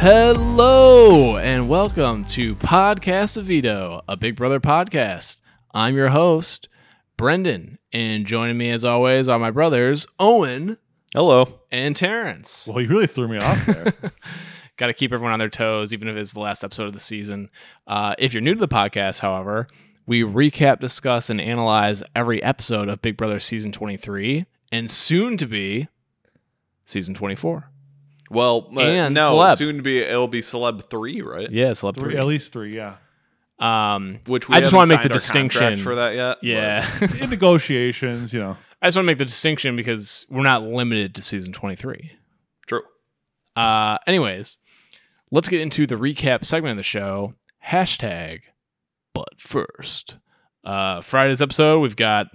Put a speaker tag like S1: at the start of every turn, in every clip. S1: Hello and welcome to Podcast of Vito, a Big Brother podcast. I'm your host, Brendan, and joining me as always are my brothers, Owen
S2: Hello.
S1: and Terrence.
S3: Well, you really threw me off there.
S1: Got to keep everyone on their toes, even if it's the last episode of the season. Uh, if you're new to the podcast, however, we recap, discuss, and analyze every episode of Big Brother season 23 and soon to be season 24.
S2: Well, uh,
S1: And
S2: no,
S1: celeb.
S2: soon to be it'll be celeb three, right?
S1: Yeah, it's love
S3: three,
S1: three.
S3: at least three, yeah.
S1: Um,
S2: Which we
S1: I just
S2: haven't
S1: wanna make
S2: signed
S1: the
S2: our contracts
S1: distinction.
S2: for that yet.
S1: yeah.
S3: In negotiations, you know.
S1: I just want to make the distinction because we're not limited to season 23.
S2: but- true.
S1: Uh, anyways, let's get into the recap segment of the show. Hashtag, but first, uh, Friday's episode we've got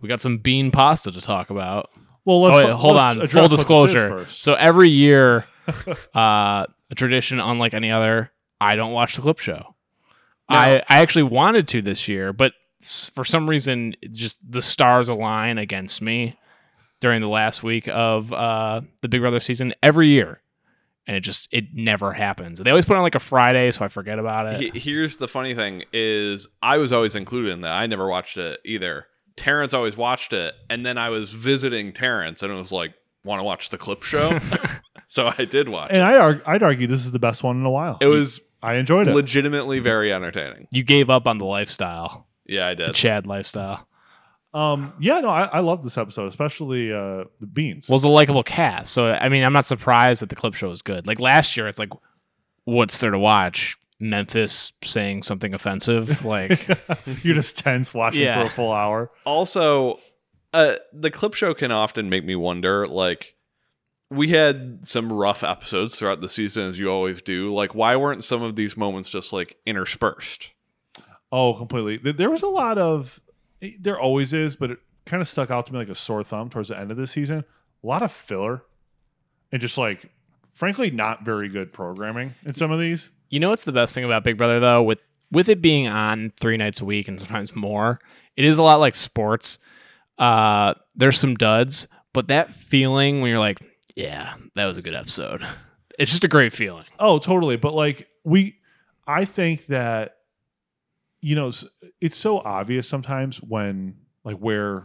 S1: we got some bean pasta to talk about.
S3: Well, let's
S1: oh, wait, hold
S3: let's
S1: on.
S3: address
S1: Full
S3: what this is
S1: disclosure.
S3: first.
S1: So every year, uh, a tradition unlike any other, I don't watch the clip show. I, I actually wanted to this year, but s- for some reason, it's just the stars align against me during the last week of uh, the Big Brother season every year. And it just, it never happens. They always put it on like a Friday, so I forget about it.
S2: He- here's the funny thing: is I was always included in that. I never watched it either. Terrence always watched it, and then I was visiting Terrence, and it was like, want to watch the clip show? so I did watch.
S3: And I arg- I'd argue this is the best one in a while.
S2: it. It was
S3: I enjoyed it.
S2: legitimately very entertaining.
S1: You gave up on the lifestyle,
S2: Yeah, I
S1: the
S2: did.
S1: Chad lifestyle.
S3: um, yeah, no, I, I love this episode, especially uh, the beans.
S1: was a likable cast. So I mean, I'm not surprised that the clip show is good. Like last year, it's like, what's there to watch? Memphis saying something offensive. Like
S3: You're just tense watching
S1: Yeah.
S3: for a full hour.
S2: also uh the clip show can often make me wonder like we had some rough episodes throughout the season as you always do like why weren't some of these moments just like interspersed
S3: Oh, completely. Th- There was a lot of, eh, there always is, but it kind of stuck out to me like a sore thumb towards the end of the season. A lot of filler and just like, frankly, not very good programming in some of these.
S1: you know, what's the best thing about Big Brother though? With with it being on three nights a week and sometimes more, it is a lot like sports. Uh, there's some duds, but that feeling when you're like, yeah, that was a good episode. It's just a great feeling.
S3: Oh, totally. But like we, I think that you know s- it's so obvious sometimes when like where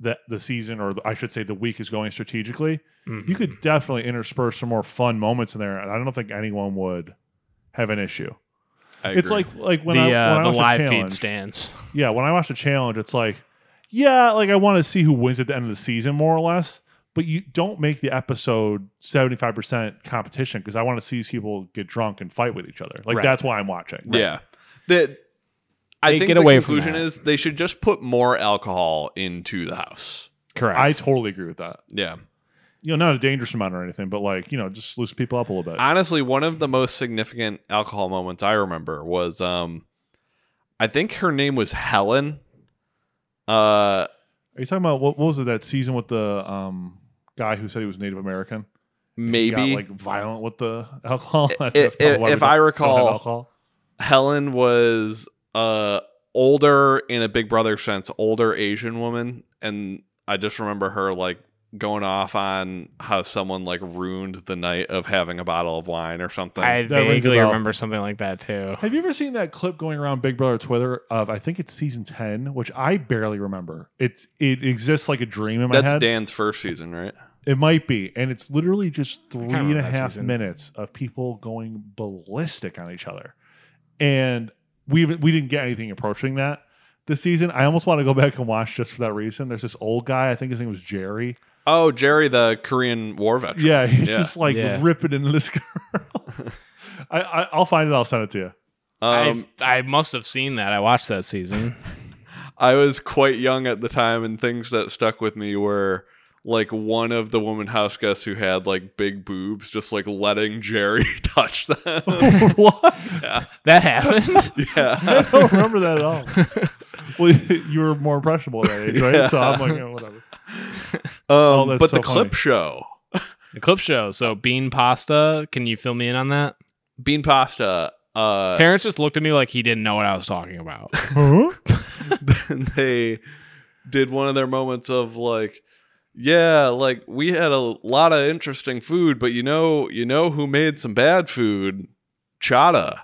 S3: the the season or I should say the week is going strategically. You could
S1: Mm-hmm.
S3: definitely intersperse some more fun moments in there, and I don't think anyone would have an issue.
S2: I
S3: It's
S2: agree.
S3: like like when
S1: the
S3: I when I
S1: uh, the
S3: watch a
S1: live feed
S3: challenge-
S1: stands.
S3: yeah, when I watch a challenge, it's like, yeah, like I want to see who wins at the end of the season, more or less. But you don't make the episode seventy five percent competition because I want to see these people get drunk and fight with each other. Like
S1: Right.
S3: that's why I'm watching.
S2: yeah that i
S1: They
S2: think
S1: get
S2: the
S1: away from
S2: conclusion
S1: that.
S2: is they should just put more alcohol into the house
S1: Correct.
S3: I totally agree with that.
S2: yeah
S3: You know, not a dangerous amount or anything, but like you know, just loosen people up a little bit.
S2: honestly one of the most significant alcohol moments i remember was um i think her name was helen uh
S3: Are you talking about what, what was it that season with the um guy who said he was Native American? He
S2: maybe
S3: got, like violent with the alcohol.
S2: I-
S3: That's
S2: if-
S3: probably why we
S2: if
S3: don't-
S2: I
S3: don't have
S2: recall-
S3: alcohol.
S2: Helen was uh older in a Big Brother sense, older Asian woman, and I just remember her like going off on how someone like ruined the night of having a bottle of wine or something.
S1: I
S3: That rings a
S1: vaguely
S3: bell.
S1: remember something like that too.
S3: Have you ever seen that clip going around Big Brother Twitter of I think it's season ten, which I barely remember. It's it exists like a dream in my
S2: That's
S3: head.
S2: Dan's first season, right?
S3: It might be, and it's literally just three and
S1: remember
S3: a
S1: that
S3: half
S1: season.
S3: minutes of people going ballistic on each other, and we we didn't get anything approaching that this season. I almost want to go back and watch just for that reason. There's this old guy, I think his name was Jerry.
S2: Oh, Jerry, the Korean War veteran.
S3: Yeah, he's
S2: Yeah.
S3: just like
S1: Yeah.
S3: ripping into this girl. I, I I'll find it. I'll send it to you.
S2: Um,
S1: I, I must have seen that. I watched that season.
S2: I was quite young at the time, and things that stuck with me were like one of the woman house guests who had like big boobs, just like letting Jerry touch them.
S3: what?
S2: yeah,
S1: That happened.
S3: I
S2: yeah.
S3: don't remember that at all. Well, you were more impressionable at that age, right? So I'm like, oh, whatever.
S2: Um,
S3: that's
S2: but
S3: so
S2: the clip
S3: funny.
S2: show,
S1: the clip show. So bean pasta. Can you fill me in on that?
S2: bean pasta. Uh,
S1: Terrence just looked at me like he didn't know what I was talking about.
S3: Huh?
S2: they did one of their moments of like, yeah, like we had a lot of interesting food, but you know, you know who made some bad food? Chada.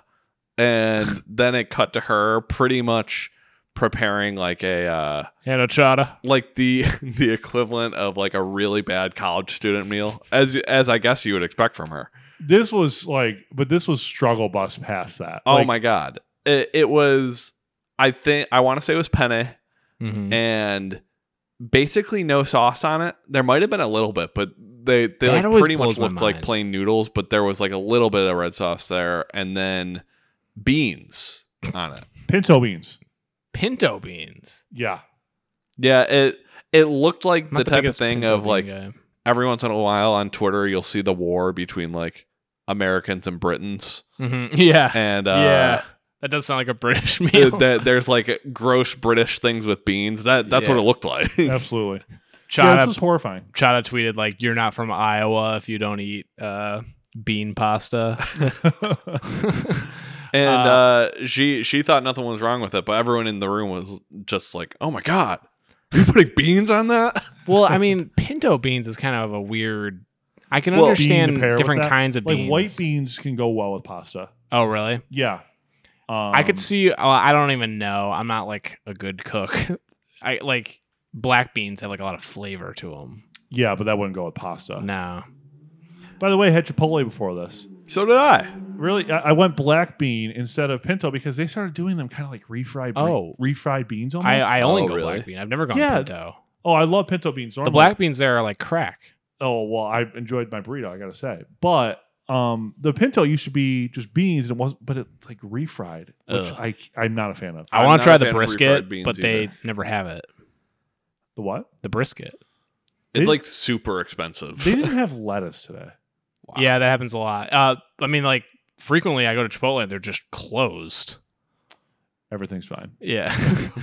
S2: And then it cut to her pretty much preparing like a uh
S1: And a chata.
S2: like the the equivalent of like a really bad college student meal as as I guess you would expect from her.
S3: This was like, but this was struggle bus past that.
S2: Oh
S3: Like,
S2: my god. It, it was I think I want to say it was penne
S1: Mm-hmm.
S2: and basically no sauce on it. There might have been a little bit, but they they
S1: That
S2: like
S1: always
S2: pretty much
S1: blows my
S2: looked like
S1: mind.
S2: plain noodles, but there was like a little bit of red sauce there and then beans on it.
S3: pinto beans.
S1: Pinto beans.
S3: Yeah,
S2: Yeah, it it looked like
S1: I'm not
S2: the type of
S1: biggest
S2: thing
S1: pinto
S2: of
S1: bean
S2: like
S1: guy.
S2: every once in a while on Twitter you'll see the war between like Americans and Britons
S1: Mhm. yeah,
S2: and uh
S1: yeah. That does sound like a British meal.
S2: th- th- there's like gross British things with beans. That that's what
S1: Yeah.
S2: it looked like.
S3: absolutely. yeah, this
S1: Chata
S3: was horrifying.
S1: Chata tweeted like, "You're not from Iowa if you don't eat uh, bean pasta."
S2: and
S1: Uh,
S2: uh, she she thought nothing was wrong with it, but everyone in the room was just like, "Oh my god, you putting beans on that?"
S1: well, I mean, pinto beans is kind of a weird. I can
S2: Well, bean to
S1: understand
S3: pair with
S1: different
S3: that?
S1: kinds of
S3: like
S1: beans.
S3: white beans can go well with pasta.
S1: Oh, really?
S3: Yeah, um,
S1: I could see. oh, I don't even know. I'm not like a good cook. I like black beans have like a lot of flavor to them.
S3: Yeah, but that wouldn't go with pasta.
S1: No,
S3: By the way, I had Chipotle before this.
S2: So did I.
S3: Really, I I went black bean instead of pinto because they started doing them kind of like refried. bre-
S1: Oh.
S3: refried beans almost.
S1: I, I only
S2: Oh,
S1: go
S2: really?
S1: black bean. I've never gone
S3: Yeah,
S1: pinto.
S3: oh, I love pinto beans.
S1: The
S3: Normally.
S1: black beans there are like crack.
S3: Oh well, I enjoyed my burrito. I gotta say, but um, the pinto used to be just beans, and it wasn't. But it's like refried, which
S1: Ugh.
S3: I I'm not a fan of.
S1: I
S2: I'm
S1: want to
S2: not a
S1: try the
S2: fan of refried
S1: brisket,
S2: beans
S1: but they
S2: either.
S1: never have it.
S3: The what?
S1: The brisket.
S3: They-
S2: It's like super expensive.
S3: They didn't have lettuce today.
S2: Wow.
S1: Yeah, that happens a lot. Uh, I mean, like frequently, I go to Chipotle and they're just closed.
S3: Everything's fine.
S1: Yeah.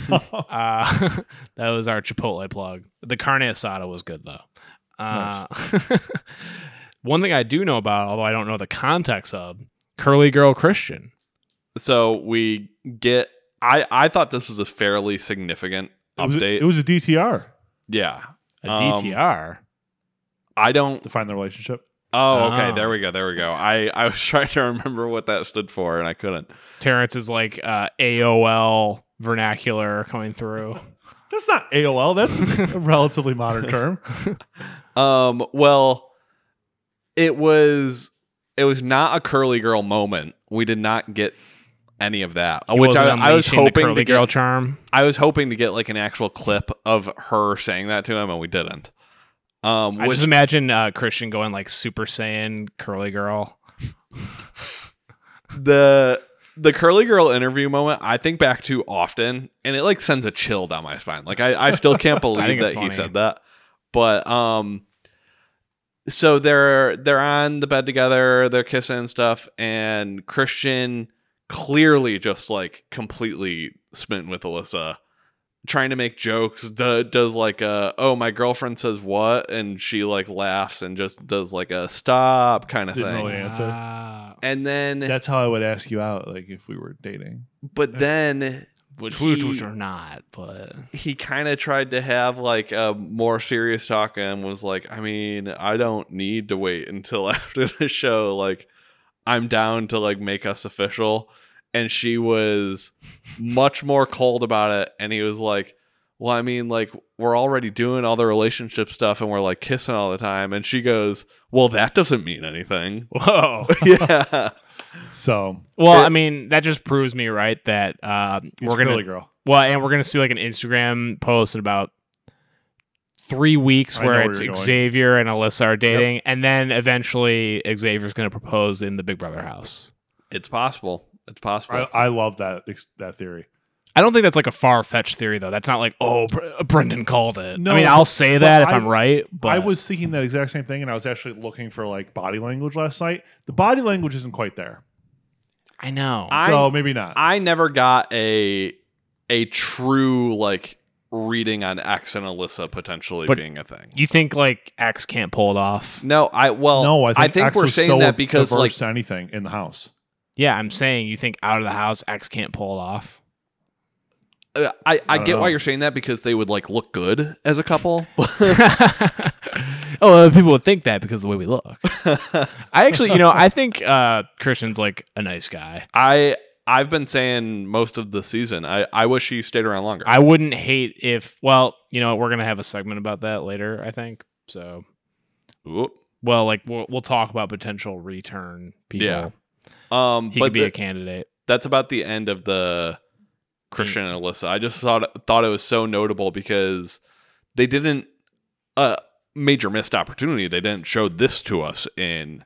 S3: I
S1: Uh, that was our Chipotle plug. The carne asada was good though. Uh, one thing I do know about, although I don't know the context of, Curly Girl Christian.
S2: So we get. I I thought this was a fairly significant
S3: It was,
S2: update.
S3: it was a DTR.
S2: yeah.
S1: A
S2: Um,
S1: DTR.
S2: I don't.
S3: Define the relationship.
S2: Oh, okay.
S1: Ah.
S2: There we go. There we go. I I was trying to remember what that stood for, and I couldn't.
S1: Terrence is like uh, AOL vernacular coming through.
S3: That's not AOL. That's a relatively modern term.
S2: Um. Well, it was it was not a curly girl moment. We did not get any of that,
S1: He
S2: Uh, which I,
S1: wasn't
S2: I was
S1: unleashing the
S2: hoping
S1: Curly
S2: to
S1: Girl
S2: get.
S1: charm.
S2: I was hoping to get like an actual clip of her saying that to him, and we didn't. Um.
S1: I
S2: Which
S1: just imagine uh, Christian going like Super Saiyan Curly Girl.
S2: the the curly girl interview moment I think back to often, and it like sends a chill down my spine. Like I I still can't believe
S1: think it's
S2: that he
S1: funny.
S2: said that, but um. so they're they're on the bed together, they're kissing and stuff, and Christian clearly just like completely smitten with Alyssa, trying to make jokes. Do, does like a oh my girlfriend says what, and she like laughs and just does like a stop kind of
S3: Didn't really
S2: thing.
S3: answer.
S1: Wow.
S2: And then,
S3: That's how I would ask you out, like if we were dating.
S2: but then
S1: Which,
S2: He-
S1: which are not, but
S2: he kind of tried to have like a more serious talk and was like, I mean, I don't need to wait until after the show. Like, I'm down to like make us official. And she was much more cold about it. And he was like, Well, I mean, like, we're already doing all the relationship stuff and we're like kissing all the time. And she goes, Well, that doesn't mean anything.
S1: whoa.
S2: yeah.
S3: So
S1: Well,
S2: It-
S1: I mean, that just proves me right that uh,
S3: it's
S1: we're gonna
S3: Curly girl.
S1: well, and we're gonna see like an Instagram post in about three weeks
S3: I know
S1: where
S3: where
S1: it's
S3: you're going.
S1: Xavier and Alyssa are dating, and then eventually Xavier's gonna propose in the Big Brother house.
S2: It's possible. It's possible.
S3: I, I love that ex- that theory.
S1: I don't think that's like a far fetched theory though. That's not like oh Bre- Brendan called it.
S3: No,
S1: I mean, I'll say
S3: but
S1: that if
S3: I-
S1: I, am right, but
S3: I was thinking that exact same thing, and I was actually looking for like body language last night. The body language isn't quite there,
S1: I know.
S2: I-
S3: so maybe not.
S2: I never got a a true like reading on X and Alyssa potentially
S1: But-
S2: being a thing.
S1: you think like X can't pull it off?
S2: No, I well,
S3: no, I think, X
S2: we're
S3: was
S2: saying
S3: so
S2: that because
S3: averse
S2: like
S3: to anything in the house.
S1: Yeah, I'm saying you think out of the house X can't pull it off.
S2: uh, I, I,
S3: I don't
S2: get why
S3: know.
S2: you're saying that because they would like look good as a couple.
S1: oh, uh, people would think that because of the way we look. I actually, you know, I think uh, Christian's like a nice guy.
S2: I I've been saying most of the season. I, I wish he stayed around longer.
S1: I wouldn't hate if, well, you know, we're gonna have a segment about that later. I think so.
S2: Ooh.
S1: Well, like we'll, we'll talk about potential return people.
S2: Yeah. Um,
S1: he
S2: but
S1: could be
S2: the-
S1: a candidate.
S2: that's about the end of the
S1: Hmm.
S2: Christian and Alyssa. I just thought thought it was so notable because they didn't uh major missed opportunity. They didn't show this to us in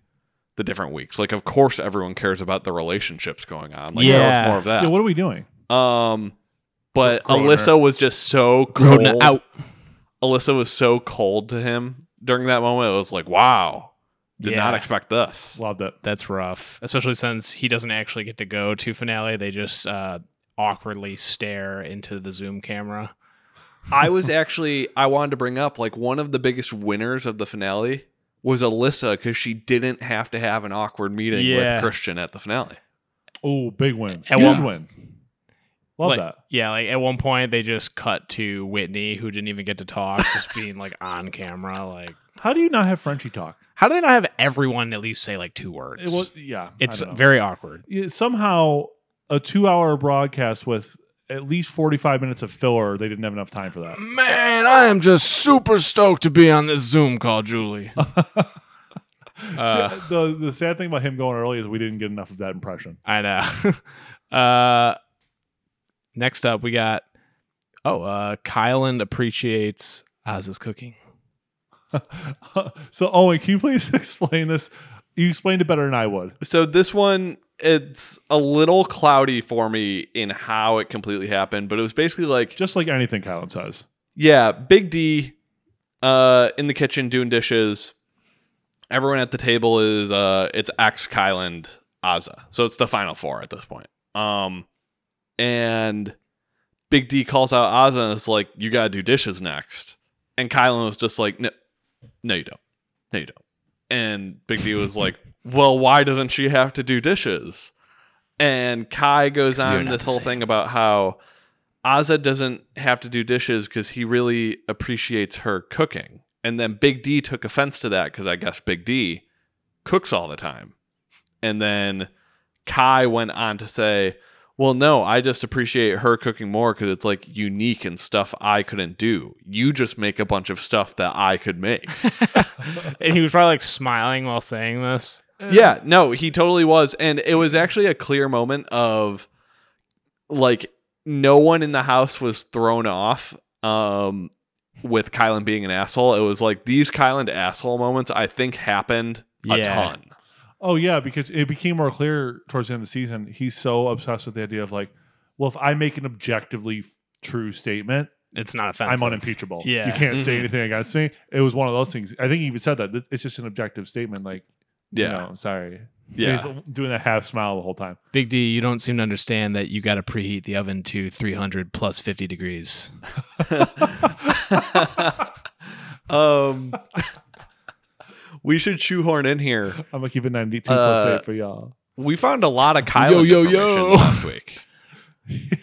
S2: the different weeks. Like of course everyone cares about the relationships going on. Like yeah.
S1: Yeah.
S2: more of that.
S3: Yeah, what are we doing?
S2: um but
S1: Groner.
S2: Alyssa was just so cold.
S1: Rodna out.
S2: Alyssa was so cold to him during that moment. It was like, wow. Did not
S1: Yeah.
S2: expect this.
S3: Loved it.
S1: That's rough, especially since he doesn't actually get to go to finale. They just uh, awkwardly stare into the Zoom camera.
S2: I was actually I wanted to bring up like one of the biggest winners of the finale was Alyssa because she didn't have to have an awkward meeting
S1: Yeah.
S2: with Christian at the finale.
S3: Oh, big win.
S1: At
S3: Huge
S1: one-
S3: win. Love
S1: Like-
S3: that.
S1: Yeah, like at one point they just cut to Whitney, who didn't even get to talk, just being like on camera. Like,
S3: How do you not have Frenchie talk?
S1: how do they not have everyone at least say like two words?
S3: It was yeah. I
S1: it's
S3: don't know.
S1: very awkward.
S3: Yeah, somehow a two-hour broadcast with at least forty-five minutes of filler. They didn't have enough time for that.
S1: Man, I am just super stoked to be on this Zoom call, Julie. Uh,
S3: Sa- the the sad thing about him going early is we didn't get enough of that impression.
S1: I know. uh, next up, we got oh, uh, Kylan appreciates Oz's cooking.
S3: so Owen, can you please explain this? You explained it better than I would.
S2: So this one it's a little cloudy for me in how it completely happened, but it was basically like
S3: Just like anything Kylan says.
S2: yeah, Big D uh in the kitchen doing dishes. Everyone at the table is uh it's Axe Kyland Aza. So it's the final four at this point. Um and Big D calls out Aza and is like, You gotta do dishes next. And Kylan was just like, No no you don't. No you don't. And Big D was like, Well, why doesn't she have to do dishes? And Kai goes
S1: Because we are
S2: on
S1: not
S2: this
S1: the
S2: whole
S1: same.
S2: thing about how Azza doesn't have to do dishes because he really appreciates her cooking. And then Big D took offense to that because I guess Big D cooks all the time. And then Kai went on to say, Well, no, I just appreciate her cooking more because it's like unique and stuff I couldn't do. You just make a bunch of stuff that I could make.
S1: and he was probably like smiling while saying this.
S2: yeah, no, he totally was. And it was actually a clear moment of like no one in the house was thrown off um with Kylan being an asshole. It was like these Kylan asshole moments I think happened a
S1: Yeah.
S2: ton.
S3: Oh yeah, because it became more clear towards the end of the season. He's so obsessed with the idea of like, well, if I make an objectively f- true statement,
S1: It's not offensive.
S3: I'm unimpeachable.
S1: Yeah. Mm-hmm.
S3: you can't say
S2: Mhm.
S3: anything against me. It was one of those things. I think he even said that. Th- It's just an objective statement. Like,
S2: Yeah.
S3: no, I'm sorry.
S2: Yeah.
S3: He's doing that half smile the whole time.
S1: Big D, you don't seem to understand that you got to preheat the oven to 300 plus 50 degrees.
S2: um we should shoehorn in here.
S3: I'm gonna keep it 92
S2: Uh,
S3: plus eight for y'all.
S2: We found a lot of Kylan
S1: Yo, yo,
S2: information
S1: yo.
S2: last week.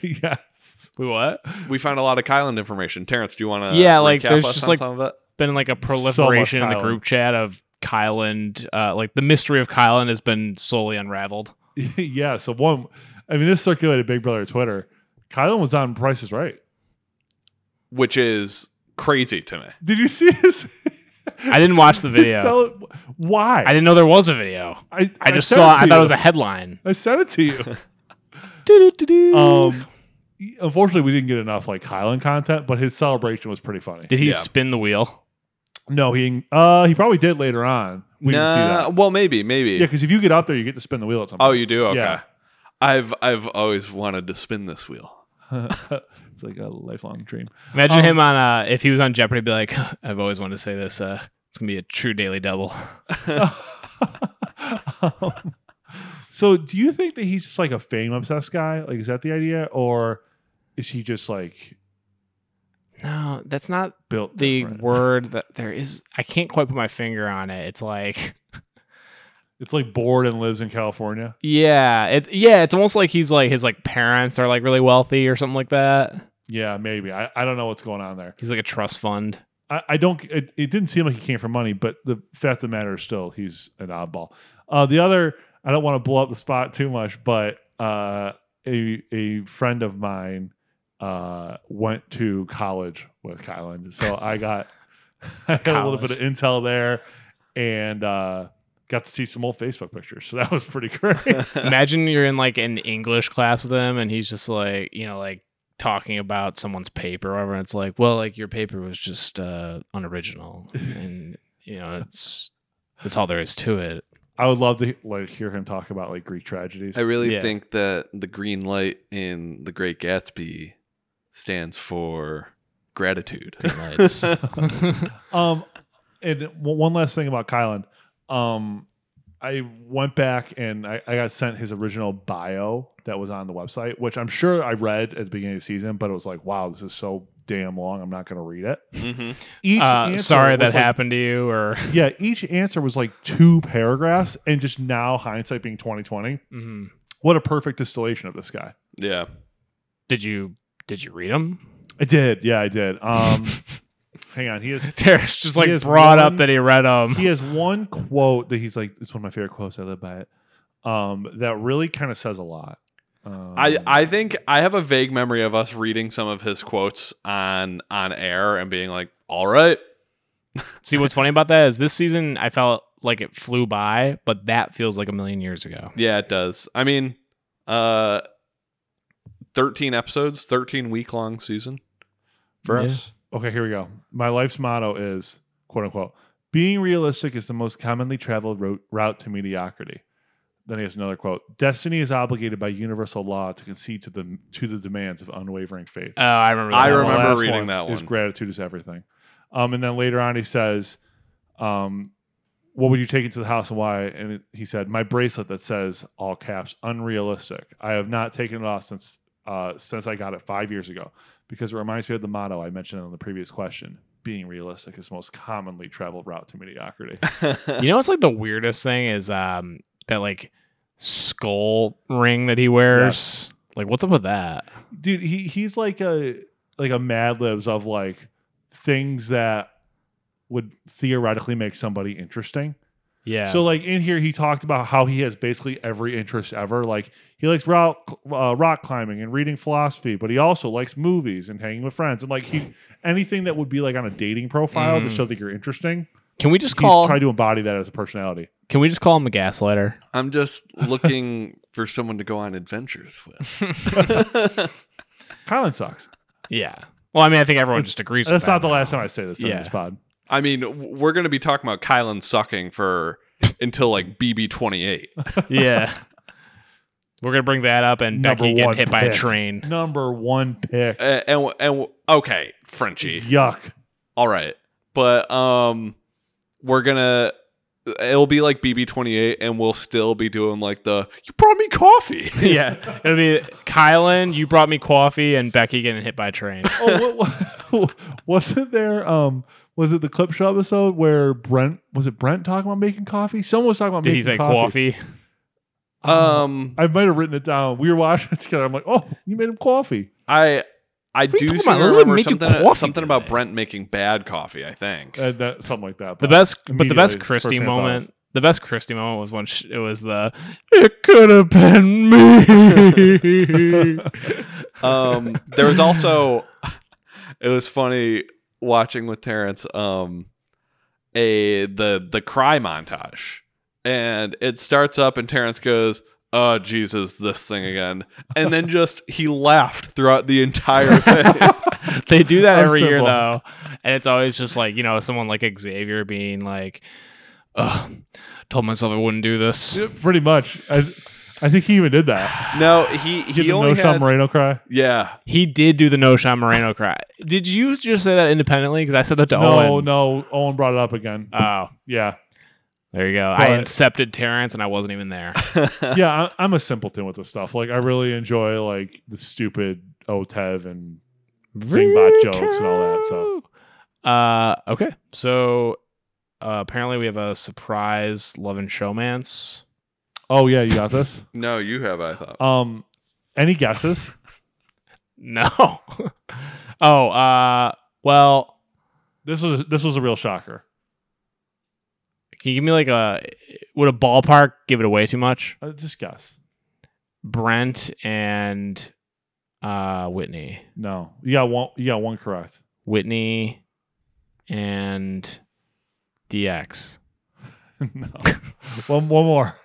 S3: yes.
S1: We what?
S2: We found a lot of Kylan information. Terrence, do you want to
S1: Yeah, like, there's
S2: us
S1: just,
S2: on
S1: like,
S2: some of it?
S1: Been like a proliferation in the
S3: Kylan.
S1: group chat of Kylan. Uh, like the mystery of Kylan has been slowly unraveled.
S3: yeah. So one, I mean, this circulated Big Brother Twitter. Kylan was on Price is Right.
S2: which is crazy to me.
S3: Did you see his?
S1: I didn't watch the
S3: his
S1: video.
S3: cele- why?
S1: I didn't know there was a video.
S3: I,
S1: I just
S3: sent
S1: saw.
S3: to
S1: I thought it
S3: you.
S1: was a headline.
S3: I sent it to you.
S1: Um,
S3: Um, unfortunately, we didn't get enough like Kylan content, but his celebration was pretty funny.
S1: Did he
S2: Yeah.
S1: spin the wheel?
S3: No, he uh he probably did later on. We didn't see
S2: Nah,
S3: that.
S2: Well, maybe, maybe.
S3: Yeah, because if you get up there, you get to spin the wheel at some
S2: Oh,
S3: point.
S2: you do. Okay.
S3: Yeah.
S2: I've I've always wanted to spin this wheel.
S3: it's like a lifelong dream.
S1: Imagine
S3: Um,
S1: him on. Uh, if he was on Jeopardy, be like, I've always wanted to say this. Uh, it's gonna be a true daily double.
S3: Um, so, do you think that he's just like a fame obsessed guy? Like, is that the idea, or is he just like
S1: No, that's not
S3: built
S1: the
S3: different?
S1: word that there is. I can't quite put my finger on it. It's like,
S3: It's like bored and lives in California.
S1: yeah, it's yeah. It's almost like he's like his like parents are like really wealthy or something like that.
S3: Yeah, maybe. I, I don't know what's going on there.
S1: He's like a trust fund.
S3: I, I don't. It, it didn't seem like he came for money, but the fact of the matter is still he's an oddball. Uh, the other, I don't want to blow up the spot too much, but uh, a a friend of mine uh, went to college with Kylan, so I got I got a little bit of intel there, and uh, got to see some old Facebook pictures. So that was pretty great.
S1: Imagine you're in like an English class with him and he's just like, you know, like talking about someone's paper or whatever. And it's like, well, like your paper was just uh unoriginal. And you know, it's that's all there is to it.
S3: I would love to like hear him talk about like Greek tragedies.
S2: I really
S1: Yeah.
S2: think that the green light in The Great Gatsby stands for gratitude.
S1: Green lights.
S3: Um, and w- one last thing about Kylan. Um, I went back and I, I got sent his original bio that was on the website, which I'm sure I read at the beginning of the season, but it was like, wow, this is so damn long. I'm not going to read it.
S2: mm-hmm.
S3: Each
S1: uh,
S3: answer
S1: sorry
S3: was,
S1: that
S3: like-
S1: happened to you or
S3: Yeah, each answer was like two paragraphs, and just now hindsight being 2020,
S1: Mhm.
S3: what a perfect distillation of this guy.
S2: Yeah.
S1: did you did you read them?
S3: I did, yeah, I did. Um, hang on, he is
S1: Terrence just like
S3: He has
S1: brought up
S3: one-
S1: that he read them.
S3: he has one quote that he's like, it's one of my favorite quotes. I live by it. Um, that really kind of says a lot. Um,
S2: I, I think I have a vague memory of us reading some of his quotes on on air and being like, all right.
S1: See, what's funny about that is this season I felt like it flew by, but that feels like a million years ago.
S2: Yeah, it does. I mean, uh 13 episodes, 13 week long season for
S1: Yeah.
S2: us.
S3: okay, here we go. My life's motto is quote unquote being realistic is the most commonly traveled ro- route to mediocrity. Then he has another quote: "Destiny is obligated by universal law to concede to the to the demands of unwavering faith."
S1: Oh, I remember. that
S3: And
S2: I
S3: the
S1: one.
S2: remember
S3: last
S2: reading that
S3: Is
S2: one.
S3: gratitude is everything. Um, and then later on, he says, um, "What would you take into the house and why?" And it- he said, "My bracelet that says all caps unrealistic. I have not taken it off since uh, since I got it five years ago because it reminds me of the motto I mentioned on the previous question: being realistic is the most commonly traveled route to mediocrity."
S1: You know what's like the weirdest thing is um that like skull ring that he wears. Like, what's up with that?
S3: Dude, he he's like a like a Mad Libs of like things that would theoretically make somebody interesting.
S1: Yeah.
S3: So like in here, he talked about how he has basically every interest ever. Like he likes rock, uh, rock climbing and reading philosophy, but he also likes movies and hanging with friends and like he anything that would be like on a dating profile to
S1: Mhm.
S3: show that you're interesting.
S1: can we just
S3: He's
S1: call?
S3: trying to embody that as a personality.
S1: can we just call him a gaslighter?
S2: I'm just looking for someone to go on adventures with.
S3: Kylan sucks.
S1: Yeah. Well, I mean, I think everyone just agrees.
S3: That's
S1: with
S3: not the
S1: that
S3: last time I say this during
S1: Yeah.
S3: this pod.
S2: I mean, w- we're going to be talking about Kylan sucking for until like BB 28.
S1: now. yeah. We're gonna bring that up and
S3: Number
S1: Becky getting
S3: one
S1: hit by a
S3: pick.
S1: train.
S3: Number one pick.
S2: and, and, and okay, Frenchie.
S3: Yuck.
S2: All right. But um we're going to it'll be like BB28 and we'll still be doing like the you brought me coffee.
S1: yeah. It'll be Kylan. You brought me coffee, and Becky getting hit by a train.
S3: oh, what, what, wasn't there? Um, was it the clip show episode where Brent was it Brent talking about making coffee? Someone was talking about
S1: Did
S3: making
S1: he say
S3: coffee.
S1: coffee?
S2: Um
S3: I might have written it down. We were watching it together. I'm like, oh, you made him coffee.
S2: I I
S1: are you
S2: do
S1: talking
S2: seem to
S1: about? Literally
S2: remember
S1: making
S2: something,
S1: coffee
S2: something
S1: the other
S2: about
S1: day.
S2: Brent making bad coffee, I think.
S3: Uh, that, something like that.
S1: The
S3: but-
S1: best, but the best
S3: Uh, immediately,
S1: Christie
S3: first thing I thought
S1: moment. The best Christie moment was when sh it was the. It could have been me.
S2: um there was also it was funny watching with terrence um a the the cry montage and it starts up and terrence goes oh jesus this thing again and then just he laughed throughout the entire thing
S1: they do that
S3: I'm
S1: every
S3: so
S1: year
S3: bummed.
S1: though, and it's always just like you know someone like Xavier being like, Ugh, "Told myself I wouldn't do this."
S3: Yeah, pretty much. I, I think he even did that.
S2: no he
S3: He
S2: he
S3: did
S2: only
S3: no Sean
S2: had,
S3: Moreno cry.
S2: yeah
S1: He did do the No Sean Moreno cry. Did you just say that independently? Because I said that to
S3: No,
S1: Owen.
S3: no. Owen brought it up again.
S1: Oh,
S3: yeah,
S1: there you go. I
S3: But-
S1: incepted Terrence, and I wasn't even there.
S3: yeah. I, I'm a simpleton with this stuff. Like, I really enjoy like the stupid Otev and Sing bot jokes and all that, so.
S1: Vito! uh, okay. So uh, apparently we have a surprise love and showmance.
S3: oh yeah, you got this.
S2: no you have i thought
S3: Um, any guesses?
S1: No. oh, uh, well,
S3: This was this was a real shocker.
S1: can you give me like a would a ballpark give it away too much?
S3: Uh, discuss.
S1: Brent and uh Whitney.
S3: No, you got one. You got one correct.
S1: Whitney and DX.
S3: no, one one more.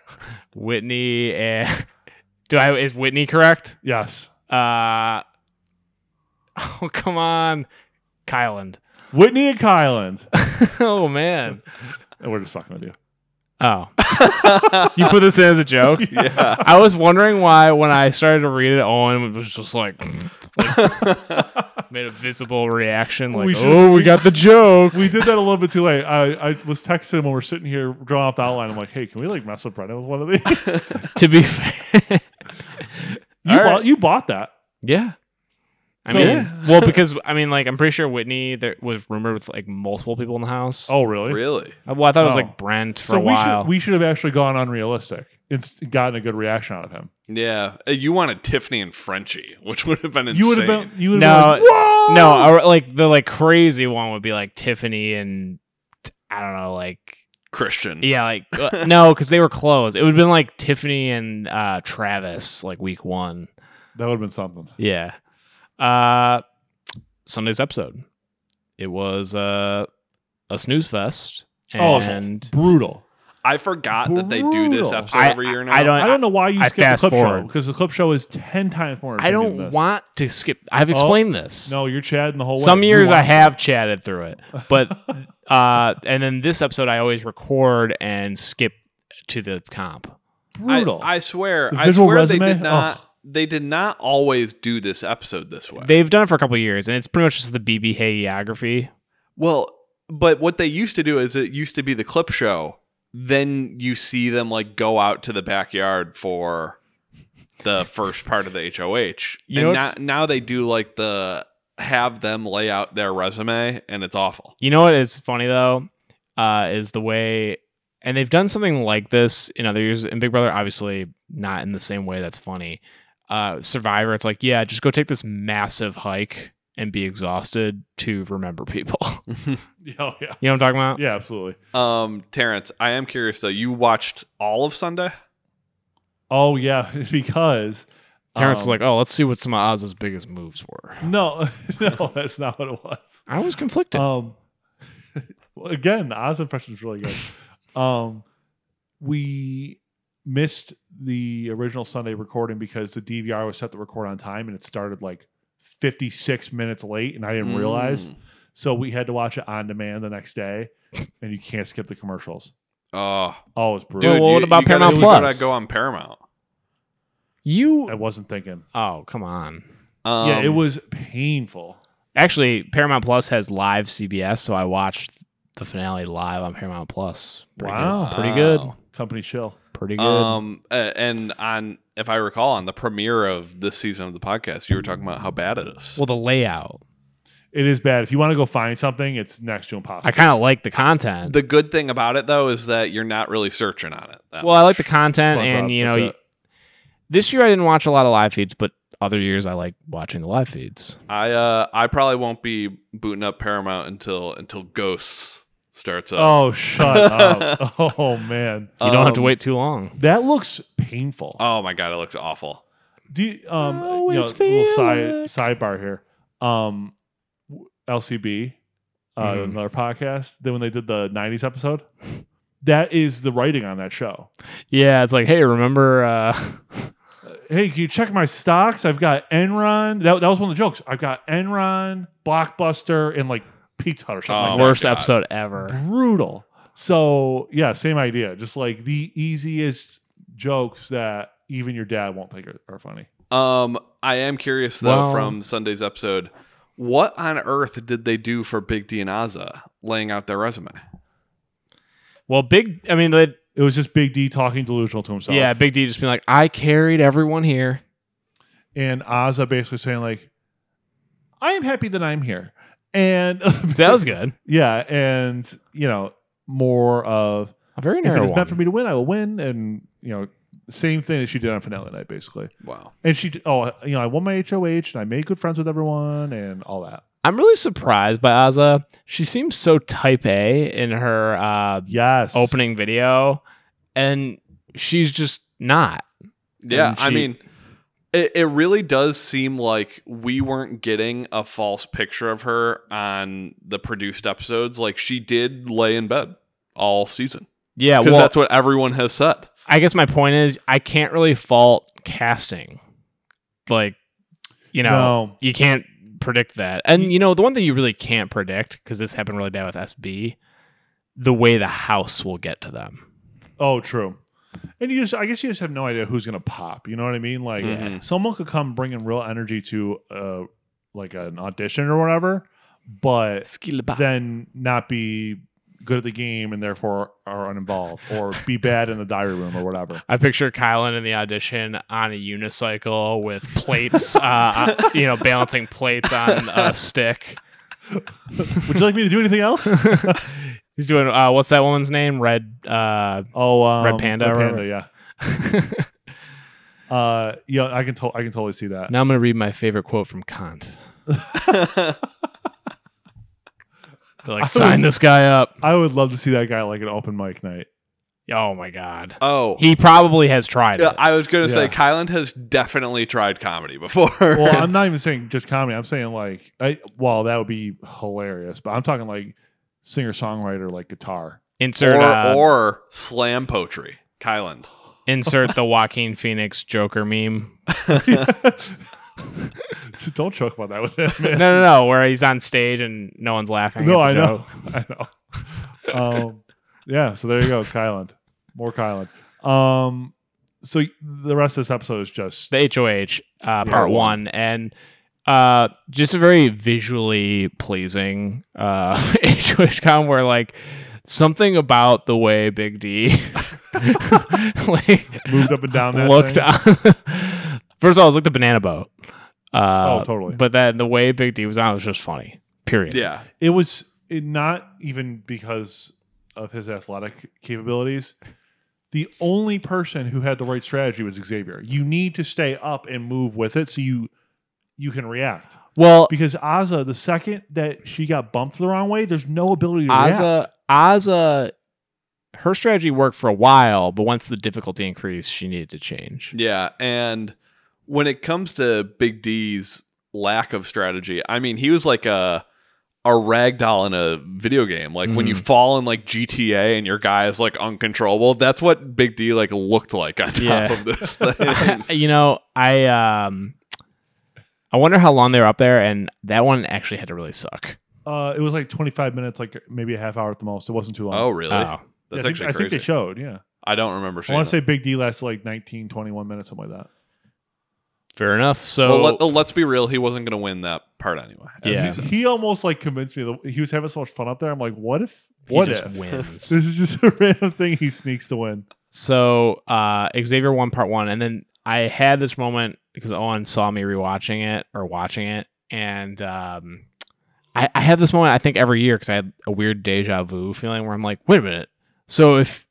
S1: Whitney and do I is Whitney correct?
S3: Yes,
S1: Uh oh come on. Kyland.
S3: Whitney and Kyland.
S1: oh man.
S3: And we're just fucking with you.
S1: Oh. You put this in as a joke?
S2: yeah.
S1: I was wondering why when I started to read it, Owen was just like, like, made a visible reaction, like,
S3: We should-
S1: "Oh, we got the joke."
S3: We did that a little bit too late. I, I was texting him when we we're sitting here drawing out the outline. I'm like, hey, can we like mess with Brennan with one of these?
S1: to be fair,
S3: you
S1: All
S3: bought
S1: right.
S3: you bought that.
S1: yeah. I
S3: So-
S1: mean,
S2: Yeah.
S1: well, because I mean, like, I'm pretty sure Whitney there was rumored with like multiple people in the house.
S3: Oh, really?
S2: Really?
S1: Uh, well, I thought it was
S3: Oh.
S1: like Brent for
S3: so
S1: a while.
S3: we should we should have actually gone unrealistic and s- gotten a good reaction out of him.
S2: Yeah. Uh, You wanted Tiffany and Frenchie, which would have been insane.
S3: You would have been you would
S1: No,
S3: have been like, Whoa!
S1: no, uh, I- like the like crazy one would be like Tiffany and I don't know, like
S2: Christian.
S1: Yeah, like uh, no, because they were closed. It would have been like Tiffany and uh, Travis, like week one.
S3: that would have been something.
S1: Yeah. Uh, Sunday's episode, it was uh, a snooze fest,
S3: Oh,
S1: and
S3: Brutal.
S2: I forgot that they do this
S3: Brutal.
S2: episode
S1: I-
S2: every year now.
S1: I don't.
S3: I don't know why you
S1: I
S3: skipped the
S1: fast
S3: clip show
S1: forward.
S3: because the clip show is ten times more.
S1: I
S3: entertaining than
S1: don't
S3: this.
S1: want to skip. I've explained this.
S3: No, you're Chad in the whole. way.
S1: Some
S3: You
S1: years I
S3: want-
S1: have chatted through it, but uh, and then this episode I always record and skip to the comp.
S3: brutal.
S2: I, I swear.
S3: The
S2: I
S3: visual
S2: swear they
S3: resume?
S2: did not.
S3: Ugh.
S2: They did not always do this episode this way.
S1: They've done it for a couple of years, and it's pretty much just the BB hagiography.
S2: Well, but what they used to do is it used to be the clip show. Then you see them like go out to the backyard for the first part of the HOH.
S1: You know
S2: and now,
S1: what's-
S2: now they do like the have them lay out their resume and it's awful.
S1: You know what is funny though, uh, is the way, and they've done something like this in other years. In Big Brother, obviously not in the same way. That's funny. Uh, Survivor, it's like, yeah, just go take this massive hike and be exhausted to remember people. you
S3: oh, yeah,
S1: know what I'm talking about?
S3: yeah, absolutely.
S2: Um Terrence, I am curious though. You watched all of Sunday?
S3: Oh yeah, because
S1: Terrence was
S3: um,
S1: like, oh, let's see what some of Oz's biggest moves were.
S3: no, no, that's not what it was.
S1: I was conflicted.
S3: Um, well, again, the Oz impression is really good. Um, we missed the original Sunday recording because the DVR was set to record on time, and it started like 56 minutes late, and I didn't realize.
S2: Mm.
S3: So we had to watch it on demand the next day, and you can't skip the commercials.
S2: Oh,
S3: Oh, it's brutal.
S2: dude!
S1: Well, what
S2: you-
S1: about
S2: you gotta-
S1: Paramount
S2: you gotta
S1: Plus?
S2: Go on Paramount.
S1: you,
S3: I wasn't thinking.
S1: oh, come on.
S2: Um,
S3: yeah, it was painful.
S1: Actually, Paramount Plus has live CBS, so I watched the finale live on Paramount Plus. Pretty
S3: Wow.
S1: Good. Pretty good.
S2: Wow.
S3: Company chill.
S1: Pretty good.
S2: Um, uh, and on, if I recall, on the premiere of this season of the podcast, you were talking about how bad it is.
S1: well, the layout.
S3: It is bad. If you want to go find something, it's next
S1: I
S3: to impossible.
S1: kind of like the content.
S2: the good thing about it though is that you're not really searching on it. that
S1: well, I like
S2: much.
S1: the content,
S3: That's what I
S1: and
S3: thought.
S1: you know, y-
S3: That's
S1: this year I didn't watch a lot of live feeds, but other years I like watching the live feeds.
S2: I uh, I probably won't be booting up Paramount until until Ghosts starts up.
S3: Oh, shut up. Oh, man.
S1: You don't have to
S2: Um,
S1: wait too long.
S3: That looks painful.
S2: Oh my god, it looks awful.
S3: Do you, um,
S1: I
S3: you know,
S1: always
S3: little
S1: feel
S3: side, sidebar here. Um, w- LCB, uh,
S1: Mhm.
S3: another podcast, then when they did the 90s episode, that is the writing on that show.
S1: Yeah, it's like, hey, remember? Uh,
S3: hey, can you check my stocks? I've got Enron. That, that was one of the jokes. I've got Enron, Blockbuster, and like Pizza Hut or something.
S2: Oh
S3: like
S2: my
S1: worst
S2: God.
S1: episode
S3: that.
S1: ever.
S3: Brutal. So yeah, same idea. Just like the easiest jokes that even your dad won't think are, are funny.
S2: Um, I am curious though
S1: Well-
S2: from Sunday's episode, what on earth did they do for Big D and Azza laying out their resume?
S1: Well, big. I mean, they,
S3: It was just Big D talking delusional to himself.
S1: yeah, Big D just being like, I carried everyone here.
S3: and Ozza basically saying like, "I am happy that I'm here," and
S1: That was good.
S3: yeah, and you know more of
S1: A very
S3: if it
S1: narrow
S3: is
S1: one.
S3: meant for me to win, I will win, and you know same thing that she did on finale night, basically.
S2: Wow.
S3: And she, d- oh, you know, I won my HOH and I made good friends with everyone and all that.
S1: I'm really surprised by Azza. She seems so type A in her uh,
S3: Yes,
S1: opening video, and she's just not.
S2: Yeah,
S1: And
S2: I
S1: she-
S2: mean, it, it really does seem like we weren't getting a false picture of her on the produced episodes. Like she did lay in bed all season
S1: Yeah,
S2: because
S1: well,
S2: that's what everyone has said.
S1: I guess my point is I can't really fault casting. Like, you know,
S3: No.
S1: you can't predict that. And you know, the one thing you really can't predict because this happened really bad with SB, the way the house will get to them.
S3: Oh, true. And you just, I guess you just have no idea who's gonna pop. You know what I mean? Like
S2: Mhm.
S3: someone could come bringing real energy to uh like an audition or whatever, but then not be good at the game and therefore are uninvolved or be bad in the diary room or whatever.
S1: I picture Kylan in the audition on a unicycle with plates, uh, uh, you know, balancing plates on a stick.
S3: Would you like me to do anything else?
S1: He's doing uh, what's that woman's name? Red. Uh,
S3: Oh, um,
S1: Red Panda or
S3: Red
S1: whatever.
S3: Panda, yeah. Uh, yeah, I can to- I can totally see that.
S1: now I'm gonna read my favorite quote from Kant. They're like, sign this guy up.
S3: I would love to see that guy like an open mic night.
S1: Oh my god.
S2: oh,
S1: He probably has tried
S2: yeah,
S1: it.
S2: I was gonna say
S3: Yeah.
S2: Kylan has definitely tried comedy before.
S3: well, I'm not even saying just comedy. I'm saying like, I, well, that would be hilarious. But I'm talking like singer songwriter, like guitar.
S1: Insert
S2: or,
S1: uh,
S2: or slam poetry, Kylan.
S1: insert the Joaquin Phoenix Joker meme.
S3: Don't joke about that with him.
S1: No,
S3: man.
S1: no, no. Where he's on stage and no one's laughing.
S3: no, I
S1: at the
S3: know,
S1: joke.
S3: I know. Um, yeah, so there you go, Kylan. More Kylan. Um, so the rest of this episode is just
S1: The HOH uh, part
S3: part
S1: one. and uh, just a very visually pleasing uh, HOH con where like something about the way Big D like
S3: moved up and down. That
S1: looked
S3: thing.
S1: on. First of all, it was like the banana boat. Uh,
S3: Oh, totally.
S1: But then the way Big D was on was just funny. Period.
S2: Yeah,
S3: It was it not even because of his athletic capabilities. The only person who had the right strategy was Xavier. You need to stay up and move with it so you you can react.
S1: Well,
S3: Because Azza, the second that she got bumped the wrong way, there's no ability to
S1: Azza,
S3: react.
S1: Azza, her strategy worked for a while, but once the difficulty increased, she needed to change.
S2: yeah. And when it comes to Big D's lack of strategy, I mean, he was like a a ragdoll in a video game. Like when you
S3: Mm-hmm.
S2: fall in like GTA and your guy is like uncontrollable. That's what Big D like looked like on top
S1: Yeah.
S2: of this thing.
S1: you know, I um, I wonder how long they were up there, and that one actually had to really suck.
S3: Uh, it was like 25 minutes, like maybe a half hour at the most. It wasn't too long.
S2: oh, really?
S1: Oh.
S3: Yeah,
S2: That's
S3: Uh, I think,
S2: actually
S3: I
S2: crazy.
S3: think they showed. Yeah,
S2: I don't remember
S3: I
S2: seeing.
S3: want
S2: that.
S3: to say Big D lasted like 19, 21 minutes, something like that.
S1: Fair enough. So
S2: well, let, us be real. He wasn't going to win that part anyway. as
S1: Yeah.
S2: he said.
S3: He almost like convinced me. That he was having so much fun up there. I'm like, what if?
S1: he
S3: What
S1: just
S3: if?
S1: wins.
S3: This is just a random thing he sneaks to win.
S1: So uh Xavier won part one, and then I had this moment because Owen saw me rewatching it or watching it, and um I, I have this moment I think every year because I had a weird deja vu feeling where I'm like, wait a minute. So if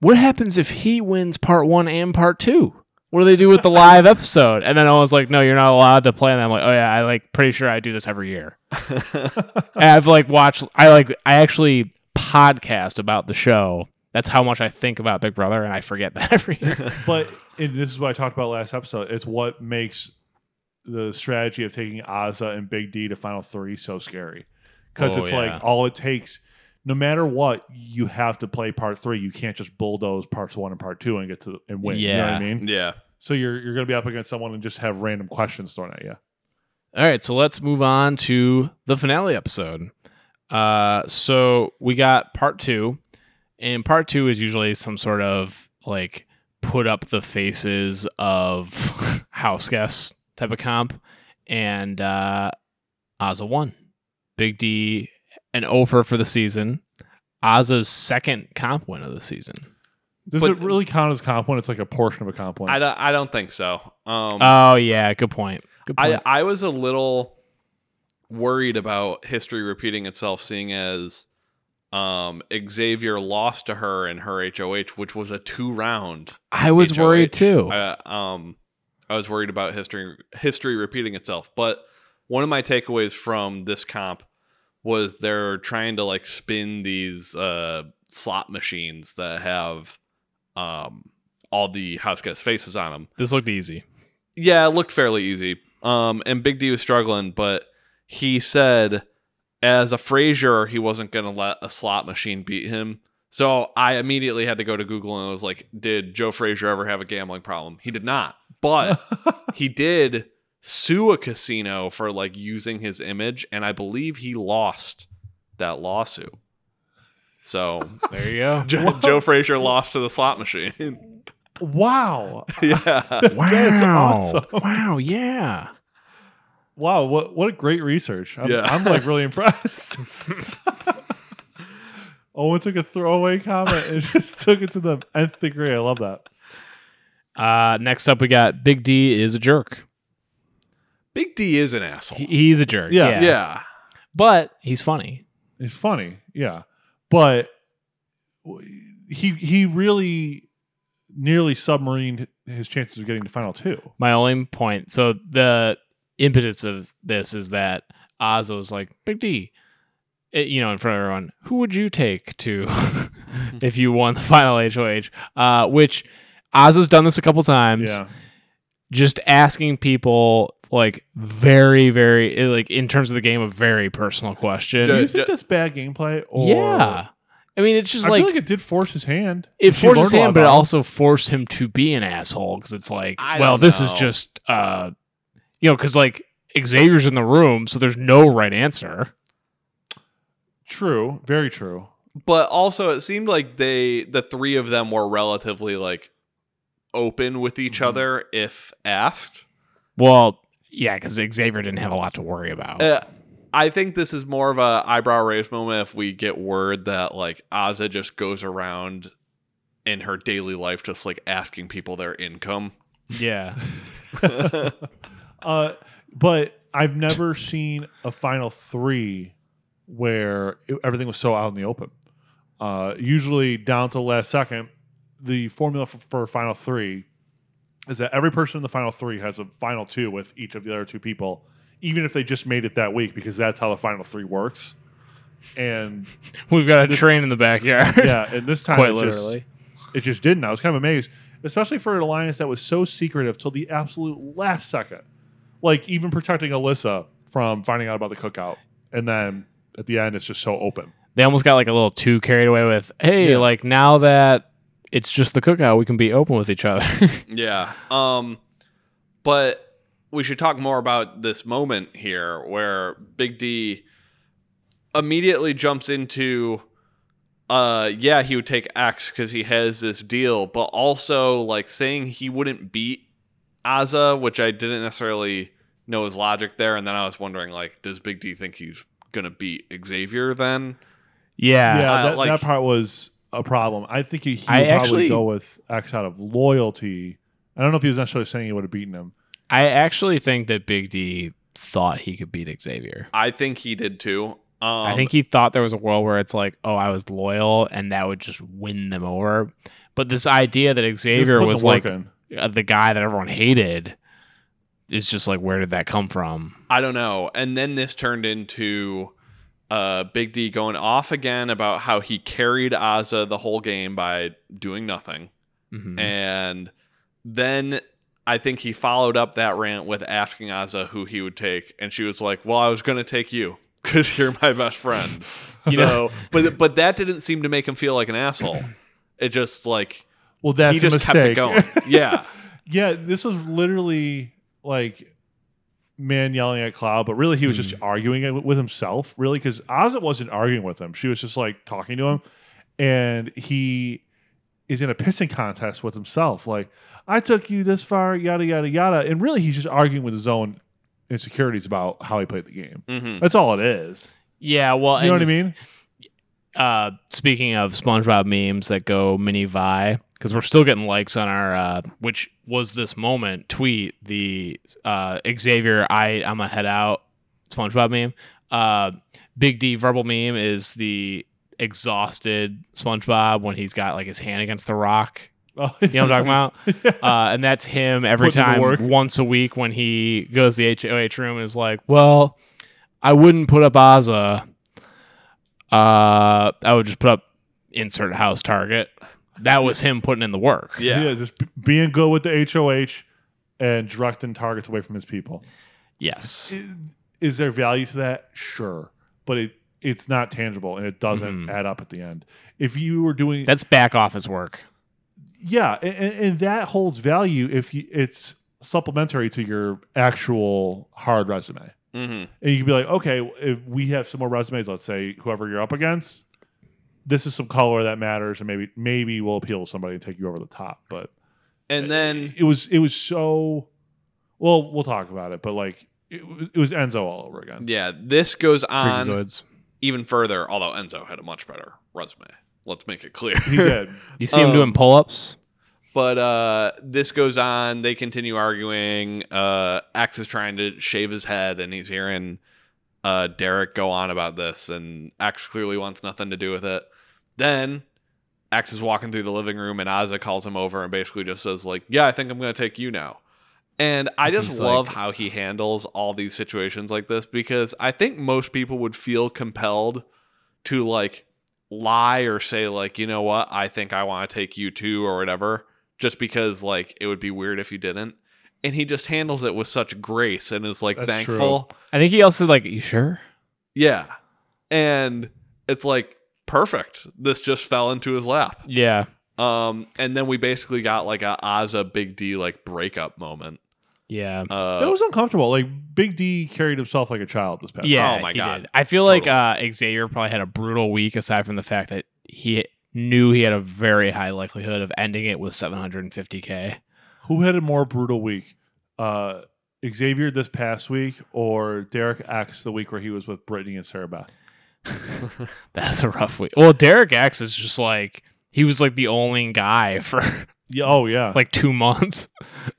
S1: what happens if he wins part one and part two? What do they do with the live episode? And then Owen's like, no, you're not allowed to play. And I'm like, oh yeah, I like pretty sure I do this every year. And I've like watched I like I actually podcast about the show. That's how much I think about Big Brother and I forget that every year.
S3: But and this is what I talked about last episode. It's what makes the strategy of taking Azza and Big D to final three so scary because
S1: Oh,
S3: it's
S1: yeah.
S3: like all it takes. No matter what, you have to play part three. You can't just bulldoze parts one and part two and get to and win. You know what
S1: Yeah.
S3: I mean?
S2: yeah.
S3: So you're you're gonna be up against someone and just have random questions thrown at you.
S1: All right, so let's move on to the finale episode. Uh so we got part 2 and part 2 is usually some sort of like put up the faces of house guests type of comp and uh Azza won. Big D an over for the season. Azza's second comp win of the season.
S3: Does
S2: But-
S3: it really count as comp when it's like a portion of a comp win?
S2: I don't, I don't think so. Um,
S1: Oh yeah, good point. Good
S2: I,
S1: point.
S2: I was a little worried about history repeating itself, seeing as Um, Xavier lost to her in her HOH, which was a two round.
S1: I was worried too.
S2: I, um, I was worried about history history repeating itself. But one of my takeaways from this comp was they're trying to like spin these uh, slot machines that have um, all the house guest faces on them.
S1: this looked easy.
S2: Yeah, it looked fairly easy. Um, and Big D was struggling, but he said as a Frazier, he wasn't going to let a slot machine beat him. So I immediately had to go to Google and I was like, did Joe Frazier ever have a gambling problem? He did not. But he did sue a casino for like using his image and I believe he lost that lawsuit. So
S1: There you go.
S2: Jo- Joe Frazier lost to the slot machine.
S3: wow.
S2: yeah.
S1: wow.
S3: That's awesome.
S1: Wow. Yeah.
S3: Wow, what what a great research. I'm,
S2: Yeah.
S3: I'm like really impressed. Owen took a throwaway comment and just took it to the nth degree. I love that.
S1: Uh, next up, we got Big D is a jerk.
S2: Big D is an asshole.
S1: He, he's a jerk.
S3: Yeah.
S1: Yeah.
S2: yeah.
S1: But he's funny.
S3: It's funny, yeah, but w- he he really nearly submarined his chances of getting to final two.
S1: My only point. So the impetus of this is that Oz was like, Big D, eh, you know, in front of everyone, who would you take to if you won the final HOH? Uh, which Oz has done this a couple times.
S3: Yeah,
S1: just asking people like very very eh, like in terms of the game a very personal question
S3: do you
S2: Yeah,
S3: think
S2: yeah.
S3: that's bad gameplay? Or
S1: yeah i mean it's
S3: I
S1: just
S3: feel
S1: like,
S3: like it did force his hand.
S1: it
S3: She
S1: forced
S3: learned
S1: his
S3: a lot
S1: hand but it
S3: about him.
S1: also forced him to be an asshole because it's like
S2: I
S1: well
S2: don't
S1: this is
S2: know.
S1: just uh you know because like xavier's in the room so there's no right answer
S3: true, very true.
S2: but also it seemed like they the three of them were relatively like open with each
S3: Mhm.
S2: other if asked
S1: well yeah because xavier didn't have a lot to worry about
S2: uh, i think this is more of a eyebrow raise moment if we get word that like aza just goes around in her daily life just like asking people their income
S1: yeah
S3: Uh, but I've never seen a final three where it- everything was so out in the open. Uh, usually down to the last second, the formula for, for final three is that every person in the final three has a final two with each of the other two people, even if they just made it that week, because that's how the final three works. And
S1: we've got a train in the backyard
S3: yeah, and this time
S1: quite
S3: it just-
S1: literally
S3: it just didn't. I was kind of amazed, especially for an alliance that was so secretive till the absolute last second. Like even protecting Alyssa from finding out about the cookout, and then at the end it's just so open.
S1: they almost got like a little too carried away with hey
S3: Yeah.
S1: like now that it's just the cookout we can be open with each other
S2: yeah um but we should talk more about this moment here where big d immediately jumps into uh yeah he would take x because he has this deal but also like saying he wouldn't beat aza which i didn't necessarily know his logic there and then i was wondering like does big d think he's gonna beat xavier then
S1: yeah,
S3: yeah, that,
S2: Uh, like-
S3: that part was a problem. I think he, he
S1: I
S3: would
S1: actually-
S3: probably go with X out of loyalty. I don't know if he was necessarily saying he would have beaten him.
S1: i actually think that big d thought he could beat xavier
S2: i think he did too um
S1: i think he thought there was a world where it's like oh i was loyal and that would just win them over but this idea that
S3: He
S1: xavier
S3: put
S1: was
S3: the work
S1: like
S3: in.
S1: uh, the guy that everyone hated is just like where did that come from
S2: I don't know. And then this turned into uh, Big D going off again about how he carried Aza the whole game by doing nothing.
S3: Mm-hmm.
S1: Mhm.
S2: And then I think he followed up that rant with asking Aza who he would take. And she was like, Well, I was going to take you because you're my best friend. You know, but, but that didn't seem to make him feel like an asshole. It just like,
S3: Well, that's
S2: he
S3: a
S2: just
S3: mistake.
S2: kept it going. Yeah.
S3: Yeah, this was literally like man yelling at Cloud, but really he was
S1: Hmm.
S3: just arguing it with himself, really, because Ozzy wasn't arguing with him. She was just like talking to him, and he is in a pissing contest with himself. Like, I took you this far, yada, yada, yada. And really, he's just arguing with his own insecurities about how he played the game.
S2: hmm
S3: That's all it is.
S1: yeah well
S3: You know what I
S1: and-
S3: mean?
S1: uh, speaking of SpongeBob memes that go mini vi, because we're still getting likes on our, uh, which was this moment tweet the uh, Xavier I I'm a head out SpongeBob meme. Uh, Big D verbal meme is the exhausted SpongeBob when he's got like his hand against the rock.
S3: Oh,
S1: You know what I'm talking about?
S3: about?
S1: Uh, and that's him every
S3: Putting in the
S1: time,
S3: work.
S1: once a week, when he goes to the HOH room and is like, "Well, I wouldn't put up Aza. Uh, I would just put up insert house target." That was him putting in the work.
S2: Yeah.
S3: yeah. just b- being good with the HOH and directing targets away from his people.
S1: Yes.
S3: I- Is there value to that? Sure, but it it's not tangible and it doesn't
S1: Mhm.
S3: add up at the end. If you were doing
S1: That's back office work.
S3: yeah, and, and that holds value if you, it's supplementary to your actual hard resume.
S2: Mm-hmm.
S3: And you can be like, okay, if we have some more resumes, let's say whoever you're up against, this is some color that matters, and maybe maybe we'll appeal to somebody and take you over the top. But
S2: And then
S3: it was it was so well, we'll talk about it, but like it, was- it was Enzo all over again.
S2: yeah, this goes
S3: Um,
S2: on
S1: Freakazoids.
S2: even further. Although Enzo had a much better resume, let's make it clear.
S3: He did.
S1: You
S3: oh.
S1: see him
S2: Um,
S1: doing pull ups.
S2: But uh, this goes on. They continue arguing. Uh, Axe is trying to shave his head, and he's hearing uh, Derek go on about this, and Axe clearly wants nothing to do with it. Then Axe is walking through the living room, and Azza calls him over and basically just says, like, yeah, I think I'm going to take you now. And I just
S1: He's
S2: love
S1: like-
S2: how he handles all these situations like this because I think most people would feel compelled to like lie or say like, you know what, I think I want to take you too or whatever, just because like it would be weird if you didn't. And he just handles it with such grace and is like
S3: That's
S2: thankful.
S1: I think he also like, you sure?
S2: Yeah. And it's like perfect. This just fell into his lap.
S1: Yeah.
S2: Um and then we basically got like a Aza Big D like breakup moment.
S1: Yeah.
S2: Uh
S3: That was uncomfortable. Like Big D carried himself like a child this past.
S1: Yeah.
S2: Oh my
S1: he
S2: God.
S1: did. I feel
S2: Totally.
S1: like uh, Xavier probably had a brutal week aside from the fact that he knew he had a very high likelihood of ending it with 750K.
S3: Who had a more brutal week? Uh, Xavier this past week or Derek X the week where he was with Brittany and Sarah Beth?
S1: That's a rough week. Well, Derek X is just like, he was like the only guy for
S3: Yeah, oh yeah.
S1: like two months.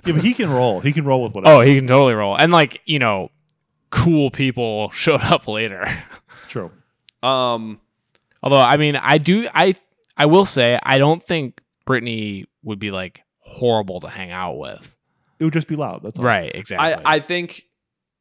S3: yeah, but he can roll. He can roll with whatever.
S1: Oh, he can totally roll. And like, you know, cool people showed up later.
S3: True.
S2: um
S1: Although, I mean, I do, I, I will say, I don't think Brittany would be like horrible to hang out with.
S3: It would just be loud. That's all.
S1: Right.
S2: I,
S1: Exactly.
S2: I think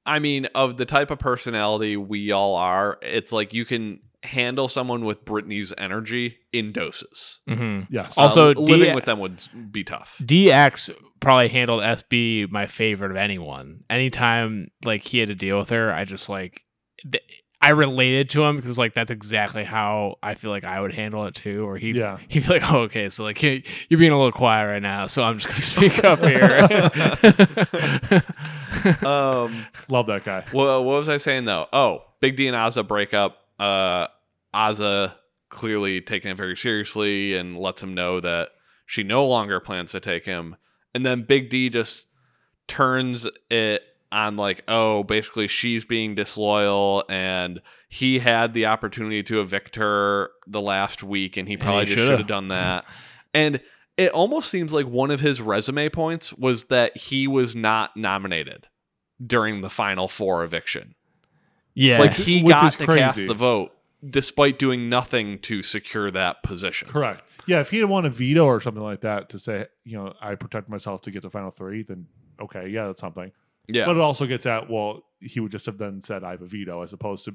S2: I mean of the type of personality we all are, it's like you can handle someone with Britney's energy in doses.
S1: hmm
S3: Yes.
S1: I'll- Also,
S2: Um, living
S1: D-
S2: with them would s- be tough.
S1: DX probably handled SB my favorite of anyone. Anytime like he had to deal with her, I just like th- I related to him because like that's exactly how I feel like I would handle it too. Or he
S3: yeah.
S1: he'd be like, oh, okay, so like hey, you're being a little quiet right now, so I'm just gonna speak up here.
S2: Um
S3: Love that guy.
S2: Well, what was I saying though? Oh, Big D and Azza break up. Uh, Azza clearly taking it very seriously and lets him know that she no longer plans to take him. And then Big D just turns it on like, oh, basically she's being disloyal and he had the opportunity to evict her the last week and he
S1: And he
S2: probably just
S1: shoulda.
S2: should have done that. and it almost seems like one of his resume points was that he was not nominated during the final four eviction.
S1: yeah,
S2: Like he
S3: Which
S2: got
S3: is
S2: to
S3: crazy.
S2: cast the vote despite doing nothing to secure that position.
S3: Correct. Yeah, if he had won a veto or something like that to say, you know, I protect myself to get to final three, then okay, yeah, that's something.
S2: Yeah.
S3: But it also gets at, well, he would just have then said, I have a veto, as opposed to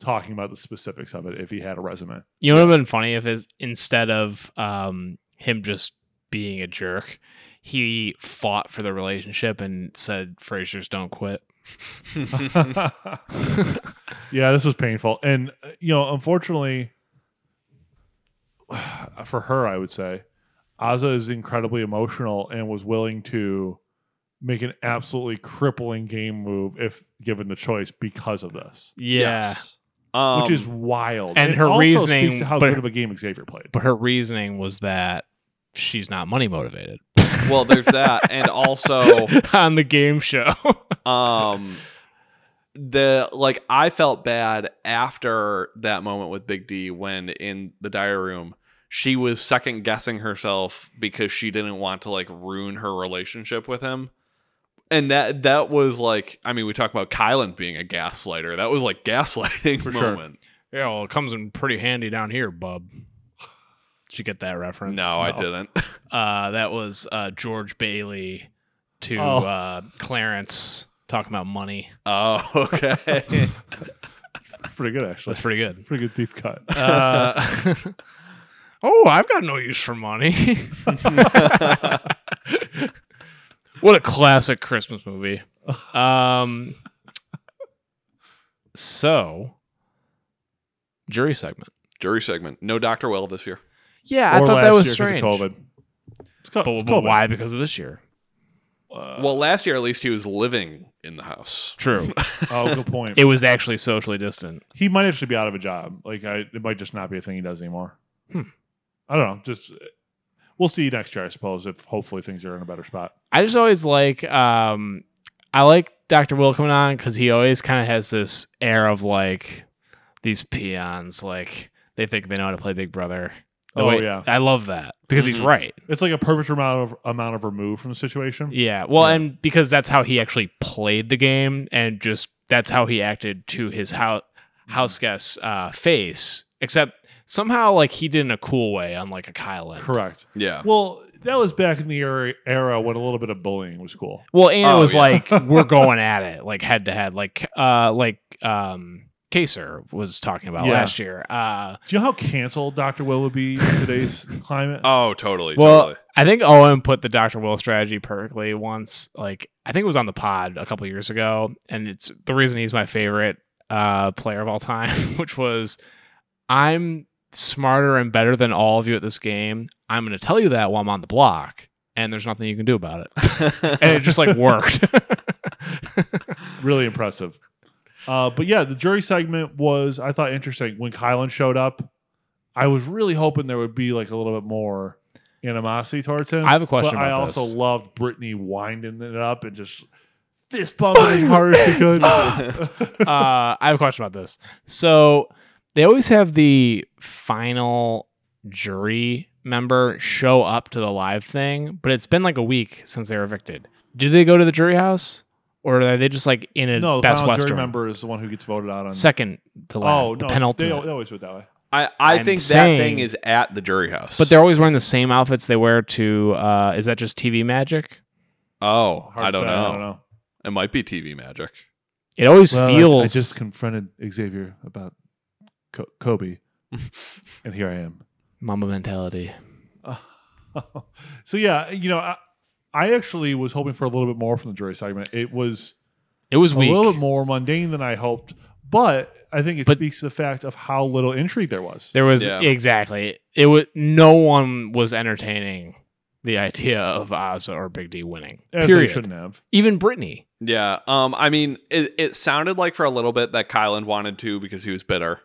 S3: talking about the specifics of it if he had a resume.
S1: You know what would have been funny if his, instead of um, him just being a jerk, he fought for the relationship and said, Frasers don't quit.
S3: yeah, this was painful. And, uh, you know, unfortunately, for her, I would say, Azza is incredibly emotional and was willing to make an absolutely crippling game move if given the choice because of this.
S1: Yeah.
S2: Yes. Um,
S3: which is wild.
S1: and
S3: It
S1: her
S3: also
S1: reasoning-
S3: speaks to how
S1: but-
S3: good of a game Xavier played.
S1: But her reasoning was that she's not money motivated.
S2: well, there's that, and also
S1: on the game show.
S2: um, the like I felt bad after that moment with Big D when in the diary room she was second guessing herself because she didn't want to like ruin her relationship with him. And that that was like I mean we talk about Kylan being a gaslighter. That was like gaslighting
S3: For sure.
S2: moment.
S1: Yeah, well, it comes in pretty handy down here, bub. Did you get that reference?
S2: No, I
S3: No.
S2: didn't.
S1: Uh, that was uh, George Bailey to
S3: Oh.
S1: uh, Clarence talking about money.
S2: Oh, okay.
S3: Pretty good, actually.
S1: That's pretty good.
S3: Pretty good deep cut.
S1: Uh, oh, I've got no use for money. what a classic Christmas movie. Um, so, jury segment.
S2: Jury segment. No Dr. Will this year.
S1: Yeah,
S3: Or last year 'cause Of COVID. It's co-
S1: But,
S3: it's
S1: but
S3: COVID.
S1: why? Because of this year.
S3: Uh,
S2: well, last year at least he was living in the house.
S1: True.
S3: oh, good point.
S1: it was actually socially distant.
S3: he might actually be out of a job. Like, I, it might just not be a thing he does anymore.
S1: Hmm.
S3: I don't know. Just uh, we'll see next year, I suppose. If hopefully things are in a better spot.
S1: I just always like um I like Dr. Will coming on because he always kind of has this air of like these peons, like they think they know how to play Big Brother. The
S3: Oh,
S1: way-
S3: yeah. Mm-hmm.
S1: I love that because he's
S2: Mhm.
S1: right.
S3: It's like a perfect amount of amount of remove from the situation.
S1: Yeah, well,
S3: Yeah.
S1: and because that's how he actually played the game, and just that's how he acted to his house
S3: Mm-hmm. Hmm.
S1: house guest's uh, face. Except somehow, like he did in a cool way, unlike a Kyle. End.
S3: Correct.
S2: Yeah.
S3: Well, that was back in the era, era when a little bit of bullying was cool.
S1: Well, and
S2: Oh,
S1: it was
S2: yeah.
S1: like we're going at it, like head to head, like uh, like um, Kaser was talking about
S3: Yeah.
S1: last year. Uh,
S3: Do you know how canceled Dr. Will would be in today's climate?
S2: Oh, totally.
S1: Well,
S2: totally.
S1: I think Owen put the Doctor Will strategy perfectly once. Like I think it was on the pod a couple years ago, and it's the reason he's my favorite uh, player of all time, which was I'm smarter and better than all of you at this game. I'm going to tell you that while I'm on the block, and there's nothing you can do about it. And it just like worked.
S3: really impressive. Uh, but yeah, the jury segment was I thought interesting when Kylan showed up. I was really hoping there would be like a little bit more animosity towards him.
S1: I have a question
S3: but
S1: about
S3: I also
S1: this.
S3: loved Brittany winding it up and just fist bumping as hard as she could.
S1: uh, I have a question about this. So they always have the final jury member show up to the live thing, but it's been like a week since they were evicted. Do they go to the jury house, or are they just like in a
S3: no, the
S1: Best
S3: final
S1: Western
S3: jury member is the one who gets voted out on.
S1: second to last,
S3: oh
S1: the
S3: no, they,
S1: penultimate?
S3: al- they always do it that way.
S2: I, I
S1: I'm
S2: think
S1: saying-
S2: that thing is at the jury house.
S1: but they're always wearing the same outfits they wear to. Uh, is that just TV magic?
S2: Oh,
S3: Hard
S2: I don't,
S3: to
S2: know.
S3: say, I don't know.
S2: It might be TV magic.
S1: It always
S3: Well, I-
S1: feels.
S3: I, just confronted Xavier about Co- Kobe, and here I am.
S1: mama mentality.
S3: so yeah, you know, I, I actually was hoping for a little bit more from the jury segment. It was
S1: It was
S3: a
S1: weak.
S3: little bit more mundane than I hoped, but I think it
S1: But-
S3: speaks to the fact of how little intrigue there was.
S1: There was
S2: Yeah.
S1: exactly it was no one was entertaining the idea of Oz or Big D winning.
S3: As they
S1: period.
S3: shouldn't have.
S1: Even Brittany.
S2: Yeah. Um. I mean, it, it sounded like for a little bit that Kylan wanted to because he was bitter,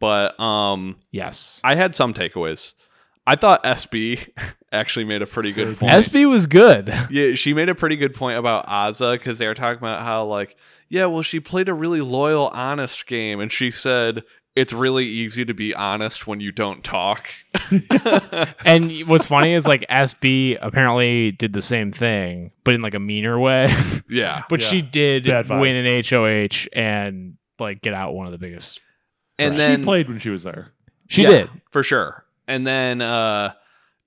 S2: but um,
S1: Yes.
S2: I had some takeaways. I thought SB actually made a pretty
S3: Sure.
S2: good point.
S1: SB was good.
S2: yeah, she made a pretty good point about Azza because they were talking about how like, yeah, well, she played a really loyal, honest game, and she said it's really easy to be honest when you don't talk.
S1: And what's funny is like SB apparently did the same thing, but in like a meaner way.
S2: yeah,
S1: but she
S3: Yeah.
S1: did
S3: Bad vibes.
S1: win an HOH and like get out one of the biggest.
S2: and
S3: she
S2: then
S3: played when she was there.
S1: She
S2: Yeah,
S1: did.
S2: for sure. And then uh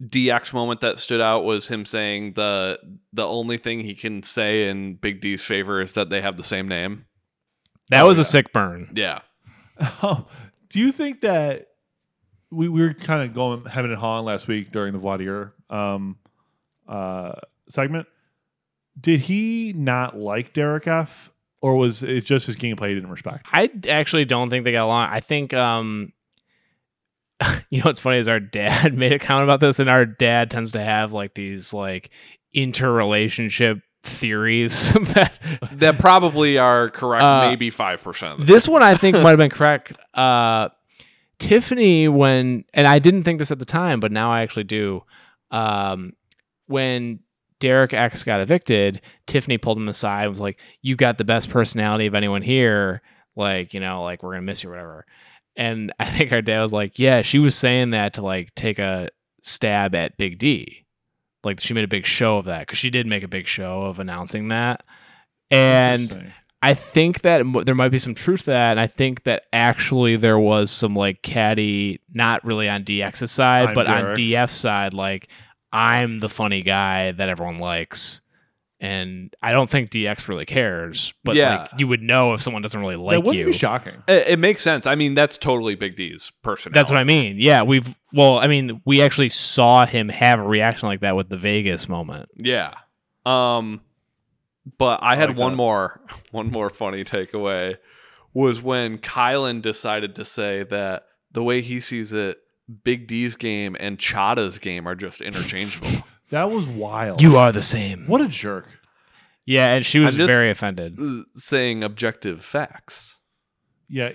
S2: DX moment that stood out was him saying the the only thing he can say in Big D's favor is that they have the same name.
S1: That
S3: Oh,
S1: was
S3: yeah.
S1: a sick burn.
S2: Yeah.
S3: Um, do you think that we, we were kind of going hemming and hawing last week during the Wadir um, uh, segment? Did he not like Derek F, or was it just his gameplay he didn't respect?
S1: I actually don't think they got along. I think um you know what's funny is our dad made a comment about this and our dad tends to have like these like interrelationship theories that
S2: That probably are correct
S1: Uh,
S2: maybe 5% of the
S1: this one I think might have been correct. Uh Tiffany when and I didn't think this at the time, but now I actually do. Um when Derek X got evicted, Tiffany pulled him aside and was like, You got the best personality of anyone here. Like, you know, like we're gonna miss you or whatever. And I think our dad was like, Yeah, she was saying that to like take a stab at Big D. Like she made a big show of that because she did make a big show of announcing that. And
S3: Interesting.
S1: I think that m- there might be some truth to that, and I think that actually there was some like caddy, not really on DX's side,
S3: I'm
S1: but on
S3: Derek.
S1: DF's side, like I'm the funny guy that everyone likes, and I don't think DX really cares. But
S2: Yeah.
S1: like you would know if someone doesn't really
S3: that
S1: like
S3: wouldn't
S1: you.
S3: be shocking.
S2: It, it makes sense. I mean, that's totally Big D's personality.
S1: That's what I mean. Yeah, we've well, I mean, we actually saw him have a reaction like that with the Vegas moment.
S2: Yeah. Um but I, had
S3: like
S2: one
S3: that.
S2: more one more funny takeaway was when Kylan decided to say that the way he sees it, Big D's game and Chada's game are just interchangeable.
S3: That was wild.
S1: You are the same.
S3: what a jerk.
S1: Yeah, and she was
S2: I'm just-
S1: very offended.
S2: uh, saying objective facts.
S3: Yeah,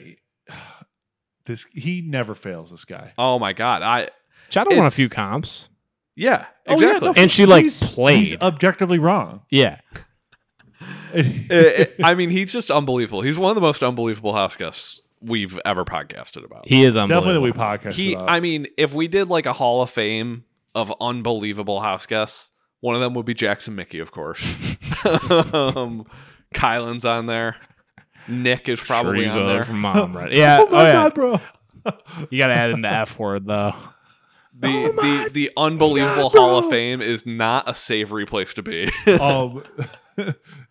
S3: this he never fails. This guy.
S2: Oh my god. I
S1: Chada won a
S2: It's-
S1: few comps,
S2: yeah,
S3: Oh, yeah,
S2: exactly.
S3: no,
S1: and she like
S3: he's-
S1: played.
S3: He's objectively wrong.
S1: yeah,
S3: Uh,
S2: It- it- I mean, he's just unbelievable. He's one of the most unbelievable house guests we've ever podcasted about.
S1: he is
S3: Definitely that
S1: unbelievable.
S3: we podcast.
S2: he
S3: about.
S2: i mean if we did like a hall of fame of unbelievable house guests one of them would be jackson mickey of course um, kylan's on there nick is
S1: Sure,
S2: probably
S1: he's
S2: on
S1: other
S2: there
S1: from mom, right? Yeah.
S3: oh my
S1: oh, yeah.
S3: god, bro.
S1: You gotta add in the F word though.
S2: the, the the unbelievable hall of fame is not a savory place to be
S3: um,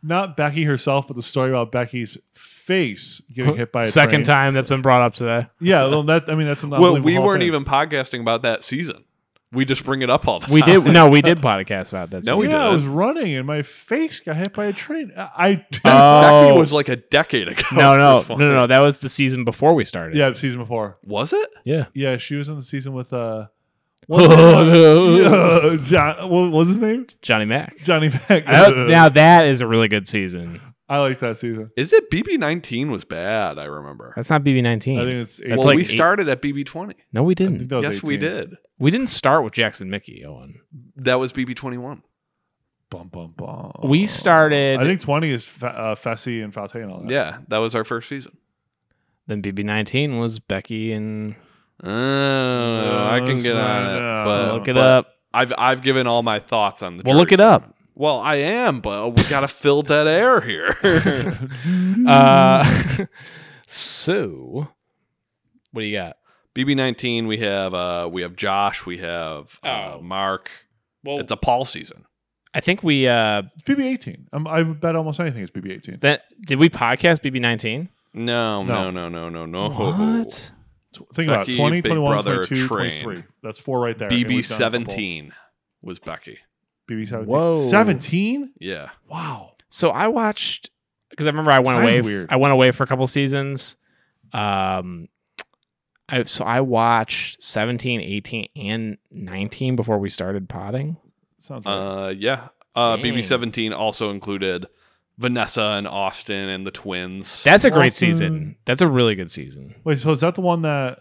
S3: not Becky herself, but the story about Becky's face getting hit by a
S1: Second
S3: train.
S1: time that's been brought up today.
S3: Yeah, well, that I mean that's an
S2: well we
S3: unbelievable
S2: weren't
S3: thing.
S2: even podcasting about that season we just bring it up all the
S1: We
S2: time
S1: did no, we did podcast about that.
S2: No, we
S3: yeah,
S2: did.
S3: I was running and my face got hit by a train. I, I
S1: Oh.
S2: Becky was like a decade ago
S1: no,
S2: at
S1: no,
S2: this
S1: no,
S2: point.
S1: no, no. That was the season before we started.
S3: yeah, season before.
S2: was it
S1: yeah.
S3: Yeah, she was in the season with uh, what's his name?
S1: Johnny
S3: Yeah, John. What was his name?
S1: Mack.
S3: Johnny Mac.
S1: I don't- now that is a really good season.
S3: I like that season.
S2: is it bb19 was bad i remember
S1: That's not BB
S3: I
S1: nineteen.
S3: think it's.
S1: That's
S2: well,
S1: like
S2: we
S1: eight-
S2: started at BB20.
S1: No, we
S3: I think
S1: didn't.
S3: that was
S2: Yes, we
S3: 18.
S2: did.
S1: We didn't start with Jackson Mickey, Owen.
S2: That was BB21.
S3: Bum bum bum.
S2: Oh.
S1: We started-
S3: I think twenty is Fe- uh, Fessy and Falte and all that.
S2: Yeah, that was our first season.
S1: Then BB nineteen was Becky and
S2: Oh, I can get on
S3: No,
S2: it. But,
S1: look it
S2: but
S1: up.
S2: I've I've given all my thoughts on the.
S1: Well, look
S2: jury
S1: it up.
S2: segment. Well, I am, but we gotta fill dead air here.
S1: Uh, so, what do you got?
S2: BB19, we have uh we have Josh, we have uh,
S1: Oh.
S2: Mark.
S1: Well,
S2: It's a Paul season.
S1: I think we uh
S3: BB eighteen. Um, I would bet almost anything is BB eighteen.
S1: that did we podcast BB nineteen?
S2: No, no,
S3: No.
S2: no, no, no, no.
S1: What?
S3: Tw- Think about
S2: Becky,
S3: it. 20,
S2: Big
S3: 21,
S2: Brother,
S3: 22,
S2: Train.
S3: 23. That's four right there. and we've done a
S2: BB17 was Becky.
S3: couple. BB seventeen.
S1: Whoa.
S3: Seventeen.
S2: Yeah.
S3: Wow.
S1: So I watched because I remember I went
S3: Time's
S1: away.
S3: weird.
S1: I went away for a couple seasons. Um, I so I watched 17, 18, and nineteen before we started potting.
S3: Sounds right.
S2: Uh, yeah. Uh,
S1: Dang.
S2: BB17 also included Vanessa and Austin and the twins.
S1: That's a great
S3: Awesome.
S1: season. That's a really good season
S3: Wait, so is that the one that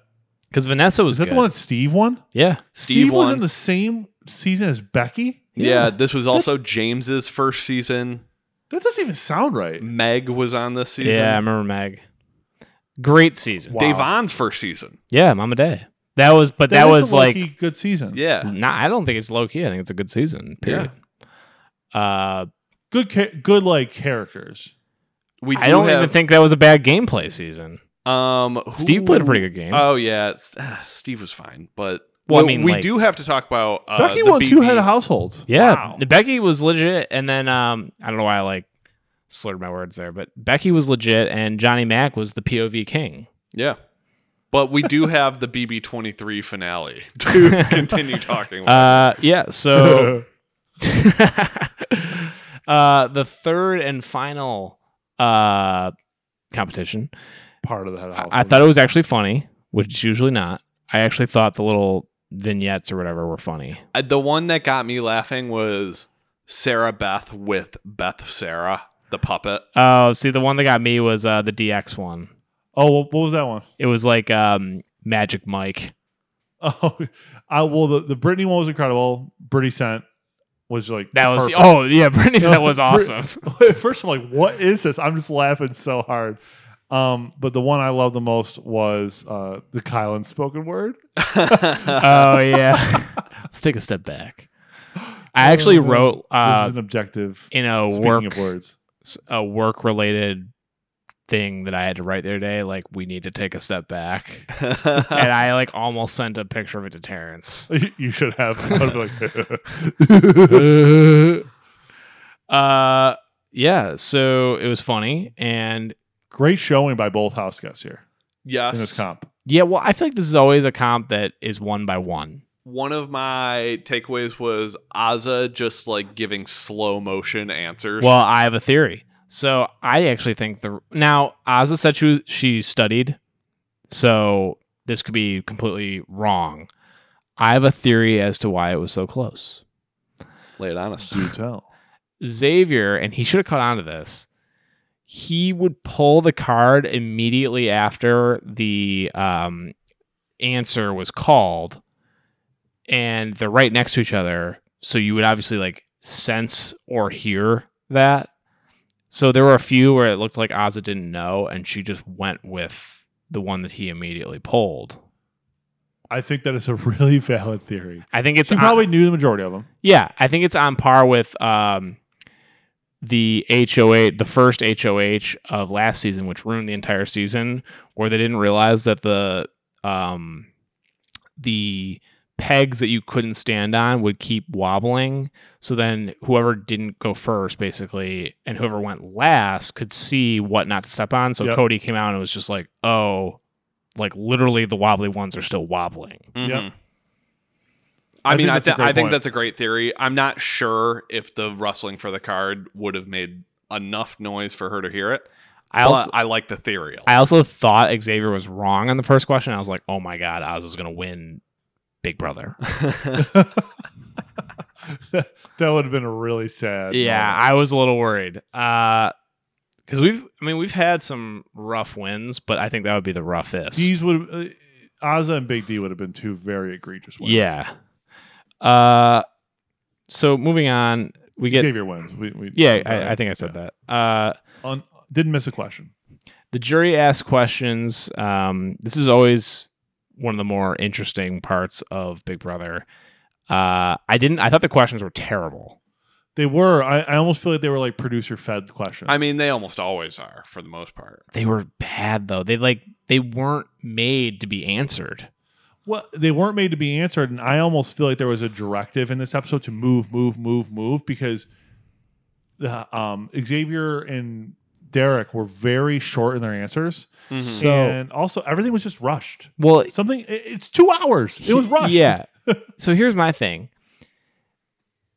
S1: because Vanessa was
S3: is that
S1: good.
S3: the one that Steve won?
S1: yeah,
S2: Steve
S3: was
S2: won.
S3: in the same season as Becky.
S2: yeah, this was also James's first season.
S3: That doesn't even sound right.
S2: Meg was on this season.
S1: yeah. I remember Meg. Great season.
S3: Wow.
S2: Davon's first season.
S1: Yeah, Mama Day. That was, but that,
S3: is a
S1: was like
S3: low-key good season.
S2: Yeah.
S1: Nah, I don't think it's low key. I think it's a good season. Period. Uh,
S3: good, cha- good like characters.
S2: We do
S1: I don't
S2: have,
S1: even think that was a bad gameplay season.
S2: um
S1: Steve played a pretty good game.
S2: Oh yeah, S- Steve was fine, but
S1: Well, I
S2: we-
S1: mean,
S2: we
S1: like-
S2: do have to talk about uh,
S3: Becky
S2: the
S3: won two
S2: BB
S3: head of households.
S1: yeah,
S3: Wow.
S1: Becky was legit, and then um, I don't know why I like slurred my words there, but Becky was legit, and Johnny Mack was the POV king.
S2: Yeah. But we do have the BB23 finale to continue talking about.
S1: Uh, yeah. So uh, the third and final uh competition
S3: part of the head of
S1: I-
S3: households.
S1: I thought it was actually funny, which it's usually not. I actually thought the little vignettes or whatever were funny.
S2: Uh, The one that got me laughing was Sarah Beth with Beth Sarah, the puppet.
S1: Oh, see, the one that got me was uh, the DX one.
S3: Oh, what what was that one?
S1: It was like um, Magic Mike.
S3: Oh, I, well, the, the Brittany one was incredible. Brittany sent was like
S1: That was
S3: perfect.
S1: oh yeah, Brittany that was awesome.
S3: First, I'm like, what is this? I'm just laughing so hard. Um, but the one I love the most was uh, the Kylan spoken word.
S1: oh yeah. Let's take a step back. I actually
S3: Oh,
S1: wrote
S3: this
S1: uh,
S3: is an objective.
S1: in a
S3: Speaking
S1: work
S3: of words,
S1: a work related thing that I had to write the other day, like we need to take a step back. and I like almost sent a picture of it to Terrence.
S3: You should have. I'd be like,
S1: uh yeah, so it was funny and
S3: great showing by both house guests here in this
S2: yes.
S3: comp.
S1: yeah, well, I feel like this is always a comp that is won by one.
S2: One of my takeaways was Aza just like giving slow motion answers.
S1: Well, I have a theory. So I actually think the now Ozza said she she studied, so this could be completely wrong. I have a theory as to why it was so close.
S2: lay it on us.
S3: Do tell.
S1: Xavier, and he should have caught on to this, he would pull the card immediately after the um, answer was called, and they're right next to each other. So you would obviously like sense or hear that. So there were a few where it looked like Ozza didn't know, and she just went with the one that he immediately pulled.
S3: I think that is a really valid theory.
S1: I think it's
S3: She
S1: on-
S3: probably knew the majority of them.
S1: Yeah, I think it's on par with um, the HOH, the first HOH of last season, which ruined the entire season, where they didn't realize that the um, the pegs that you couldn't stand on would keep wobbling. So then whoever didn't go first, basically, and whoever went last could see what not to step on. So
S3: Yep.
S1: Cody came out and was just like, "Oh, like literally the wobbly ones are still wobbling."
S3: Yep.
S2: Mm-hmm. I,
S3: I
S2: mean,
S3: think
S2: I,
S3: that's a
S2: th-
S3: great
S2: I think
S3: point.
S2: that's a great theory. I'm not sure if the rustling for the card would have made enough noise for her to hear it.
S1: I
S2: but
S1: also
S2: I like the theory. a lot.
S1: I also thought Xavier was wrong on the first question. I was like, oh my God, Oz is going to win Big Brother.
S3: That would have been a really sad.
S1: yeah,
S3: moment.
S1: I was a little worried. Because we've, I mean, we've had some rough wins, but I think that would be the roughest.
S3: These would uh, Ozza and Big D would have been two very egregious ones.
S1: yeah. Uh, so moving on, we get.
S3: Xavier wins. We, we,
S1: Yeah, I, I think I said that. Uh,
S3: that. On, didn't miss a question.
S1: the jury asks questions. Um, this is always one of the more interesting parts of Big Brother. Uh, I didn't. I thought the questions were terrible.
S3: They were. I, I almost feel like they were like producer fed questions.
S2: I mean, they almost always are for the most part.
S1: they were bad though. They like they weren't made to be answered.
S3: well, they weren't made to be answered, and I almost feel like there was a directive in this episode to move, move, move, move because the um, Xavier and Derek were very short in their answers,
S1: So
S3: and also everything was just rushed.
S1: well,
S3: Something. it- it's two hours. It was rushed.
S1: Yeah. so here's my thing.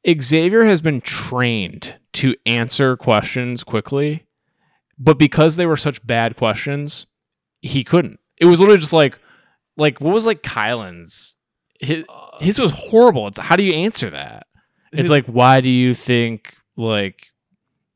S1: Xavier has been trained to answer questions quickly, but because they were such bad questions, he couldn't. It was literally just like, like what was like Kylan's? His,
S3: Uh,
S1: his was horrible. It's how do you answer that? It's
S3: his-
S1: like, why do you think like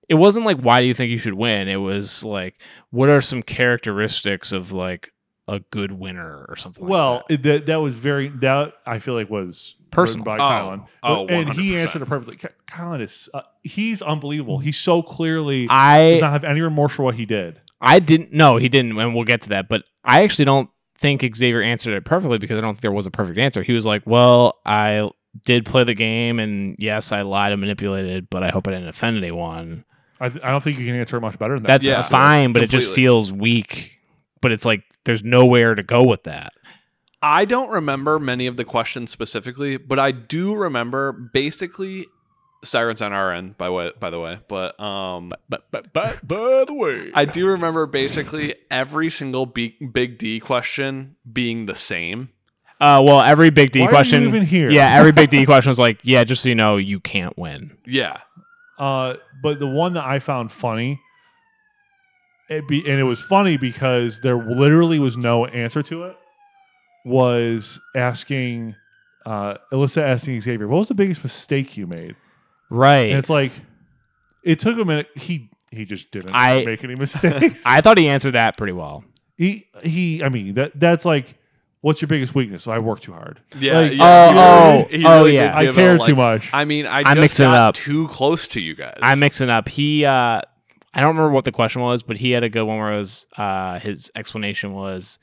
S1: it wasn't like why do you think you should win? It was like, what are some characteristics of like a good winner or something
S3: Well,
S1: like that?
S3: it- that that was very that I feel like was
S1: Personal.
S3: written by
S2: Oh.
S3: Colin.
S2: Oh,
S3: and he
S2: 100%.
S3: answered it perfectly. Ky- Colin is uh, he's unbelievable. He so clearly
S1: I
S3: does not have any remorse for what he did.
S1: I didn't no, he didn't, and we'll get to that, but I actually don't think Xavier answered it perfectly because I don't think there was a perfect answer. He was like, Well, I did play the game and yes, I lied and manipulated, but I hope I didn't offend anyone.
S3: I, th- I don't think you can answer it much better than that.
S1: That's
S2: Yeah.
S1: fine, but it just
S2: Completely.
S1: feels weak. But it's like there's nowhere to go with that.
S2: I don't remember many of the questions specifically, but I do remember basically sirens on our end by way, by the way, but um
S1: But but but by the way,
S2: I do remember basically every single B- big D question being the same.
S1: Uh, well, every Big D
S3: Why
S1: question.
S3: Are you even here?
S1: Yeah, every Big D question was like, yeah, just so you know, you can't win.
S2: Yeah.
S3: Uh, but the one that I found funny, it be, and it was funny because there literally was no answer to it, was asking uh, Alyssa asking Xavier, what was the biggest mistake you made?
S1: Right.
S3: And it's like, it took a minute. He he just didn't
S1: I-
S3: make any mistakes.
S1: I thought he answered that pretty well.
S3: he he. I mean that that's like, what's your biggest weakness? So I work too hard.
S2: Yeah.
S3: Like, uh,
S1: oh,
S2: he really- he
S1: oh,
S2: really
S1: yeah.
S2: did
S3: I
S2: give it a,
S3: care too
S2: like-
S3: much.
S2: I mean, I,
S1: I'm
S2: just
S1: mixing it
S2: got
S1: up.
S2: too close to you guys.
S1: I'm mixing up. He, uh, I don't remember what the question was, but he had a good one where it was uh, his explanation was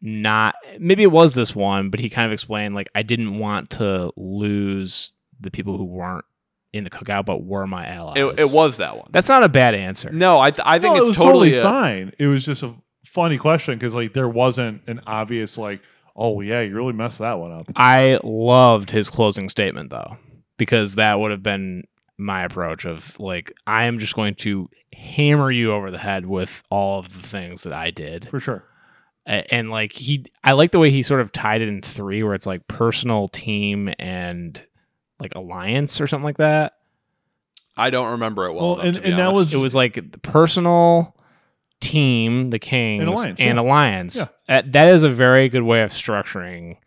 S1: not. Maybe it was this one, but he kind of explained like I didn't want to lose the people who weren't in the cookout, but were my allies.
S2: It, it was that one.
S1: That's not a bad answer.
S2: no, I, th- I think
S3: No, it
S2: it's
S3: was
S2: totally,
S3: totally,
S2: a-
S3: fine. It was just a funny question because like there wasn't an obvious like, oh yeah, you really messed that one up.
S1: I loved his closing statement though, because that would have been my approach of like, I am just going to hammer you over the head with all of the things that I did.
S3: For sure.
S1: A- And like he, I like the way he sort of tied it in three, where it's like personal, team, and like alliance or something like that.
S2: I don't remember it well.
S3: Well,
S2: enough,
S3: and-
S2: to be
S3: and that
S2: honest.
S3: was-
S1: It was like the personal team, the Kings, and alliance.
S3: alliance, yeah. Yeah.
S1: That, that is a very good way of structuring.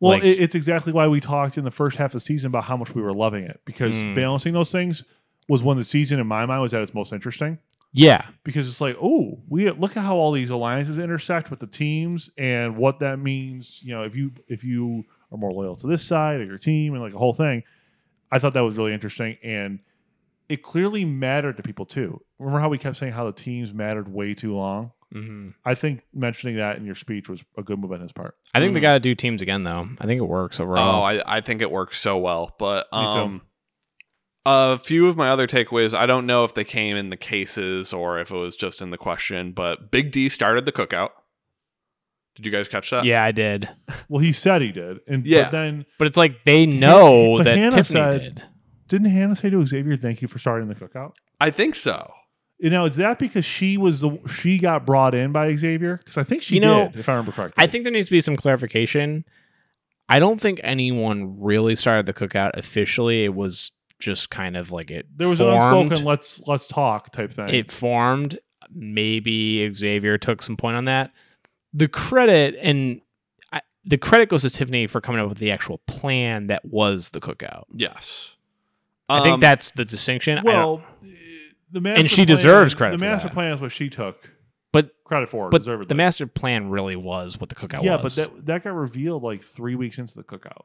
S3: Well,
S1: Like-
S3: it, it's exactly why we talked in the first half of the season about how much we were loving it because
S1: Mm.
S3: balancing those things was when the season in my mind was at its most interesting
S1: Yeah,
S3: because it's like, oh, we look at how all these alliances intersect with the teams and what that means. You know, if you if you are more loyal to this side of your team and like the whole thing, I thought that was really interesting and it clearly mattered to people too. Remember how we kept saying how the teams mattered way too long?
S1: Mhm.
S3: I think mentioning that in your speech was a good move on his part.
S1: I think they
S2: Mhm.
S1: got to do teams again though. I think it works
S2: Oh,
S1: overall.
S2: I, I think it works so well. But
S3: Me too.
S2: um, a few of my other takeaways, I don't know if they came in the cases or if it was just in the question, but Big D started the cookout. Did you guys catch that?
S1: yeah, I did.
S3: Well, he said he did, and
S2: Yeah.
S3: but then
S1: But it's like they know
S3: but
S1: that
S3: Hannah
S1: Tiffany
S3: said-
S1: did.
S3: Didn't Hannah say to Xavier, "Thank you for starting the cookout"?
S2: I think so.
S3: You know, is that because she was the she got brought in by Xavier? Because I think she
S1: You know,
S3: did, if I remember correctly.
S1: I think there needs to be some clarification. I don't think anyone really started the cookout officially. It was just kind of like it.
S3: there was an
S1: formed.
S3: unspoken "let's let's talk" type thing.
S1: it formed. Maybe Xavier took some point on that. The credit and I, the credit goes to Tiffany for coming up with the actual plan that was the cookout.
S2: Yes.
S1: I think
S2: Um,
S1: that's the distinction. I don't-
S3: well, the master
S1: she
S3: plan-
S1: deserves credit
S3: The
S1: for
S3: master
S1: that.
S3: plan is what she took
S1: But-
S3: credit for,
S1: but
S3: deservedly.
S1: the master plan really was what the cookout
S3: yeah,
S1: was.
S3: but that that got revealed like three weeks into the cookout.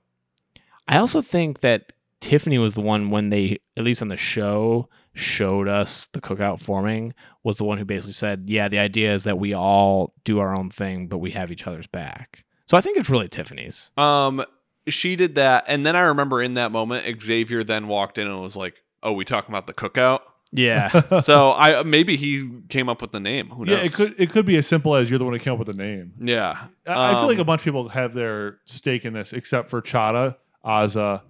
S1: I also think that Tiffany was the one when they, at least on the show, showed us the cookout forming, was the one who basically said, Yeah, the idea is that we all do our own thing, but we have each other's back. So I think it's really Tiffany's.
S2: Um, she did that, and then I remember in that moment, Xavier then walked in and was like, "Oh, we talking about the cookout?"
S1: Yeah.
S2: so I maybe he came up with the name. Who knows?
S3: Yeah, it could it could be as simple as you're the one who came up with the name.
S2: Yeah.
S3: I, I feel like
S2: Um,
S3: a bunch of people have their stake in this, except for Chada, Aza,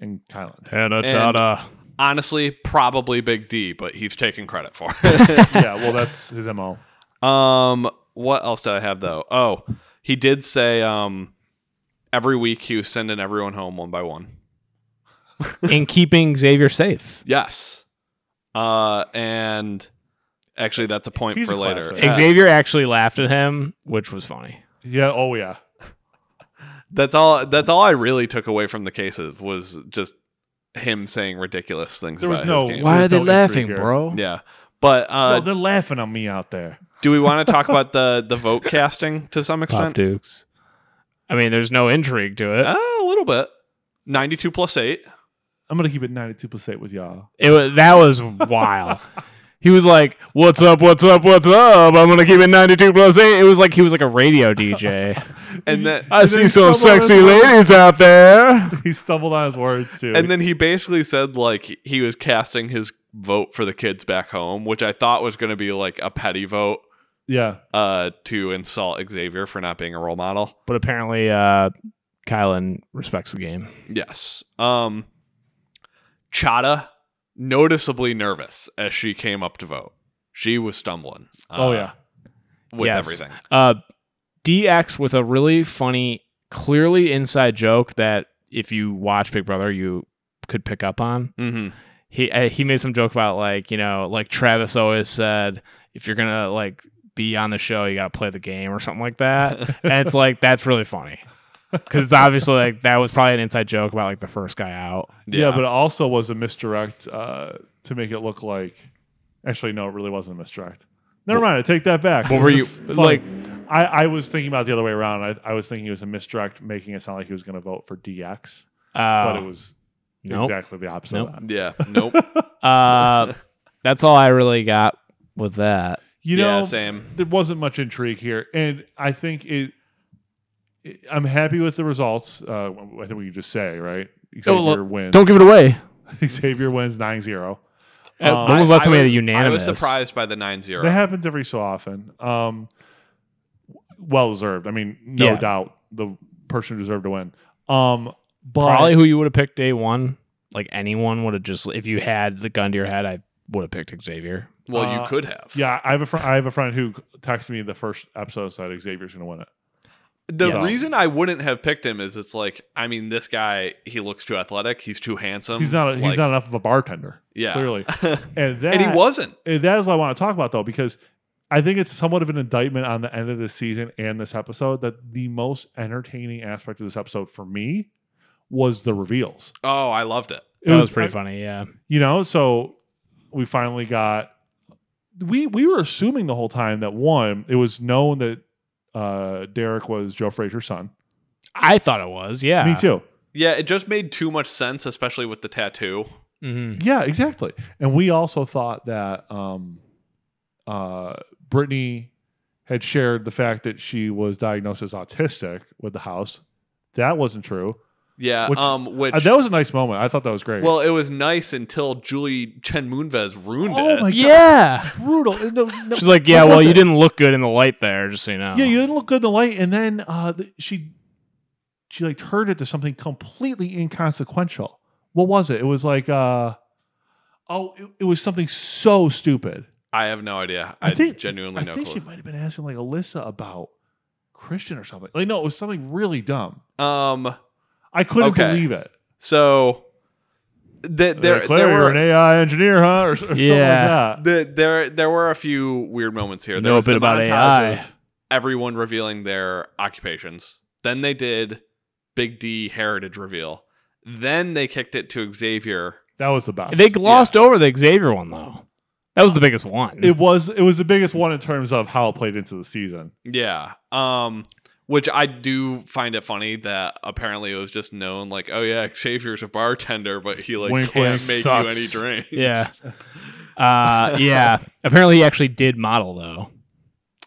S3: and Kylan.
S1: Hannah
S2: Chadha. Honestly, probably Big D, but he's taking credit for
S3: yeah, well, that's his mo.
S2: it. um, what else did I have though? Oh, he did say um, every week he was sending everyone home one by one.
S1: and keeping Xavier safe.
S2: Yes. Uh, and actually, that's a point
S3: He's
S2: for
S3: a
S2: later.
S3: classic. Yeah.
S2: Uh,
S1: Xavier actually laughed at him, which was funny.
S3: Yeah. Oh yeah.
S2: that's all. That's all I really took away from the cases was just him saying ridiculous things.
S3: There was
S2: about
S3: no-
S2: His game.
S3: Why are There's they no intrigue laughing, here.
S1: bro?
S2: Yeah. But uh,
S3: no, they're laughing at me out there.
S2: do we want to talk about the the vote casting to some
S1: Pop
S2: extent?
S1: Dukes. I mean, there's no intrigue to it.
S2: Uh, a little bit. 92 plus 8.
S3: I'm gonna keep it 92 percent with y'all.
S1: It was, that was wild. he was like, "What's up? What's up? What's up?" I'm gonna keep it 92 plus eight. It was like he was like a radio DJ.
S2: And then
S1: I
S3: And
S1: see
S3: then
S1: some
S3: someone
S1: sexy
S3: is like-
S1: ladies out there.
S3: He stumbled on his words too.
S2: and then he basically said like he was casting his vote for the kids back home, which I thought was going to be like a petty vote
S3: yeah,
S2: uh to insult Xavier for not being a role model.
S1: But apparently, uh, Kylan respects the game.
S2: Yes. Um Chada noticeably nervous as she came up to vote. She was stumbling. uh,
S3: oh yeah,
S2: with
S1: Yes.
S2: everything.
S1: Uh, DX with a really funny, clearly inside joke that if you watch Big Brother, you could pick up on.
S3: Mm-hmm.
S2: Mhm.
S1: he uh, he made some joke about like you know like Travis always said if you're gonna like be on the show you gotta play the game or something like that and it's like that's really funny because it's obviously like that was probably an inside joke about like the first guy out
S3: yeah, But it also was a misdirect uh, to make it look like. Actually, no, it really wasn't a misdirect. Never mind. I take that back.
S1: What
S3: It
S1: were
S3: was
S1: you-
S3: just funny.
S1: like-
S3: I, I was thinking about it the other way around. I, I was thinking it was a misdirect, making it sound like he was going to vote for DX,
S1: uh,
S3: but it was
S1: nope.
S3: exactly the opposite.
S1: Nope.
S3: Of that.
S2: yeah, nope.
S1: uh, that's all I really got with that
S3: You
S2: yeah,
S3: know,
S2: same.
S3: there wasn't much intrigue here, and I think it. it- I'm happy with the results. Uh, I think we can just say right. Xavier
S1: Oh, well,
S3: wins.
S1: don't give it away
S3: Xavier wins 9-0.
S1: Uh,
S3: Um,
S1: when was the last
S2: I-
S1: time
S2: I
S1: we had a
S2: was- I
S1: unanimous?
S2: was surprised by the 9-0.
S3: That happens every so often. Um, well deserved. I mean, no
S1: Yeah.
S3: doubt the person deserved to win. Um, but
S1: Probably who you would have picked day one. Like anyone would have just if you had the gun to your head, I would have picked Xavier.
S2: well,
S3: uh,
S2: you could have.
S3: yeah, I have a friend. I have a friend who texted me the first episode said Xavier's going to win it.
S2: The
S1: Yes.
S2: reason I wouldn't have picked him is it's like, I mean, this guy, he looks too athletic. He's too handsome.
S3: He's not. A, he's
S2: Um, like,
S3: not enough of a bartender.
S2: Yeah.
S3: Clearly, and that
S2: and he wasn't.
S3: and that is what I want to talk about though, because I think it's somewhat of an indictment on the end of this season and this episode that the most entertaining aspect of this episode for me was the reveals.
S2: Oh, I loved it.
S3: It
S1: That was pretty
S3: I-
S1: funny. Yeah,
S3: you know so we finally got we we were assuming the whole time that one it was known that uh derek was joe frazier's son
S1: I thought it was. Yeah,
S3: me too
S2: Yeah, it just made too much sense, especially with the tattoo.
S1: Mhm.
S3: yeah exactly and we also thought that um uh brittany had shared the fact that she was diagnosed as autistic with the house that wasn't true
S2: Yeah.
S3: Which-
S2: um, which,
S3: Uh, that was a nice moment i thought that was great
S2: well, it was nice until Julie Chen Moonves ruined
S3: Oh
S2: it.
S3: my-
S1: Yeah,
S3: brutal And no- no-
S1: she's like, yeah.
S3: what
S1: Well,
S3: was
S1: you
S3: it?
S1: didn't look good in the light there. Just so you know.
S3: Yeah, you didn't look good in the light, and then uh, th- she she like turned it to something completely inconsequential. What was it? It was like uh oh, it, it was something so stupid.
S2: I have no idea. I,
S3: I think-
S2: genuinely
S3: I
S2: no
S3: think
S2: clue.
S3: she might have been asking like Alyssa about Christian or something. Like no, it was something really dumb.
S2: um,
S3: I couldn't
S2: Okay.
S3: believe it.
S2: so th- there,
S3: Like,
S2: there
S3: Claire, you're
S2: were
S3: an AI engineer, huh? Or, or something like
S1: Yeah.
S3: that.
S2: the, there there were a few weird moments here. There
S1: Know a
S2: was
S1: bit
S2: the
S1: about
S2: montage
S1: AI.
S2: of everyone revealing their occupations. Then they did Big D heritage reveal. Then they kicked it to Xavier.
S3: That was the best.
S1: They glossed over the Xavier one though. That was the biggest one.
S3: it was it was the biggest one in terms of how it played into the season.
S2: Yeah. Um which I do find it funny that apparently it was just known like, oh yeah, Xavier's a bartender, but he like
S3: Wink,
S2: can't
S1: wink.
S2: make
S1: Sucks.
S2: you any drinks.
S1: yeah. Uh, yeah. Apparently, he actually did model though.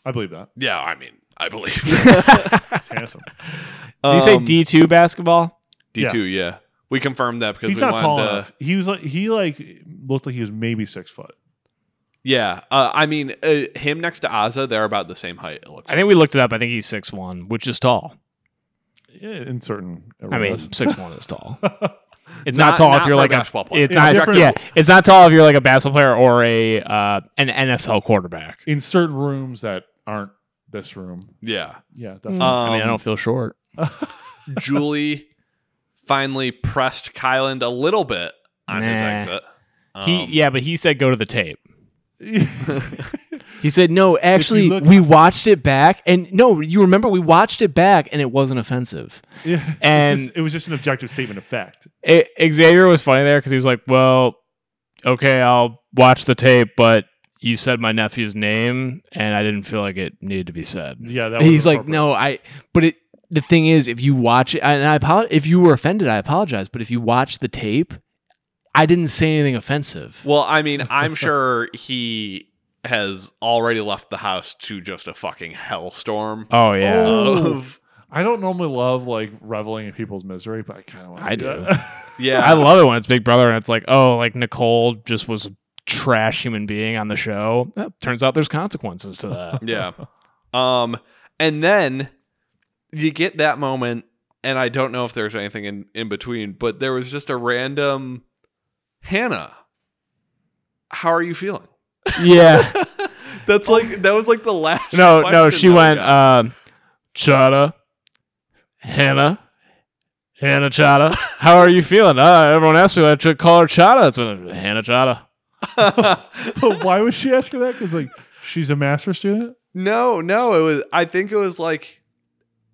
S3: I believe that.
S2: Yeah, I mean, I believe.
S1: did
S3: It's handsome.
S1: you say
S2: Um,
S1: D two basketball?
S2: D2, yeah. We confirmed that because
S3: He's
S2: we
S3: not
S2: wanted
S3: tall
S2: to
S3: enough. He was like he like looked like he was maybe six foot.
S2: Yeah, uh, I mean, uh, him next to Azza, they're about the same height. It looks.
S1: I think we looked it up. I think he's six one, which is tall.
S3: In certain,
S1: I mean,
S3: areas.
S1: six one is tall. It's
S2: Not-
S1: not, tall
S2: not
S1: if you're
S2: for a
S1: like a
S2: basketball player.
S1: it's
S3: Yeah,
S1: not
S3: different-
S1: yeah it's not tall if you're like a basketball player or a uh, an NFL quarterback.
S3: in certain rooms that aren't this room.
S2: yeah.
S3: Yeah, definitely.
S2: Um,
S1: I mean, I don't feel short.
S2: Julie finally pressed Kylan a little bit on his
S1: Nah.
S2: exit. Um,
S1: he yeah, but he said go to the tape.
S2: Uh,
S1: He said no.
S3: look-
S1: watched it back, and no, you remember we watched it back, and it wasn't offensive.
S3: Yeah. It's
S1: And-
S3: just- it was just an objective statement of fact.
S1: It, Xavier was funny there because he was like, "Well, okay, I'll watch the tape, but you said my nephew's name, and I didn't feel like it needed to be said."
S3: Yeah, that was
S1: he's like,
S3: appropriate.
S1: no, I. But it. The thing is, if you watch it, and I apologize. If you were offended, I apologize. But if you watch the tape, I didn't say anything offensive.
S2: Well, I mean, I'm sure he has already left the house to just a fucking hellstorm
S1: Oh yeah,
S3: Oh.
S2: of
S3: I don't normally love like reveling in people's misery, but I kind of want to.
S1: I do. I
S2: yeah.
S1: love it when it's Big Brother and it's like, oh, like Nicole just was a trash human being on the show. Eh, turns out there's consequences to that.
S2: yeah. Um, and then you get that moment, and I don't know if there's anything in, in between, but there was just a random Hannah. How are you feeling? Oh.
S1: yeah.
S2: That's like that was like the last.
S1: No, no,
S2: question
S1: she
S2: that we
S1: went
S2: got.
S1: um Chada, Hannah, Hannah Chada. How are you feeling? Uh, everyone asked me why I should call her Chada. It's been uh, Hannah Chada.
S2: uh,
S3: but why would she ask her that? Because like she's a master student.
S2: no, no. It was. I think it was like,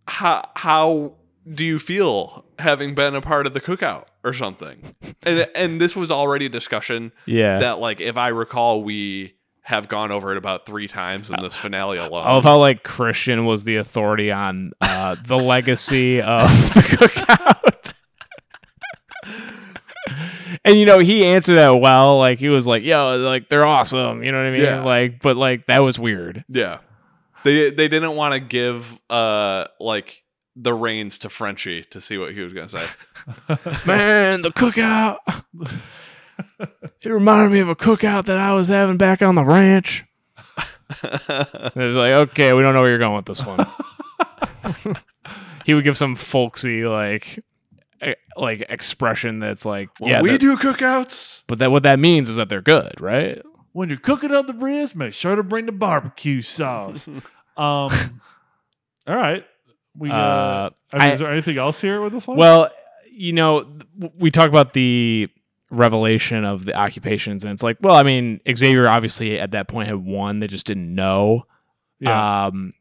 S2: how how do you feel having been a part of the cookout or something? And and this was already a discussion
S1: Yeah.
S2: that like if I recall, we have gone over it about three times in this finale alone.
S1: I love how like Christian was the authority on uh, the legacy of the cookout. and you know, he answered that well. Like he was like, yo, like they're awesome. You know what I mean?
S2: Yeah.
S1: Like, but like that was weird.
S2: yeah, they they didn't want to give uh like the reins to Frenchie to see what he was gonna say.
S1: Man, the cookout. It reminded me of a cookout that I was having back on the ranch. And it was like, okay, we don't know where you're going with this one. he would give some folksy like e- like expression that's like,
S2: When
S1: yeah,
S2: we
S1: that-
S2: do cookouts.
S1: but that what that means is that they're good, right?
S3: when you're cooking up the ribs, make sure to bring the barbecue sauce. Um, all right. We, uh,
S1: Uh,
S3: I mean,
S1: I-
S3: is there anything else here with this one?
S1: Well, you know, w- we talk about the revelation of the occupations, and it's like, well, I mean, Xavier obviously at that point had won; they just didn't know.
S3: yeah,
S1: Um,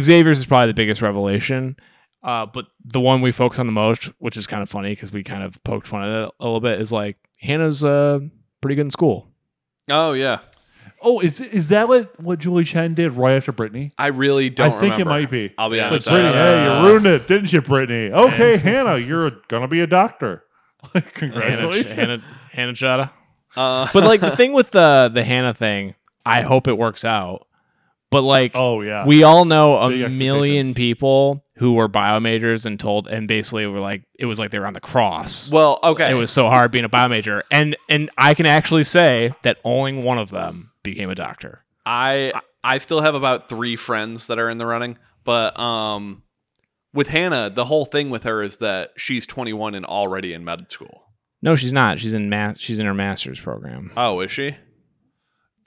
S1: Xavier's is probably the biggest revelation, uh, but the one we focus on the most, which is kind of funny because we kind of poked fun at it a little bit, is like Hannah's uh, pretty good in school.
S2: Oh yeah.
S3: oh, is is that what, what Julie Chen did right after Brittany?
S2: I really don't
S3: I think
S2: remember.
S3: it might be.
S2: I'll be
S1: Yeah,
S3: It's
S2: honest.
S3: like,
S1: Brittany,
S2: I-
S3: Brittany, hey, you ruined it, didn't you, Brittany? Okay, Hannah, you're gonna be a doctor. Like,
S1: Hannah,
S3: congratulations.
S1: Hannah, Hannah Chada.
S2: uh,
S1: But like the thing with the the Hannah thing, I hope it works out. But like,
S3: Oh yeah.
S1: we all know
S3: Big
S1: a
S3: expectations.
S1: million people who were bio majors and told and basically were like it was like they were on the cross.
S2: well, okay.
S1: It was so hard being a bio major, and and I can actually say that only one of them became a doctor.
S2: I I still have about three friends that are in the running, but um, with Hannah, the whole thing with her is that she's 21 and already in med school.
S1: No, she's not. She's in math. She's in her master's program.
S2: Oh, is she?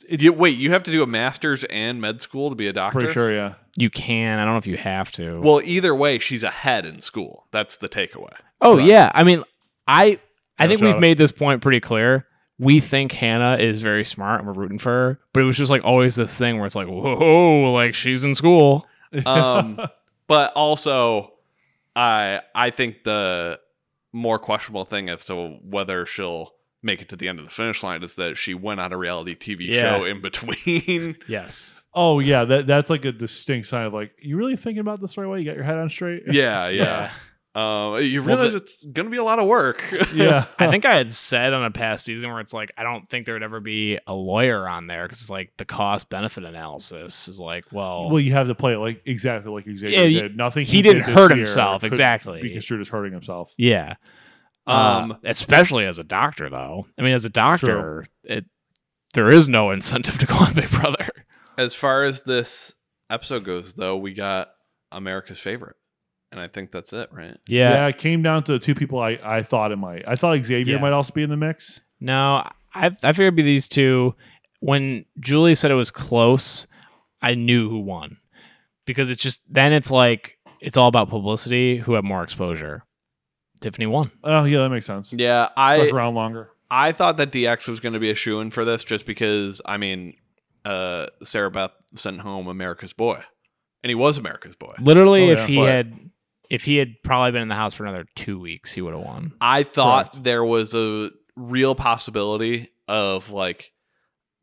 S2: You- wait, you have to do a master's and med school to be a doctor.
S3: Pretty sure, yeah.
S1: You can. I don't know if you have to.
S2: Well, either way, she's ahead in school. That's the takeaway.
S1: oh
S2: correct.
S1: yeah. I mean, I I
S3: No
S1: think
S3: shot.
S1: we've made this point pretty clear. We think Hannah is very smart and we're rooting for her, but it was just like always this thing where it's like, whoa, like she's in school.
S2: Um, but also, I I think the more questionable thing as to whether she'll make it to the end of the finish line is that she went on a reality TV
S1: Yeah.
S2: show in between.
S1: Yes.
S3: Oh yeah, that that's like a distinct sign of like you really thinking about this the right way. You got your head on straight.
S2: yeah, yeah. Um, you
S1: Well,
S2: realize
S1: the-
S2: it's gonna be a lot of work.
S3: yeah.
S1: I think I had said on a past season where it's like I don't think there would ever be a lawyer on there because it's like the cost benefit analysis is like, well,
S3: Oh. Well, you have to play it like exactly like Xavier
S1: Yeah, you-
S3: did. Nothing
S1: he
S3: did
S1: didn't
S3: this
S1: hurt
S3: year
S1: himself,
S3: could
S1: exactly.
S3: Be construed as hurting himself.
S1: yeah. Um,
S2: Um,
S1: especially as a doctor, though. I mean, as a doctor, it there is no incentive to go on Big Brother.
S2: as far as this episode goes, though, we got America's favorite, and I think that's it, right?
S3: Yeah. it came down to the two people I, I thought it might. I thought Xavier
S1: Yeah.
S3: might also be in the mix.
S1: No, I I figured it'd be these two. When Julie said it was close, I knew who won because it's just then it's like it's all about publicity. Who had more exposure? Tiffany won.
S3: Oh yeah, that makes sense.
S2: Yeah,
S3: Stuck
S2: I
S3: around longer.
S2: I thought that DX was gonna be a shoe in for this, just because I mean, uh, Sarah Beth sent home America's boy, and he was America's boy.
S1: Literally,
S3: Oh,
S1: if
S3: yeah.
S1: he
S2: But-
S1: had, if he had probably been in the house for another two weeks, he would have won.
S2: I thought
S3: Correct.
S2: there was a real possibility of like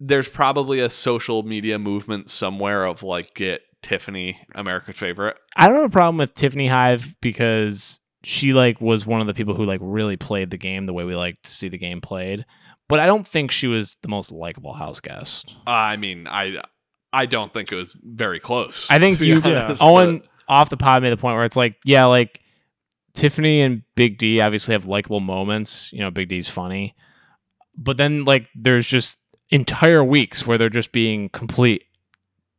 S2: there's probably a social media movement somewhere of like get Tiffany America's favorite.
S1: I don't have a problem with Tiffany Hive because she like was one of the people who like really played the game the way we like to see the game played. But I don't think she was the most likable house guest.
S2: I mean, I I don't think it was very close.
S1: I think
S2: to be
S1: you,
S2: honest,
S1: Owen,
S2: but-
S1: off the pod made the point where it's like, yeah, like Tiffany and Big D obviously have likable moments. You know, Big D's funny, but then like there's just entire weeks where they're just being complete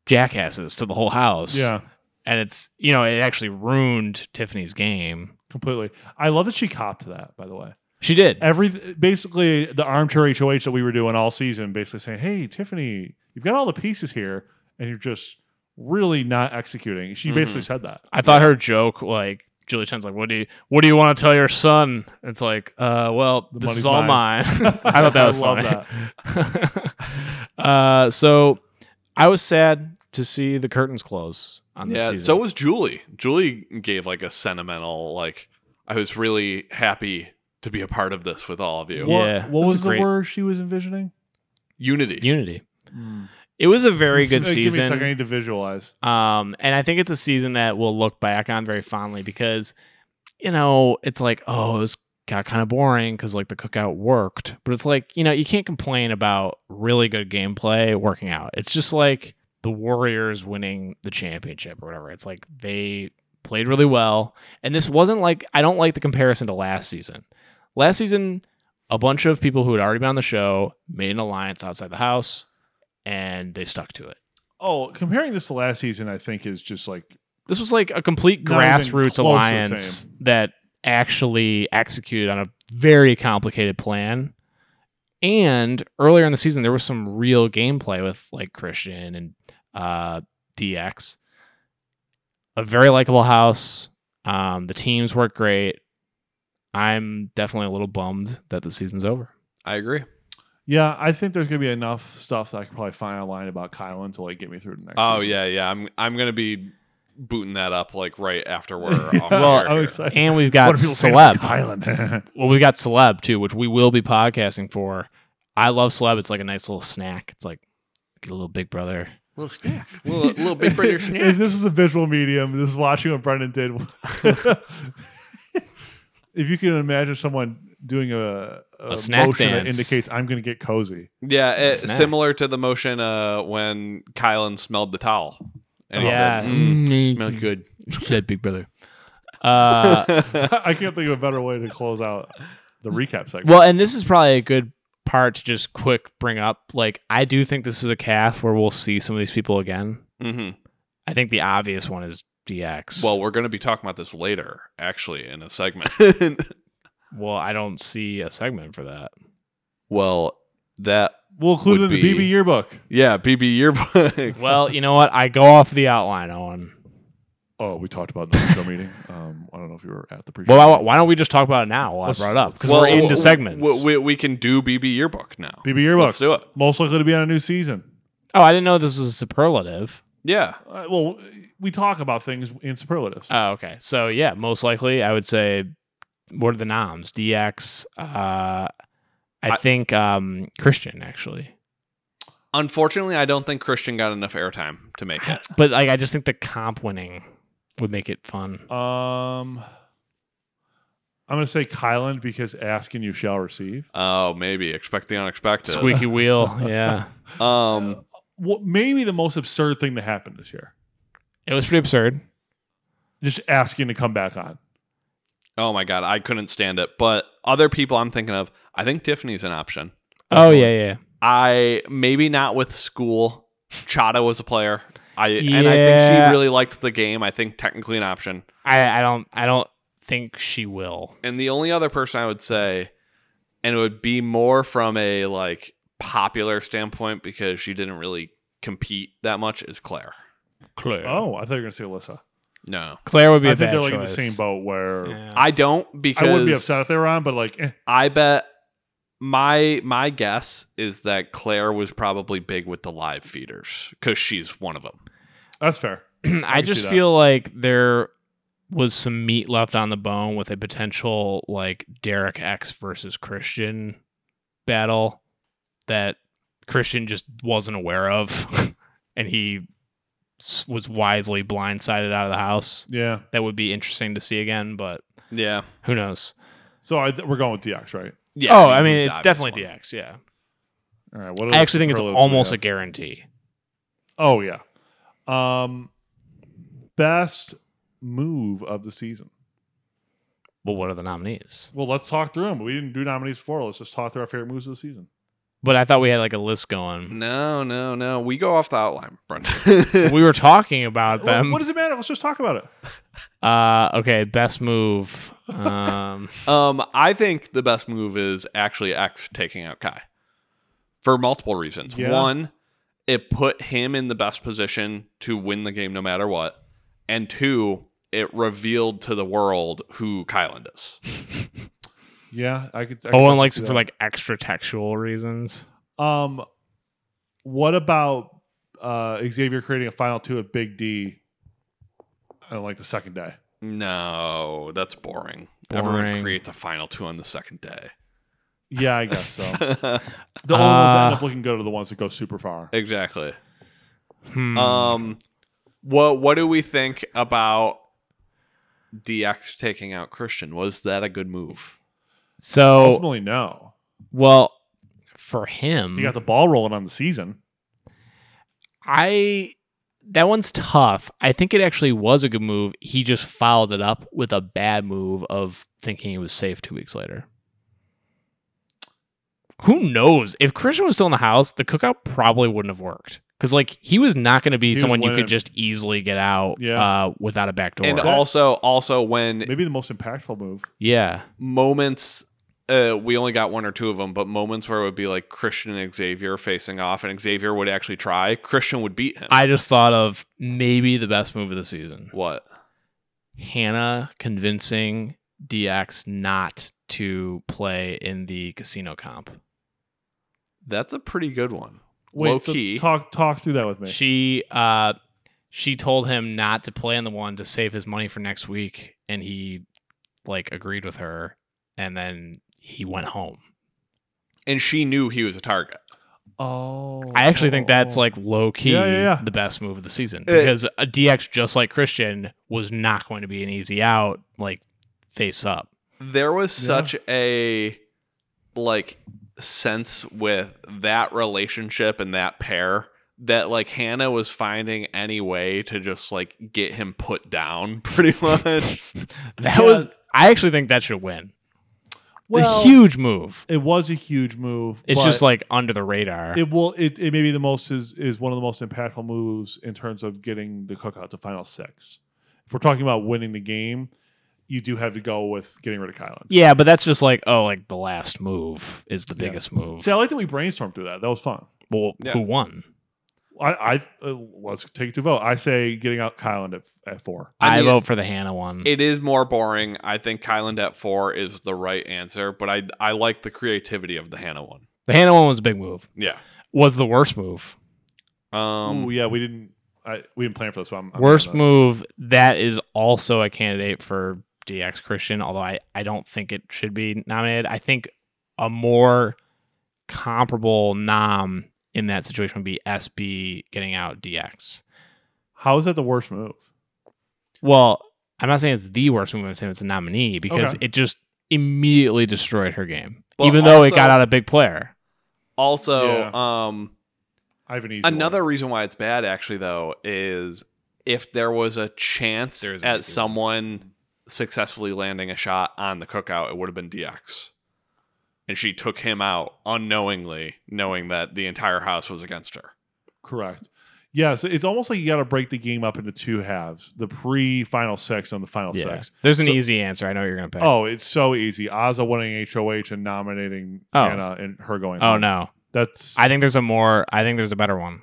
S1: jackasses to the whole house.
S3: Yeah,
S1: and it's you know it actually ruined Tiffany's game.
S3: completely. I love that she copped that. By the way,
S1: She did.
S3: every basically the armchair HOH that we were doing all season, basically saying, "Hey, Tiffany, you've got all the pieces here, and you're just really not executing." She
S2: Mm-hmm.
S3: basically said that.
S1: I thought her joke, like Julie Chen's, like, "What do you What do you want to tell your son?" It's like, "Uh, well,
S3: The
S1: this
S3: money's
S1: is all mine."
S3: mine.
S1: I thought that was
S3: I love
S1: funny. uh, so I was sad to see the curtains close on this
S2: yeah,
S1: season.
S2: so was Julie. Julie gave like a sentimental like I was really happy to be a part of this with all of you.
S3: What,
S1: Yeah,
S3: what
S1: that's
S3: was
S1: a
S3: the
S1: great-
S3: word she was envisioning?
S2: Unity.
S1: Unity. It was a very good
S3: Give me a second. I
S1: season.
S3: need to visualize.
S1: Um, and I think it's a season that we'll look back on very fondly because, you know, it's like, oh, it was, got kind of boring because like the cookout worked, but it's like you know you can't complain about really good gameplay working out. It's just like the Warriors winning the championship or whatever. It's like they played really well. And this wasn't like I don't like the comparison to last season. Last season, a bunch of people who had already been on the show made an alliance outside the house, and they stuck to it.
S3: Oh, comparing this to last season, I think is just like
S1: This was like a complete
S3: Not even close
S1: grassroots
S3: to the
S1: alliance that actually executed on a very complicated plan. And earlier in the season, there was some real gameplay with like Christian and uh, DX. A very likable house. Um, the teams work great. I'm definitely a little bummed that the season's over.
S2: I agree.
S3: yeah. I think there's gonna be enough stuff that I could probably find online about Kylan to like get me through the next.
S2: Oh
S3: season.
S2: yeah, yeah. I'm I'm gonna be booting that up like right after we're
S3: Yeah,
S2: off
S1: Well,
S2: air
S3: I'm
S2: here.
S3: excited.
S1: And we've got
S3: What are people saying about
S1: Celeb.
S3: Kylan.
S1: Well, we've got Celeb too, which we will be podcasting for. I love Celeb. It's like a nice little snack. It's like get a little Big Brother.
S4: Little snack. Little, little Big Brother
S3: If
S4: snack.
S3: this is a visual medium, this is watching what Brendan did. if you can imagine someone doing a,
S1: A snack
S3: motion that
S1: dance.
S3: indicates I'm going to get cozy.
S2: Yeah, it,
S1: Snack.
S2: similar to the motion uh, when Kylan smelled the towel. And he
S1: yeah,
S2: said, mm,
S1: Mm,
S2: smells good.
S1: Said Big Brother. Uh,
S3: I can't think of a better way to close out the recap segment.
S1: well, and this is probably a good part to just quick bring up. Like, I do think this is a cast where we'll see some of these people again.
S2: hmm
S1: I think the obvious one is DX.
S2: Well, we're going to be talking about this later, actually, in a segment.
S1: well, I don't see a segment for that.
S2: well, that,
S3: we'll include it in
S2: would
S3: the
S2: be-
S3: BB yearbook.
S2: yeah, BB yearbook.
S1: Well, you know what? I go off the outline, Owen.
S3: Oh, we talked about it in the show meeting. Um, I don't know if you were at the pre.
S1: Well, why, why don't we just talk about it now while
S3: Let's-
S1: I brought it up? Because
S2: Well,
S1: we're into
S2: w-
S1: segments.
S2: w- We, we can do BB yearbook now.
S3: BB yearbook
S2: Let's do it.
S3: most likely to be on a new season.
S1: oh, I didn't know this was a superlative.
S2: Yeah.
S3: Uh, well, we talk about things in superlatives.
S1: Oh, okay. So yeah, most likely I would say what are the noms? DX, uh I,
S2: I-
S1: think um Christian actually.
S2: Unfortunately, I don't think Christian got enough airtime to make it.
S1: But like I just think the comp winning would make it fun.
S3: um, I'm going to say Kylan because ask and you shall receive.
S2: Oh, maybe. Expect the unexpected.
S1: Squeaky wheel, yeah.
S2: Um,
S3: Uh, What maybe the most absurd thing that happened this year?
S1: It was pretty absurd.
S3: Just asking to come back on.
S2: oh, my God. I couldn't stand it. But other people I'm thinking of, I think Tiffany's an option.
S1: Oh yeah, yeah.
S2: I maybe not with school. Chata was a player. I and I think
S1: Yeah.
S2: she really liked the game. I think technically an option.
S1: I, I don't I don't think she will.
S2: And the only other person I would say, and it would be more from a like popular standpoint because she didn't really compete that much, is Claire.
S1: Claire.
S3: Oh, I thought you were going to say Alyssa.
S2: No,
S1: Claire would be a
S3: I think
S1: bad
S3: they're like in the
S1: choice.
S3: same boat where
S1: Yeah.
S2: I don't
S3: I wouldn't be
S2: because
S3: upset if they were on, but like, eh.
S2: I, bet my my guess is that Claire was probably big with the live feeders because she's one of them.
S3: that's fair.
S1: I
S3: can
S1: just
S3: see that.
S1: feel like there was some meat left on the bone with a potential like Derek X versus Christian battle that Christian just wasn't aware of, and he s- was wisely blindsided out of the house.
S3: Yeah.
S1: That would be interesting to see again, but
S2: Yeah,
S1: who knows?
S3: So I th- we're going with DX, right?
S2: yeah.
S1: oh, I mean,
S2: he's the
S1: it's
S2: obvious
S1: definitely
S2: one.
S1: DX. Yeah,
S3: All right. What
S1: I actually think it's
S3: superlatives we
S1: almost a
S3: have?
S1: guarantee.
S3: Oh yeah. Um, best move of the season.
S1: Well, what are the nominees?
S3: Well, let's talk through them. We didn't do nominees before. Let's just talk through our favorite moves of the season.
S1: But I thought we had like a list
S3: Mm.
S1: going.
S2: No, no, no. We go off the outline, Brent.
S1: we were talking about
S3: Well,
S1: them.
S3: what does it matter? Let's just talk about it.
S1: Uh, okay, best move. Um,
S2: um, I think the best move is actually X taking out Kai for multiple reasons.
S3: Yeah.
S2: One, it put him in the best position to win the game no matter what. And two, it revealed to the world who Kylan is.
S3: Yeah, I could. I could
S1: Owen oh, likes
S3: see
S1: it
S3: that.
S1: for like extra textual reasons.
S3: Um, what about uh Xavier creating a final two of Big D? On like the second day.
S2: No, that's boring.
S1: Boring.
S2: Everyone creates a final two on the second day.
S3: Yeah, I guess so. The only ones that end
S1: Uh,
S3: up looking good are the ones that go super far.
S2: exactly.
S1: Hmm.
S3: uh,
S2: Um, what what do we think about DX taking out Christian? Was that a good move?
S1: so,
S3: Ultimately, no.
S1: well, for him,
S3: You got the ball rolling on the season.
S1: I that one's tough. I think it actually was a good move. He just followed it up with a bad move of thinking it was safe two weeks later. Who knows? If Christian was still in the house, the cookout probably wouldn't have worked. Because like he was not going to be
S3: He was
S1: someone you
S3: winning.
S1: could just easily get out
S3: Yeah.
S1: uh, without a back door.
S2: And also, also when
S3: Maybe the most impactful move.
S1: yeah,
S2: moments, uh, we only got one or two of them, but moments where it would be like Christian and Xavier facing off, and Xavier would actually try. Christian would beat him.
S1: I just thought of maybe the best move of the season.
S2: what?
S1: Hannah convincing DX not to play in the casino comp.
S2: That's a pretty good one.
S3: Wait,
S2: Low
S3: so
S2: key.
S3: talk talk through that with me.
S1: She uh she told him not to play in the one to save his money for next week and he like agreed with her and then he went home.
S2: and she knew he was a target.
S3: oh,
S1: I actually think that's like low key
S3: Yeah, yeah, Uh, yeah.
S1: the best move of the season because a DX just like Christian was not going to be an easy out like face up.
S2: There was
S3: Yeah.
S2: such a like sense with that relationship and that pair that like Hannah was finding any way to just like get him put down pretty much.
S1: That
S3: Yeah.
S1: was I actually think that should win.
S3: well,
S1: the huge move.
S3: It was a huge move.
S1: It's
S3: but
S1: just like under the radar.
S3: it will. It, it may be the most is is one of the most impactful moves in terms of getting the cookout to final six. If we're talking about winning the game, you do have to go with getting rid of Kylan.
S1: yeah, but that's just like oh, like the last move is the
S3: Yeah.
S1: biggest move.
S3: See, I like that we brainstormed through that. That was fun.
S1: well,
S2: Yeah.
S1: who won?
S3: I, I uh, let's take it to vote. I say getting out Kylan at, at four.
S2: I
S1: I,
S2: mean,
S1: vote for the Hannah one.
S2: it is more boring. I think Kylan at four is the right answer, but I I like the creativity of the Hannah one.
S1: the Hannah one was a big move.
S2: Yeah.
S1: Was the worst move.
S2: Um
S3: Ooh, yeah, we didn't. I, we didn't plan for this. So I'm, I'm
S1: worst
S3: doing this.
S1: move. That is also a candidate for DX Christian, although I, I don't think it should be nominated. I think a more comparable nom in that situation would be SB getting out DX.
S3: How is that the worst move?
S1: Well, I'm not saying it's the worst move. I'm saying it's a nominee because
S3: Okay.
S1: it just immediately destroyed her game,
S2: But
S1: even though it
S2: also-
S1: got out a big player.
S2: also
S3: Yeah.
S2: um
S3: I have an easy one.
S2: Another reason why it's bad, actually, though, is if there was a chance
S1: There is an easy one.
S2: at someone successfully landing a shot on the cookout, it would have been DX. And she took him out unknowingly, knowing that the entire house was against her.
S3: Correct. Yeah, so it's almost like you got to break the game up into two halves: the pre-final six and the final six.
S1: There's an
S3: So-
S1: easy answer. I know what you're gonna pick.
S3: Oh, it's so easy. Aza winning HOH and nominating
S1: Oh.
S3: Anna and her going.
S1: oh
S3: home.
S1: no.
S3: that's
S1: I think there's a more. I think there's a better one.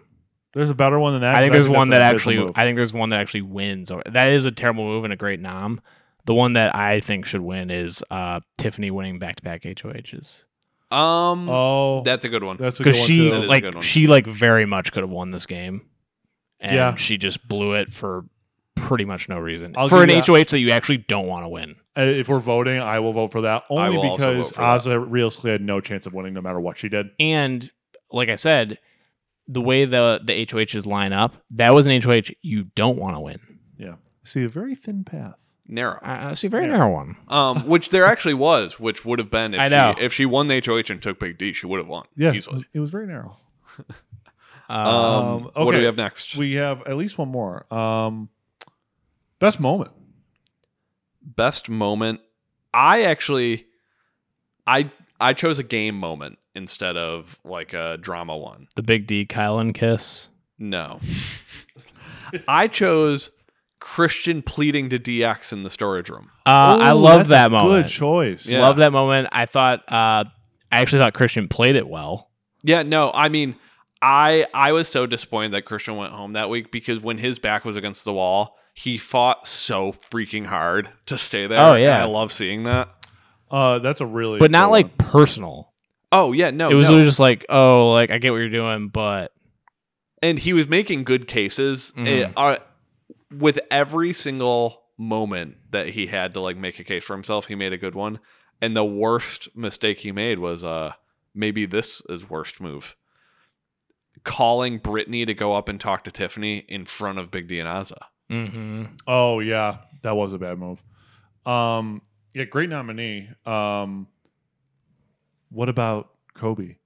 S3: there's a better one than that.
S1: I
S3: 'cause
S1: think there's one that
S3: that's an
S1: actually.
S3: official move.
S1: I think there's one that actually wins. Over, that is a terrible move and a great nom. The one that I think should win is uh, Tiffany winning back-to-back HOHs
S2: Um,
S3: oh,
S2: that's a good one.
S3: that's a good
S1: because she
S2: That
S3: one
S2: is a
S3: too.
S2: good one.
S1: like she like very much could have won this game, and
S3: Yeah.
S1: she just blew it for pretty much no reason
S3: I'll
S1: for an
S3: give you
S1: HOH that you actually don't want to win.
S3: Uh, If we're voting, I will vote for that only
S2: will also
S3: because
S2: vote for that.
S3: Aza realistically had no chance of winning, no matter what she did.
S1: And like I said, the way the the HOHs line up, that was an HOH you don't want to win.
S3: See a very thin path.
S2: Narrow.
S1: Uh, it's a very
S3: Yeah.
S1: narrow one.
S2: Um, which there actually was, which would have been if,
S1: I know.
S2: She, if she won the HOH and took Big D, she would have won
S3: Yeah, it was,
S2: easily.
S3: it was very narrow.
S2: Um,
S1: Uh,
S3: Um,
S2: What do
S3: okay.
S2: we have next?
S3: We have at least one more. Um, best moment.
S2: best moment i actually i i chose a game moment instead of like a drama one
S1: the Big D Kylan kiss.
S2: no i chose christian pleading to dx in the storage room
S1: Uh, I
S3: Ooh,
S1: love
S3: Oh, that's
S1: that
S3: a
S1: moment.
S3: Good choice.
S2: Yeah.
S1: Love that moment. I thought uh, I actually thought Christian played it well.
S2: yeah no i mean i i was so disappointed that christian went home that week because when his back was against the wall he fought so freaking hard to stay there
S1: Oh,
S2: and
S1: yeah.
S2: i love seeing that
S3: Uh, that's a really,
S1: But not
S3: good
S1: like
S3: one.
S1: personal.
S2: oh yeah no
S1: it was
S2: no.
S1: literally just like, oh, like I get what you're doing, but
S2: and he was making good cases
S1: Mhm.
S2: eh, uh, with every single moment that he had to like make a case for himself he made a good one and the worst mistake he made was uh maybe this is worst move calling brittany to go up and talk to tiffany in front of big d and Azza.
S1: mm-hmm.
S3: Oh yeah, that was a bad move. Um, yeah, great nominee. Um, what about Kobe?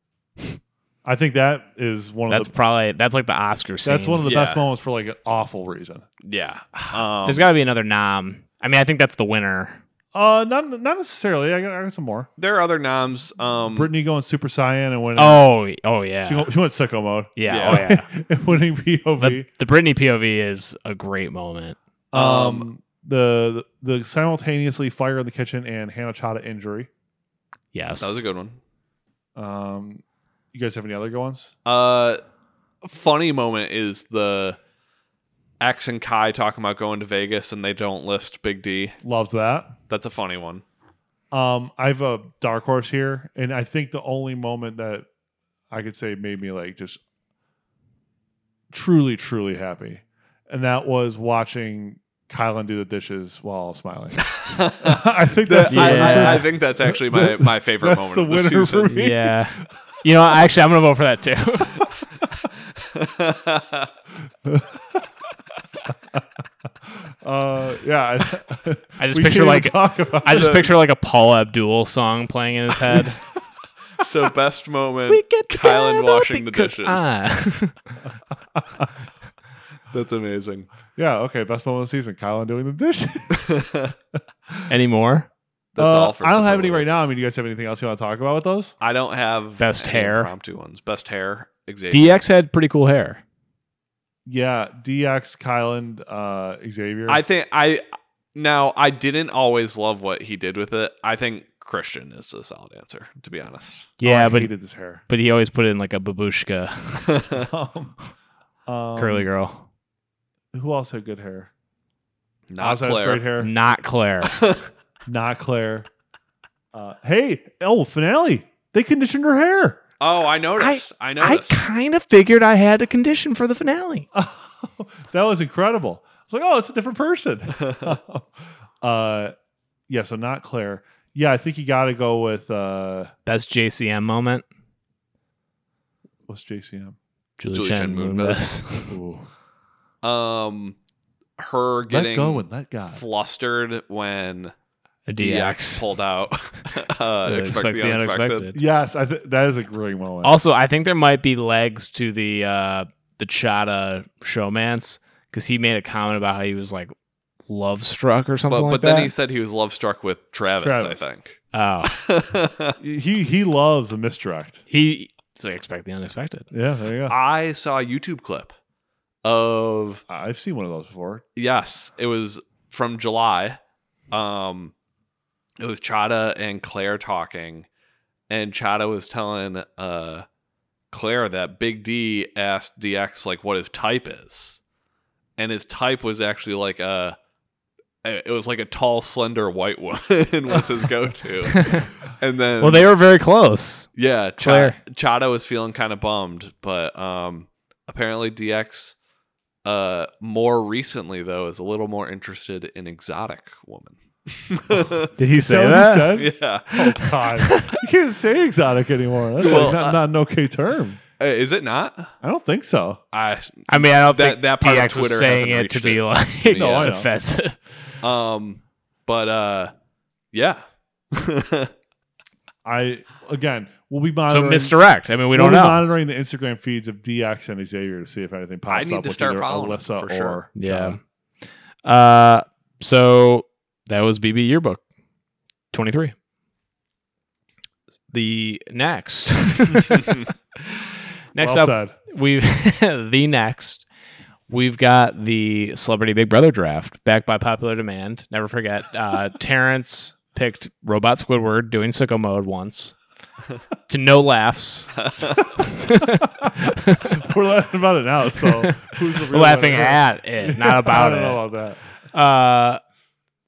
S3: I think that is one of
S1: That's
S3: the
S1: probably that's like the Oscar scene.
S3: that's one of the best
S2: Yeah.
S3: moments for like an awful reason.
S2: Yeah. Um,
S1: There's got to be another nom. I mean, I think that's the winner.
S3: Uh, not not necessarily. I got, I got some more.
S2: there are other noms. Um,
S3: Brittany going super saiyan and winning.
S1: Oh, oh yeah,
S3: she, went- she went sicko mode.
S1: yeah,
S2: Yeah.
S1: oh yeah.
S3: and winning POV.
S1: The, the Britney POV is a great moment.
S3: um, the the simultaneously fire in the kitchen and Hannah Chata injury.
S1: Yes,
S2: that was a good one.
S3: Um, you guys have any other good ones?
S2: Uh, funny moment is the X and Kai talking about going to Vegas and they don't list Big D.
S3: Loved that.
S2: That's a funny one.
S3: Um, I have a dark horse here, and I think the only moment that I could say made me like just truly, truly happy, and that was watching Kylan do the dishes while smiling. I think
S2: The-
S3: that's
S2: I-
S1: Yeah.
S2: I, I think that's actually my, my favorite
S3: That's
S2: moment.
S3: the
S2: of
S3: winner for
S2: season.
S3: me.
S1: Yeah, you know, actually, I'm gonna vote for that too.
S3: uh, yeah. I,
S1: I just picture
S3: we can't even
S1: like
S3: talk about
S1: I just
S2: it.
S1: picture like a Paul Abdul song playing in his head.
S2: so best moment. Kylan washing the dishes. That's amazing.
S3: yeah. Okay, best moment of the season: Kylan doing the dishes.
S2: That's
S1: Anymore?
S3: Uh,
S2: all for.
S3: I don't have any right now. I
S2: superlatives.
S3: mean, do you guys have anything else you want to talk about with those?
S2: I don't have
S1: Best
S2: any
S1: hair.
S2: Impromptu ones. Best hair. Xavier.
S1: DX had pretty cool hair.
S3: Yeah, DX, Kylan, uh, Xavier.
S2: I think I now I didn't always love what he did with it. I think Christian is the solid answer, to be honest.
S1: Yeah,
S3: oh, I
S1: but
S3: hated this hair.
S1: but he always put in like a babushka
S3: um, um,
S1: curly girl.
S3: Who else had good hair?
S2: Not
S3: Oz has great
S2: Claire.
S3: hair.
S1: Not Claire.
S3: Not Claire. Uh, hey, oh, finale. They conditioned her hair.
S2: Oh, I noticed. I, noticed.
S1: kind of figured I had a condition for the finale.
S3: that was incredible. I was like, oh, it's a different person. uh, yeah, so not Claire. Yeah, I think you got to go with uh,
S1: Best JCM moment.
S3: what's JCM?
S1: Julie,
S2: Julie
S1: Chen,
S2: Chen
S1: Moonves.
S3: Ooh.
S2: um, her
S3: Let go
S2: getting
S3: and let God.
S2: flustered when
S1: A
S2: DX,
S1: DX.
S2: pulled out. uh,
S1: Uh,
S2: expect, the, unexpected.
S3: Yes, I th- that is a great moment.
S1: Also, I think there might be legs to the uh the Chata showman's because he made a comment about how he was like love struck or something
S2: But
S1: like
S2: but then
S1: that.
S2: he said he was love struck with Travis.
S3: Travis.
S2: I think.
S1: oh,
S3: he he loves a misdirect.
S1: he so expect the unexpected.
S3: Yeah, there you go.
S2: I saw a YouTube clip of
S3: I've seen one of those before.
S2: Yes, it was from July. Um, it was Chada and Claire talking, and Chada was telling uh Claire that Big D asked DX like what his type is, and his type was actually like a. It was like a tall, slender white woman was his go-to, and then
S1: well, they were very close.
S2: yeah, Ch-
S1: Claire.
S2: Chada was feeling kind of bummed, but um, apparently DX, uh, more recently though, is a little more interested in exotic woman.
S1: Did he
S3: Is that what he said?
S2: yeah,
S3: Oh God, you can't say exotic anymore. That's
S2: Well,
S3: like not,
S2: uh,
S3: not an okay term.
S2: Uh, is it not?
S3: I don't think so.
S2: I
S1: I mean, I don't
S2: That-
S1: think
S2: that part of
S1: DX was
S2: Twitter
S1: saying
S2: hasn't
S1: it to
S2: reached
S1: be
S2: it.
S1: like
S2: No,
S3: I know.
S1: offensive.
S2: um, but uh, yeah,
S3: I again, we'll be
S1: So
S3: monitoring.
S1: misdirect. I mean, we
S3: we'll
S1: don't
S3: be
S1: know.
S3: monitoring the Instagram feeds of DX and Xavier to see if anything pops
S2: I need
S3: up.
S2: to
S3: with
S2: start
S3: either
S2: following them,
S3: Alyssa
S2: for
S3: or
S2: sure.
S1: Yeah. Uh, so that was BB yearbook, twenty three. The next, next
S3: well
S1: up,
S3: said.
S1: we've the next we've got the celebrity big brother draft backed by popular demand never forget uh terrence picked robot squidward doing sicko mode once to no laughs
S3: We're laughing about it now. So who's the real
S1: laughing
S3: winner?
S1: at it not
S3: I don't
S1: about
S3: know about that.
S1: it uh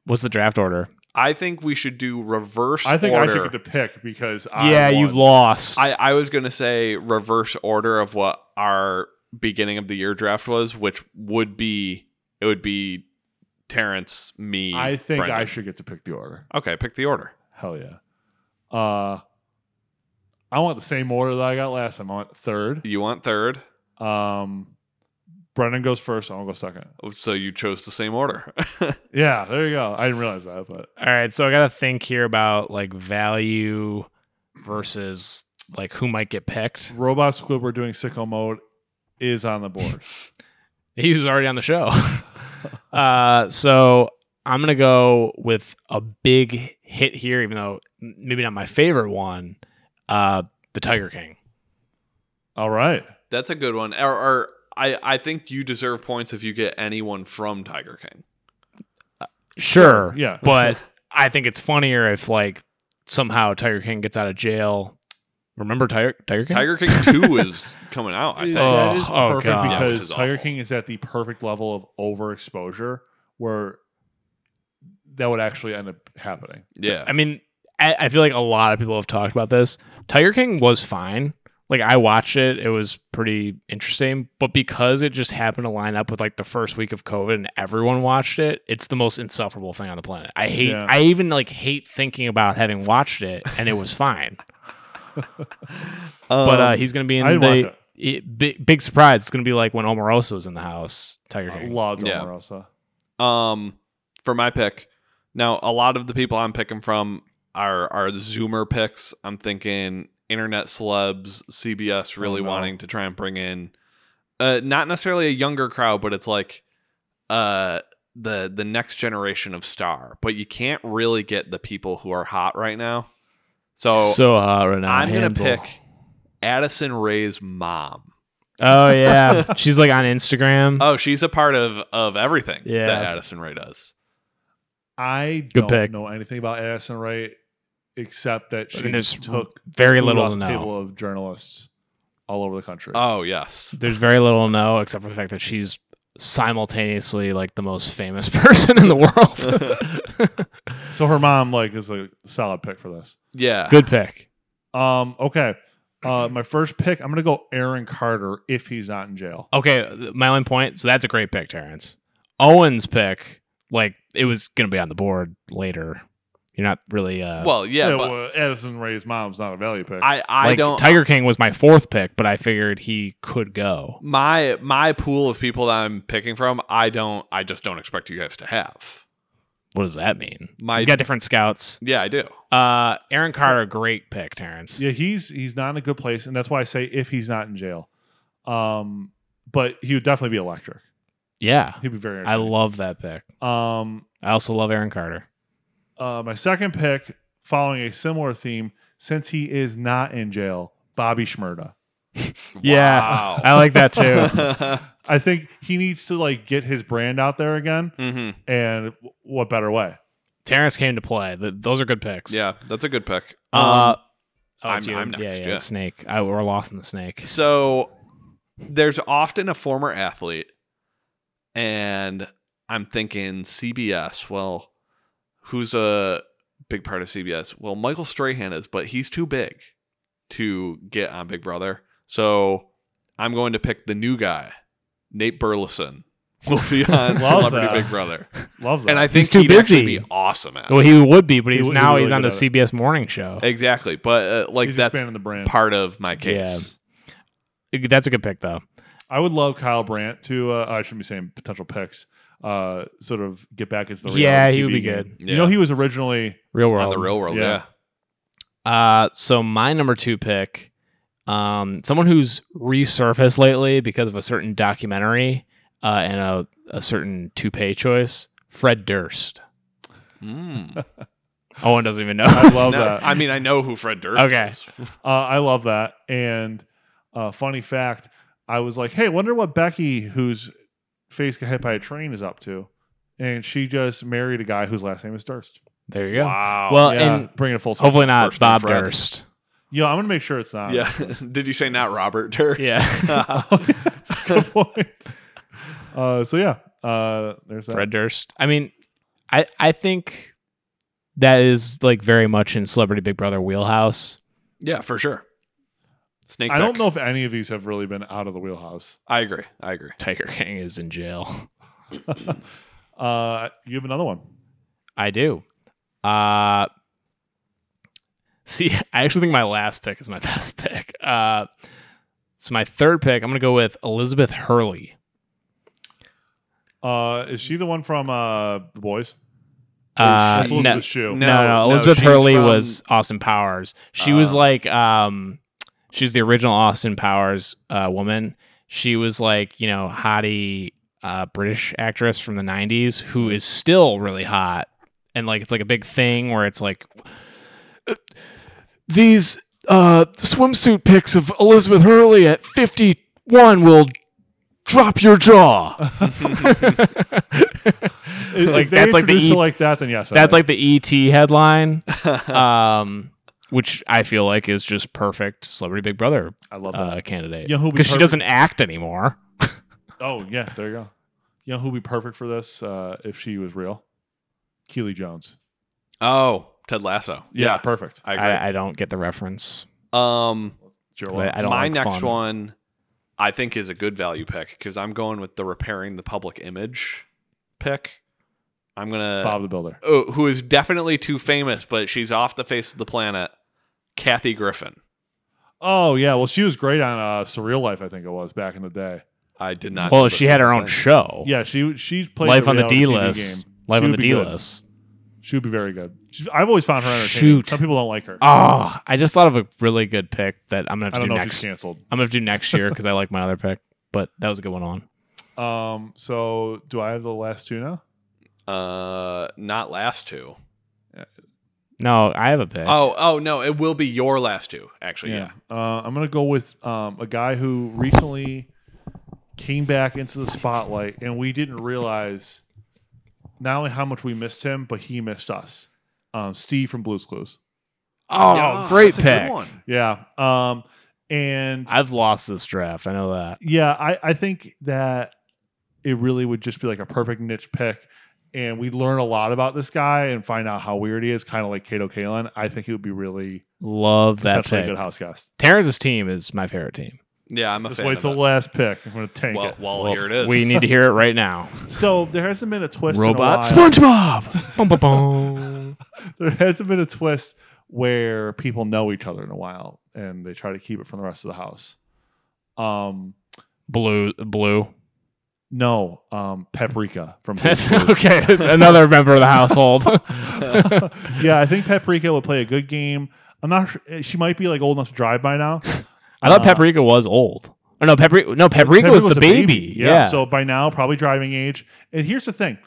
S1: what's the draft order
S2: I think we should do reverse.
S3: I think I
S2: order.
S3: should get to pick because I
S1: yeah you
S3: won.
S1: lost
S2: I, I was gonna say reverse order of what our beginning of the year draft was, which would be it would be Terrence, me.
S3: I think I
S2: Brendan.
S3: should get to pick the order.
S2: Okay, pick the order.
S3: Hell yeah. Uh, I want the same order that I got last time. I want third.
S2: You want third,
S3: Um, Brennan goes first. I'll go second.
S2: so you chose the same order.
S3: Yeah, there you go. I didn't realize that, but
S1: all right so i gotta think here about like value versus like who might get picked.
S3: Robot Squidward doing sicko mode is on the board.
S1: He was already on the show. uh, so I'm gonna go with a big hit here, even though m- maybe not my favorite one. Uh, the Tiger King.
S3: All right.
S2: That's a good one. Or, or I, I think you deserve points if you get anyone from Tiger King.
S1: Sure,
S3: Yeah.
S1: but I think it's funnier if like somehow Tiger King gets out of jail. Remember Tiger Tiger King?
S2: Tiger King 2 is coming out, I think.
S3: that is
S1: Oh, oh,
S3: perfect
S1: God.
S2: Yeah, which
S3: because
S2: is
S3: Tiger
S2: awful.
S3: King is at the perfect level of overexposure where that would actually end up happening.
S2: Yeah.
S1: I mean, I, I feel like a lot of people have talked about this. Tiger King was fine. Like I watched it, it was pretty interesting. But because it just happened to line up with like the first week of COVID and everyone watched it, it's the most insufferable thing on the planet. I hate.
S3: Yeah.
S1: I even like hate thinking about having watched it, and it was fine. but uh, he's gonna be in
S3: Um, I didn't watch
S1: the
S3: it.
S1: it, big, big surprise. It's gonna be like when Omarosa was in the house. Tiger
S3: I
S1: King.
S3: loved
S2: Yeah.
S3: Omarosa.
S2: um for my pick now a lot of the people i'm picking from are are the zoomer picks i'm thinking internet celebs cbs really
S3: Oh, no.
S2: wanting to try and bring in uh not necessarily a younger crowd but it's like uh the the next generation of star but you can't really get the people who are hot right now so,
S1: so hot right now.
S2: i'm
S1: Hansel.
S2: gonna pick addison ray's mom
S1: Oh yeah, she's like on Instagram.
S2: oh she's a part of of everything
S1: Yeah.
S2: that addison ray does
S3: I
S1: Good
S3: don't
S1: pick.
S3: know anything about Addison Wright except that she
S1: mean, there's
S3: took
S1: very
S3: food
S1: little
S3: off
S1: to
S3: the
S1: know.
S3: table of journalists all over the country.
S2: oh yes
S1: There's very little to know except for the fact that she's simultaneously like the most famous person in the world.
S3: so her mom like is a solid pick for this.
S2: yeah
S1: Good pick.
S3: Um, okay. Uh, my first pick, I'm gonna go Aaron Carter if he's not in jail.
S1: Okay, th- my one point. So that's a great pick, Terrence. Owen's pick, like it was gonna be on the board later. You're not really uh
S2: Well, yeah, but
S3: well, Addison Ray's mom's not a value pick.
S2: I I
S1: like,
S2: don't.
S1: Tiger King was my fourth pick, but I figured he could go.
S2: my my pool of people that I'm picking from, I don't. I just don't expect you guys to have.
S1: What does that mean?
S2: My
S1: He's got different scouts.
S2: yeah, I do.
S1: Uh Aaron Carter, great pick, Terrence.
S3: Yeah, he's he's not in a good place, and that's why I say if he's not in jail, um, but he would definitely be electric.
S1: Yeah.
S3: He'd be very.
S1: I love that pick.
S3: Um,
S1: I also love Aaron Carter.
S3: uh, my second pick, following a similar theme, since he is not in jail, Bobby
S1: Yeah.
S3: Shmurda.
S2: Wow.
S1: I like that too.
S3: I think he needs to like get his brand out there again,
S2: Mhm.
S3: and w- what better way?
S1: Terrence came to play. Th those are good picks.
S2: Yeah, that's a good pick. Um,
S1: Uh, oh,
S2: I'm-
S1: it's you.
S2: I'm
S1: Yeah,
S2: next,
S1: yeah,
S2: yeah.
S1: Snake. I, we're lost in the snake.
S2: So there's often a former athlete, and I'm thinking CBS. Well, who's a big part of CBS? Well, Michael Strahan is, but he's too big to get on Big Brother. So I'm going to pick the new guy, Nate Burleson. Will be on
S3: Love
S2: Celebrity
S3: that.
S2: Big Brother,
S3: Love that.
S2: and I
S1: He's
S2: think
S1: too
S2: he'd actually
S1: busy.
S2: be awesome at. it.
S1: Well, he would be, but
S3: He
S1: he's
S3: would-
S1: now
S3: he's
S1: he's on the
S3: really good
S1: CBS morning show.
S2: exactly, but uh, like
S3: he's
S2: that's
S3: expanding the brand.
S2: part of my case.
S1: That's a good pick, though.
S3: I would love Kyle Brandt to. Uh, I shouldn't be saying potential picks. Uh, sort of get back into the reality
S1: Yeah, he would
S3: TV
S1: be
S3: game.
S1: good.
S3: You know,
S2: Yeah.
S3: he was originally
S1: Real
S2: On
S1: world.
S2: the real world,
S3: Yeah.
S2: yeah.
S1: Uh, so my number two pick, um, someone who's resurfaced lately because of a certain documentary uh, and a, a certain toupee choice, Fred Durst.
S2: Mm.
S1: Owen doesn't even know.
S3: I love
S2: No,
S3: that.
S2: I mean, I know who Fred Durst
S1: Okay.
S2: is.
S3: Uh, I love that. And uh, funny fact, I was like, hey, wonder what Becky, whose face got hit by a train, is up to. And she just married a guy whose last name is Durst.
S1: there you go.
S2: Wow.
S1: Well,
S3: yeah,
S1: Uh, and
S3: bringing it full circle.
S1: hopefully not
S2: First
S1: Bob
S2: and Fred.
S1: Durst.
S3: Yo, I'm gonna make sure it's not.
S2: yeah. Uh, Did you say not Robert Durst?
S1: Yeah.
S3: Good point. Uh, so yeah, uh, there's that.
S1: Fred Durst. I mean, I I think that is like very much in Celebrity Big Brother wheelhouse.
S2: yeah, for sure. Snake.
S3: I don't
S2: pick.
S3: know if any of these have really been out of the wheelhouse.
S2: I agree. I agree.
S1: Tiger King is in jail.
S3: Uh, you have another one.
S1: I do. Uh See, I actually think my last pick is my best pick. Uh so my third pick, I'm going to go with Elizabeth Hurley.
S3: Uh, is she the one from uh, the boys?
S1: Uh,
S3: Oh, That's
S1: no,
S3: Elizabeth Shue.
S1: no, Oh. no,
S2: No,
S1: Elizabeth
S2: she's
S1: Hurley
S2: from-
S1: was Austin Powers. She was
S2: Uh,
S1: like um She's the original Austin Powers uh, woman. She was like, you know, hottie uh, British actress from the 90s who is still really hot. And like, it's like a big thing where it's like, these uh, swimsuit pics of Elizabeth Hurley at 51 will drop your jaw.
S3: If-
S1: Like,
S3: if they
S1: that's like the
S3: introduced it
S1: E-
S3: like that, then yes, I
S1: That's
S3: would.
S1: like the ET headline, um, which I feel like is just perfect Celebrity Big Brother
S2: I love that.
S1: uh, candidate.
S3: You know who'd be
S1: Because she
S3: perfect?
S1: doesn't act anymore.
S3: Oh yeah, there you go. You know who'd be perfect for this uh, if she was real? Keely Jones.
S2: oh, Ted Lasso.
S3: Yeah, perfect.
S2: I agree.
S1: I, I don't get the reference.
S2: um,
S1: 'cause
S3: Joel.
S1: I, I don't
S2: my
S1: like
S2: next
S1: fun.
S2: one, I think, is a good value pick because I'm going with the repairing the public image pick. I'm gonna
S3: Bob the Builder.
S2: oh, who is definitely too famous, but she's off the face of the planet. Kathy Griffin.
S3: Oh yeah, well she was great on uh, Surreal Life, I think it was back in the day.
S2: I did not. know
S1: Well,
S2: this
S1: she had
S2: was a
S1: her own
S2: thing.
S1: show.
S3: Yeah, she she played
S1: Life on the
S3: reality
S1: D
S3: TV
S1: list.
S3: game.
S1: Life
S3: She
S1: on the
S3: would be
S1: D
S3: good.
S1: list.
S3: She would be very good. She's, I've always found her entertaining.
S1: Shoot.
S3: Some people don't like her.
S1: Oh, I just thought of a really good pick that I'm gonna have
S3: I
S1: to
S3: don't
S1: do
S3: know if
S1: next.
S3: she's canceled.
S1: I'm gonna do next year because I like my other pick, but that was a good one on.
S3: Um, so do I have the last two now?
S2: Uh, not last two.
S1: No, I have a pick.
S2: Oh, oh no, it will be your last two. Actually, yeah.
S3: Uh, I'm gonna go with um, a guy who recently came back into the spotlight, and we didn't realize not only how much we missed him, but he missed us. Um, Steve from Blue's Clues.
S1: oh,
S2: Yeah,
S1: great
S2: that's a good
S1: pick.
S2: one.
S3: Yeah. Um, and
S1: I've lost this draft. I know that.
S3: yeah, I, I think that it really would just be like a perfect niche pick. And we learn a lot about this guy and find out how weird he is, kind of like Kato Kalin. I think he would be really
S1: Love that
S3: potentially a
S1: pick.
S3: good house guest.
S1: Terrence's team is my favorite team.
S2: Yeah, I'm a
S3: Just
S2: fan.
S3: wait
S2: of
S3: till
S2: it.
S3: the last pick. I'm going to tank
S2: well,
S3: it.
S2: well,
S1: Well,
S2: here it is.
S1: We need to hear Oh, it right now.
S3: So there hasn't been a twist.
S1: Robot
S3: In a while.
S1: SpongeBob. bum, bum, bum.
S3: There hasn't been a twist where people know each other in a while, and they try to keep it from the rest of the house. Um,
S1: Blue, blue.
S3: no, um, Paprika from Blue's Clues.
S1: okay, it's another member of the household.
S3: yeah, I think Paprika would play a good game. I'm not. Sure, eh, she might be like old enough to drive by now.
S1: I thought
S3: Uh,
S1: Paprika was old. Oh, no, Paprika. No, Paprika, was,
S3: Paprika's
S1: the
S3: a
S1: baby. Yeah.
S3: So by now, probably driving age. And here's the thing: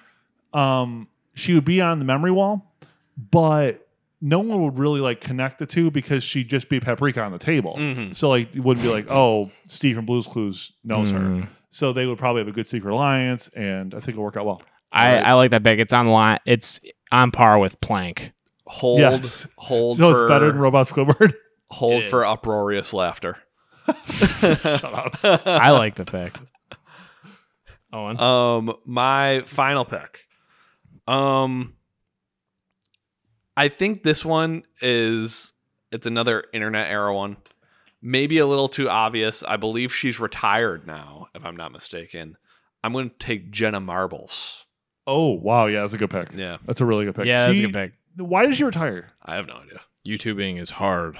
S3: um, she would be on the memory wall, but no one would really like connect the two because she'd just be Paprika on the table.
S1: Mm.
S2: Mhm.
S3: So like, it wouldn't be like, oh, Steve from Blue's Clues knows
S1: Mm-hmm. Mm.
S3: her. So they would probably have a good secret alliance, and I think it'll work out well.
S1: I, I like that pick. It's on line. It's on par with Plank.
S2: hold,
S3: Yes.
S2: hold
S3: so
S2: for
S3: it's better than Robot Squidward.
S2: hold
S1: It
S2: for
S1: is.
S2: uproarious laughter.
S1: I like the pick. Owen.
S2: Um, my final pick. Um, I think this one is it's another internet era one. Maybe a little too obvious. I believe she's retired now, if I'm not mistaken. I'm going to take Jenna Marbles.
S3: oh wow, yeah, that's a good pick.
S2: Yeah,
S3: That's a really good pick.
S1: yeah, that's a
S3: She-
S1: good pick.
S3: Why did she retire?
S2: I have no idea.
S1: YouTubing is hard.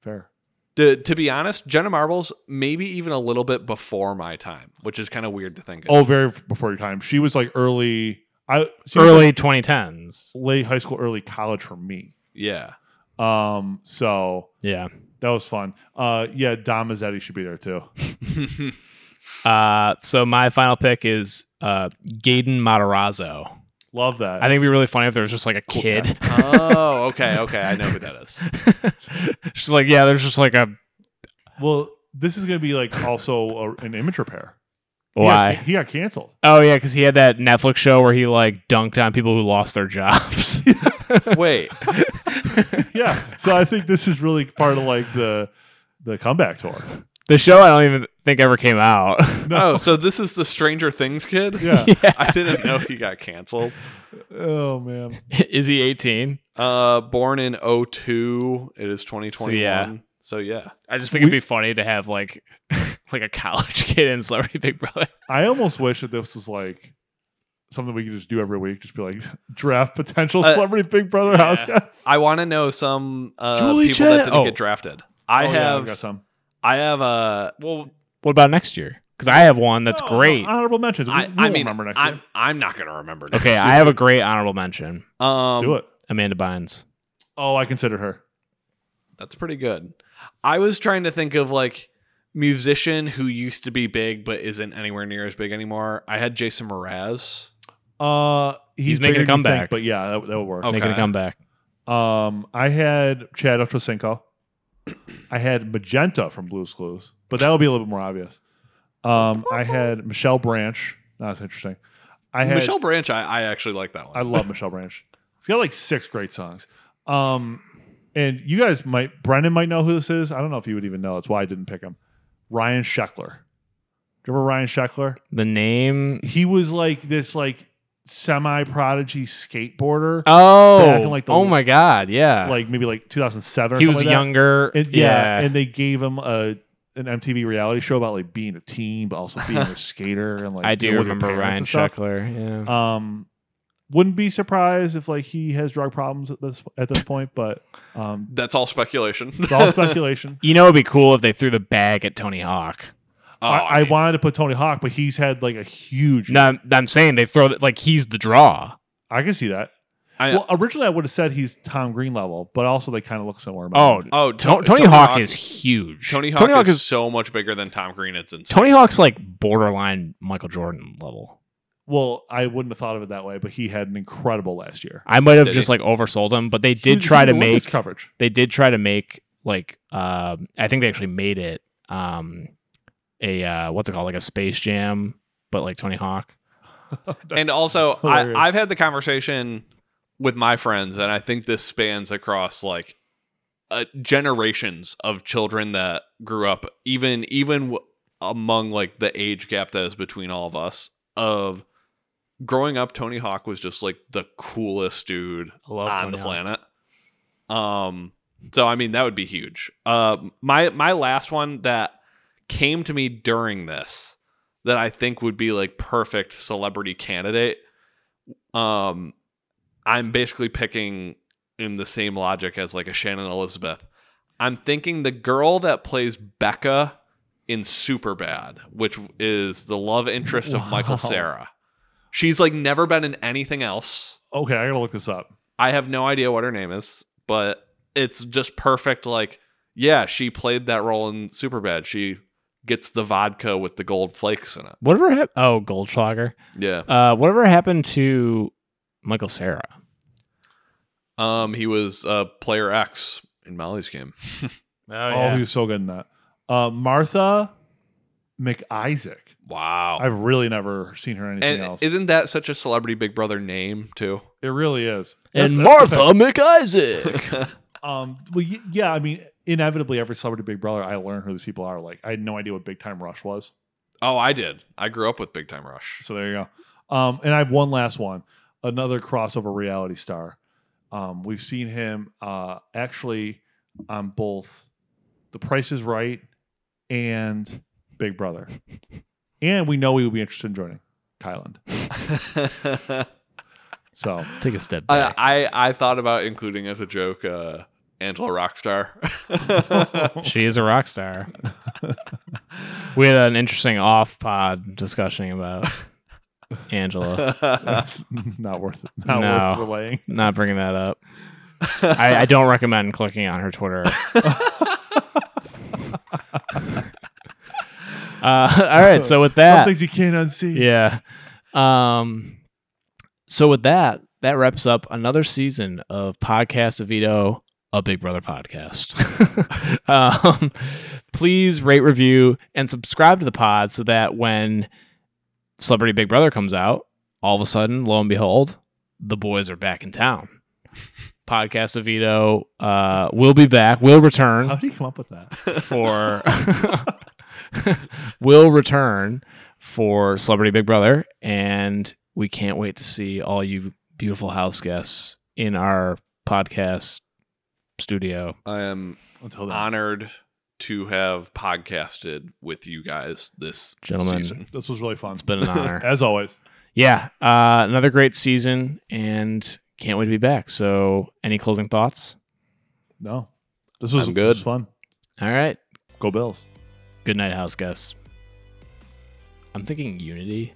S3: Fair.
S2: To, to be honest, Jenna Marbles maybe even a little bit before my time, which is kind of weird to think of.
S3: Oh, very f- before your time. She was like early. I she was,
S1: Early 2010s.
S3: like, late high school, early college for me.
S2: yeah.
S3: Um, so
S1: Yeah.
S3: that was fun. Uh, yeah, Dom Mazzetti should be there too.
S1: Uh, so my final pick is uh, Gaiden Matarazzo.
S3: Love that.
S1: I think it'd be really funny if there was just like a
S3: Cool
S1: kid.
S2: oh, okay, okay. I know who that is.
S1: She's like, yeah, there's just like a
S3: well, this is gonna be like also a, an image repair. He got-
S1: why.
S3: he got canceled?
S1: Oh yeah, because he had that Netflix show where he like dunked on people who lost their jobs.
S2: Wait.
S3: yeah. So I think this is really part of like the the comeback tour.
S1: the show I don't even think ever came out.
S2: Oh, so this is the Stranger Things kid?
S3: Yeah.
S2: I didn't know he got canceled.
S3: oh man.
S1: Is he 18?
S2: Uh, born in 02. It is 2021. So yeah.
S1: I just think it'd be funny to have like like a college kid in Celebrity Big Brother.
S3: I almost wish that this was like something we could just do every week. Just be like draft potential
S2: Uh,
S3: celebrity Big Brother house guests.
S2: I want to know some uh,
S1: Julie
S2: people that
S1: Chen-
S2: didn't
S1: oh.
S2: get drafted.
S3: Oh,
S2: I
S3: yeah, I've
S2: have
S3: got some.
S2: I have uh, a
S1: Well, what about next year? Because I have one that's
S3: No,
S1: great.
S3: no, honorable mentions. We, we
S2: I, I
S3: won't
S2: mean
S3: remember next
S2: I'm
S3: year.
S2: I'm not going to remember. Next
S1: Okay, I have a great honorable mention.
S2: Um
S3: Do it.
S1: Amanda Bynes.
S3: Oh, I consider her.
S2: That's pretty good. I was trying to think of like musician who used to be big but isn't anywhere near as big anymore. I had Jason Mraz.
S3: Uh,
S1: He's making
S3: bigger
S1: a
S3: than you think,
S1: comeback.
S3: but yeah, that, that would work.
S2: Okay.
S1: Making a comeback.
S3: Um, I had Chad Ochocinco. I had Magenta from Blue's Clues, but that would be a little bit more obvious. Um, I had Michelle Branch. That's interesting. I had
S2: Michelle Branch, I, I actually like that one.
S3: I love Michelle Branch. He's got like six great songs. Um, and you guys might Brendan might know who this is. I don't know if you would even know. That's why I didn't pick him. Ryan Scheckler. Do you remember Ryan Scheckler?
S1: The name.
S3: He was like this like semi prodigy skateboarder,
S1: Oh,
S3: in, like, the-
S1: oh my God! Yeah,
S3: like maybe like 2007. Or
S1: he
S3: something
S1: was
S3: like that.
S1: younger.
S3: And, yeah,
S1: yeah,
S3: and they gave him a an MTV reality show about like being a teen, but also being a skater. And like
S1: I
S3: dealing
S1: do
S3: with your
S1: remember
S3: parents
S1: Ryan
S3: and stuff.
S1: Scheckler. Yeah,
S3: Um, wouldn't be surprised if like he has drug problems at this at this point, but um,
S2: That's all speculation.
S3: it's all speculation.
S1: you know, it'd be cool if they threw the bag at Tony Hawk.
S2: Oh,
S3: I, I wanted to put Tony Hawk, but he's had like a huge.
S1: No, I'm, I'm saying they throw that like he's the draw.
S3: I can see that.
S2: I-
S3: well, originally I would have said he's Tom Green level, but also they kind of look somewhere. in my
S1: Oh,
S3: mind.
S2: oh,
S1: Tony, Tony Hawk, is huge.
S2: Tony Hawk, is, so much bigger than Tom Green. It's insane.
S1: Tony Hawk's like borderline Michael Jordan level.
S3: well, I wouldn't have thought of it that way, but he had an incredible last year.
S1: I might have
S2: Did
S1: just
S2: he?
S1: like oversold him, but they
S3: He
S1: did
S3: was
S1: try to
S3: in the Olympics
S1: make.
S3: coverage.
S1: They did try to make like um I think they actually made it um, a uh, what's it called like a Space Jam, but like Tony Hawk.
S2: and also I,
S3: hilarious.
S2: i've had the conversation with my friends and i think this spans across like uh, generations of children that grew up even even w- among like the age gap that is between all of us of growing up tony hawk was just like the coolest dude
S1: I love
S2: on
S1: Tony
S2: the
S1: Hawk.
S2: planet um so i mean that would be huge uh my my last one that came to me during this that I think would be like perfect celebrity candidate. Um, I'm basically picking in the same logic as like a Shannon Elizabeth. I'm thinking the girl that plays Becca in Superbad, which is the love interest of
S3: Wow.
S2: Michael Sarah. She's like never been in anything else.
S3: Okay, I gotta look this up.
S2: I have no idea what her name is, but it's just perfect. Like, yeah, she played that role in Superbad. She gets the vodka with the gold flakes in it.
S1: Whatever happened? Oh, Goldschlager.
S2: Yeah.
S1: Uh, whatever happened to Michael Sarah?
S2: Um, he was uh, player X in Molly's game.
S3: Oh, he was so good in that. Uh, Martha McIsaac.
S2: Wow.
S3: I've really never seen her in anything
S2: and
S3: else.
S2: isn't that such a celebrity Big Brother name too?
S3: it really is.
S1: and
S3: That's-
S1: Martha
S3: that's-
S1: McIsaac.
S3: Um, well, y- yeah, I mean, inevitably, every celebrity Big Brother, I learned who these people are. Like, I had no idea what Big Time Rush was.
S2: oh, I did. I grew up with Big Time Rush.
S3: So there you go. Um, and I have one last one. Another crossover reality star. Um, we've seen him uh, actually on both The Price is Right and Big Brother. and we know he would be interested in joining Kyland. So
S1: Take a step
S2: I,
S1: back.
S2: I I thought about including as a joke uh, Angela Rockstar.
S1: she is a rock star. we had an interesting off pod discussion about Angela.
S3: that's not worth it. Not
S1: No.
S3: worth relaying.
S1: Not bringing that up. I, I don't recommend clicking on her Twitter. uh, all right. So with
S3: Some
S1: that,
S3: things you can't unsee.
S1: yeah. Um, so with that, that wraps up another season of Podcast Avito, a Big Brother podcast. um, please rate, review, and subscribe to the pod so that when Celebrity Big Brother comes out, all of a sudden, lo and behold, the boys are back in town. Podcast Avito uh, will be back, will return
S3: How do you come up with that?
S1: for will return for Celebrity Big Brother, and we can't wait to see all you beautiful house guests in our podcast studio.
S2: I am
S3: Until then,
S2: honored to have podcasted with you guys this
S1: Gentlemen.
S2: season.
S3: this was really fun.
S1: It's been an honor.
S3: As always.
S1: yeah, uh, another great season, and can't wait to be back. So, any closing thoughts?
S3: No, this was
S2: I'm good.
S3: This was fun.
S1: All right.
S3: Go Bills.
S1: Good night, house guests. I'm thinking Unity.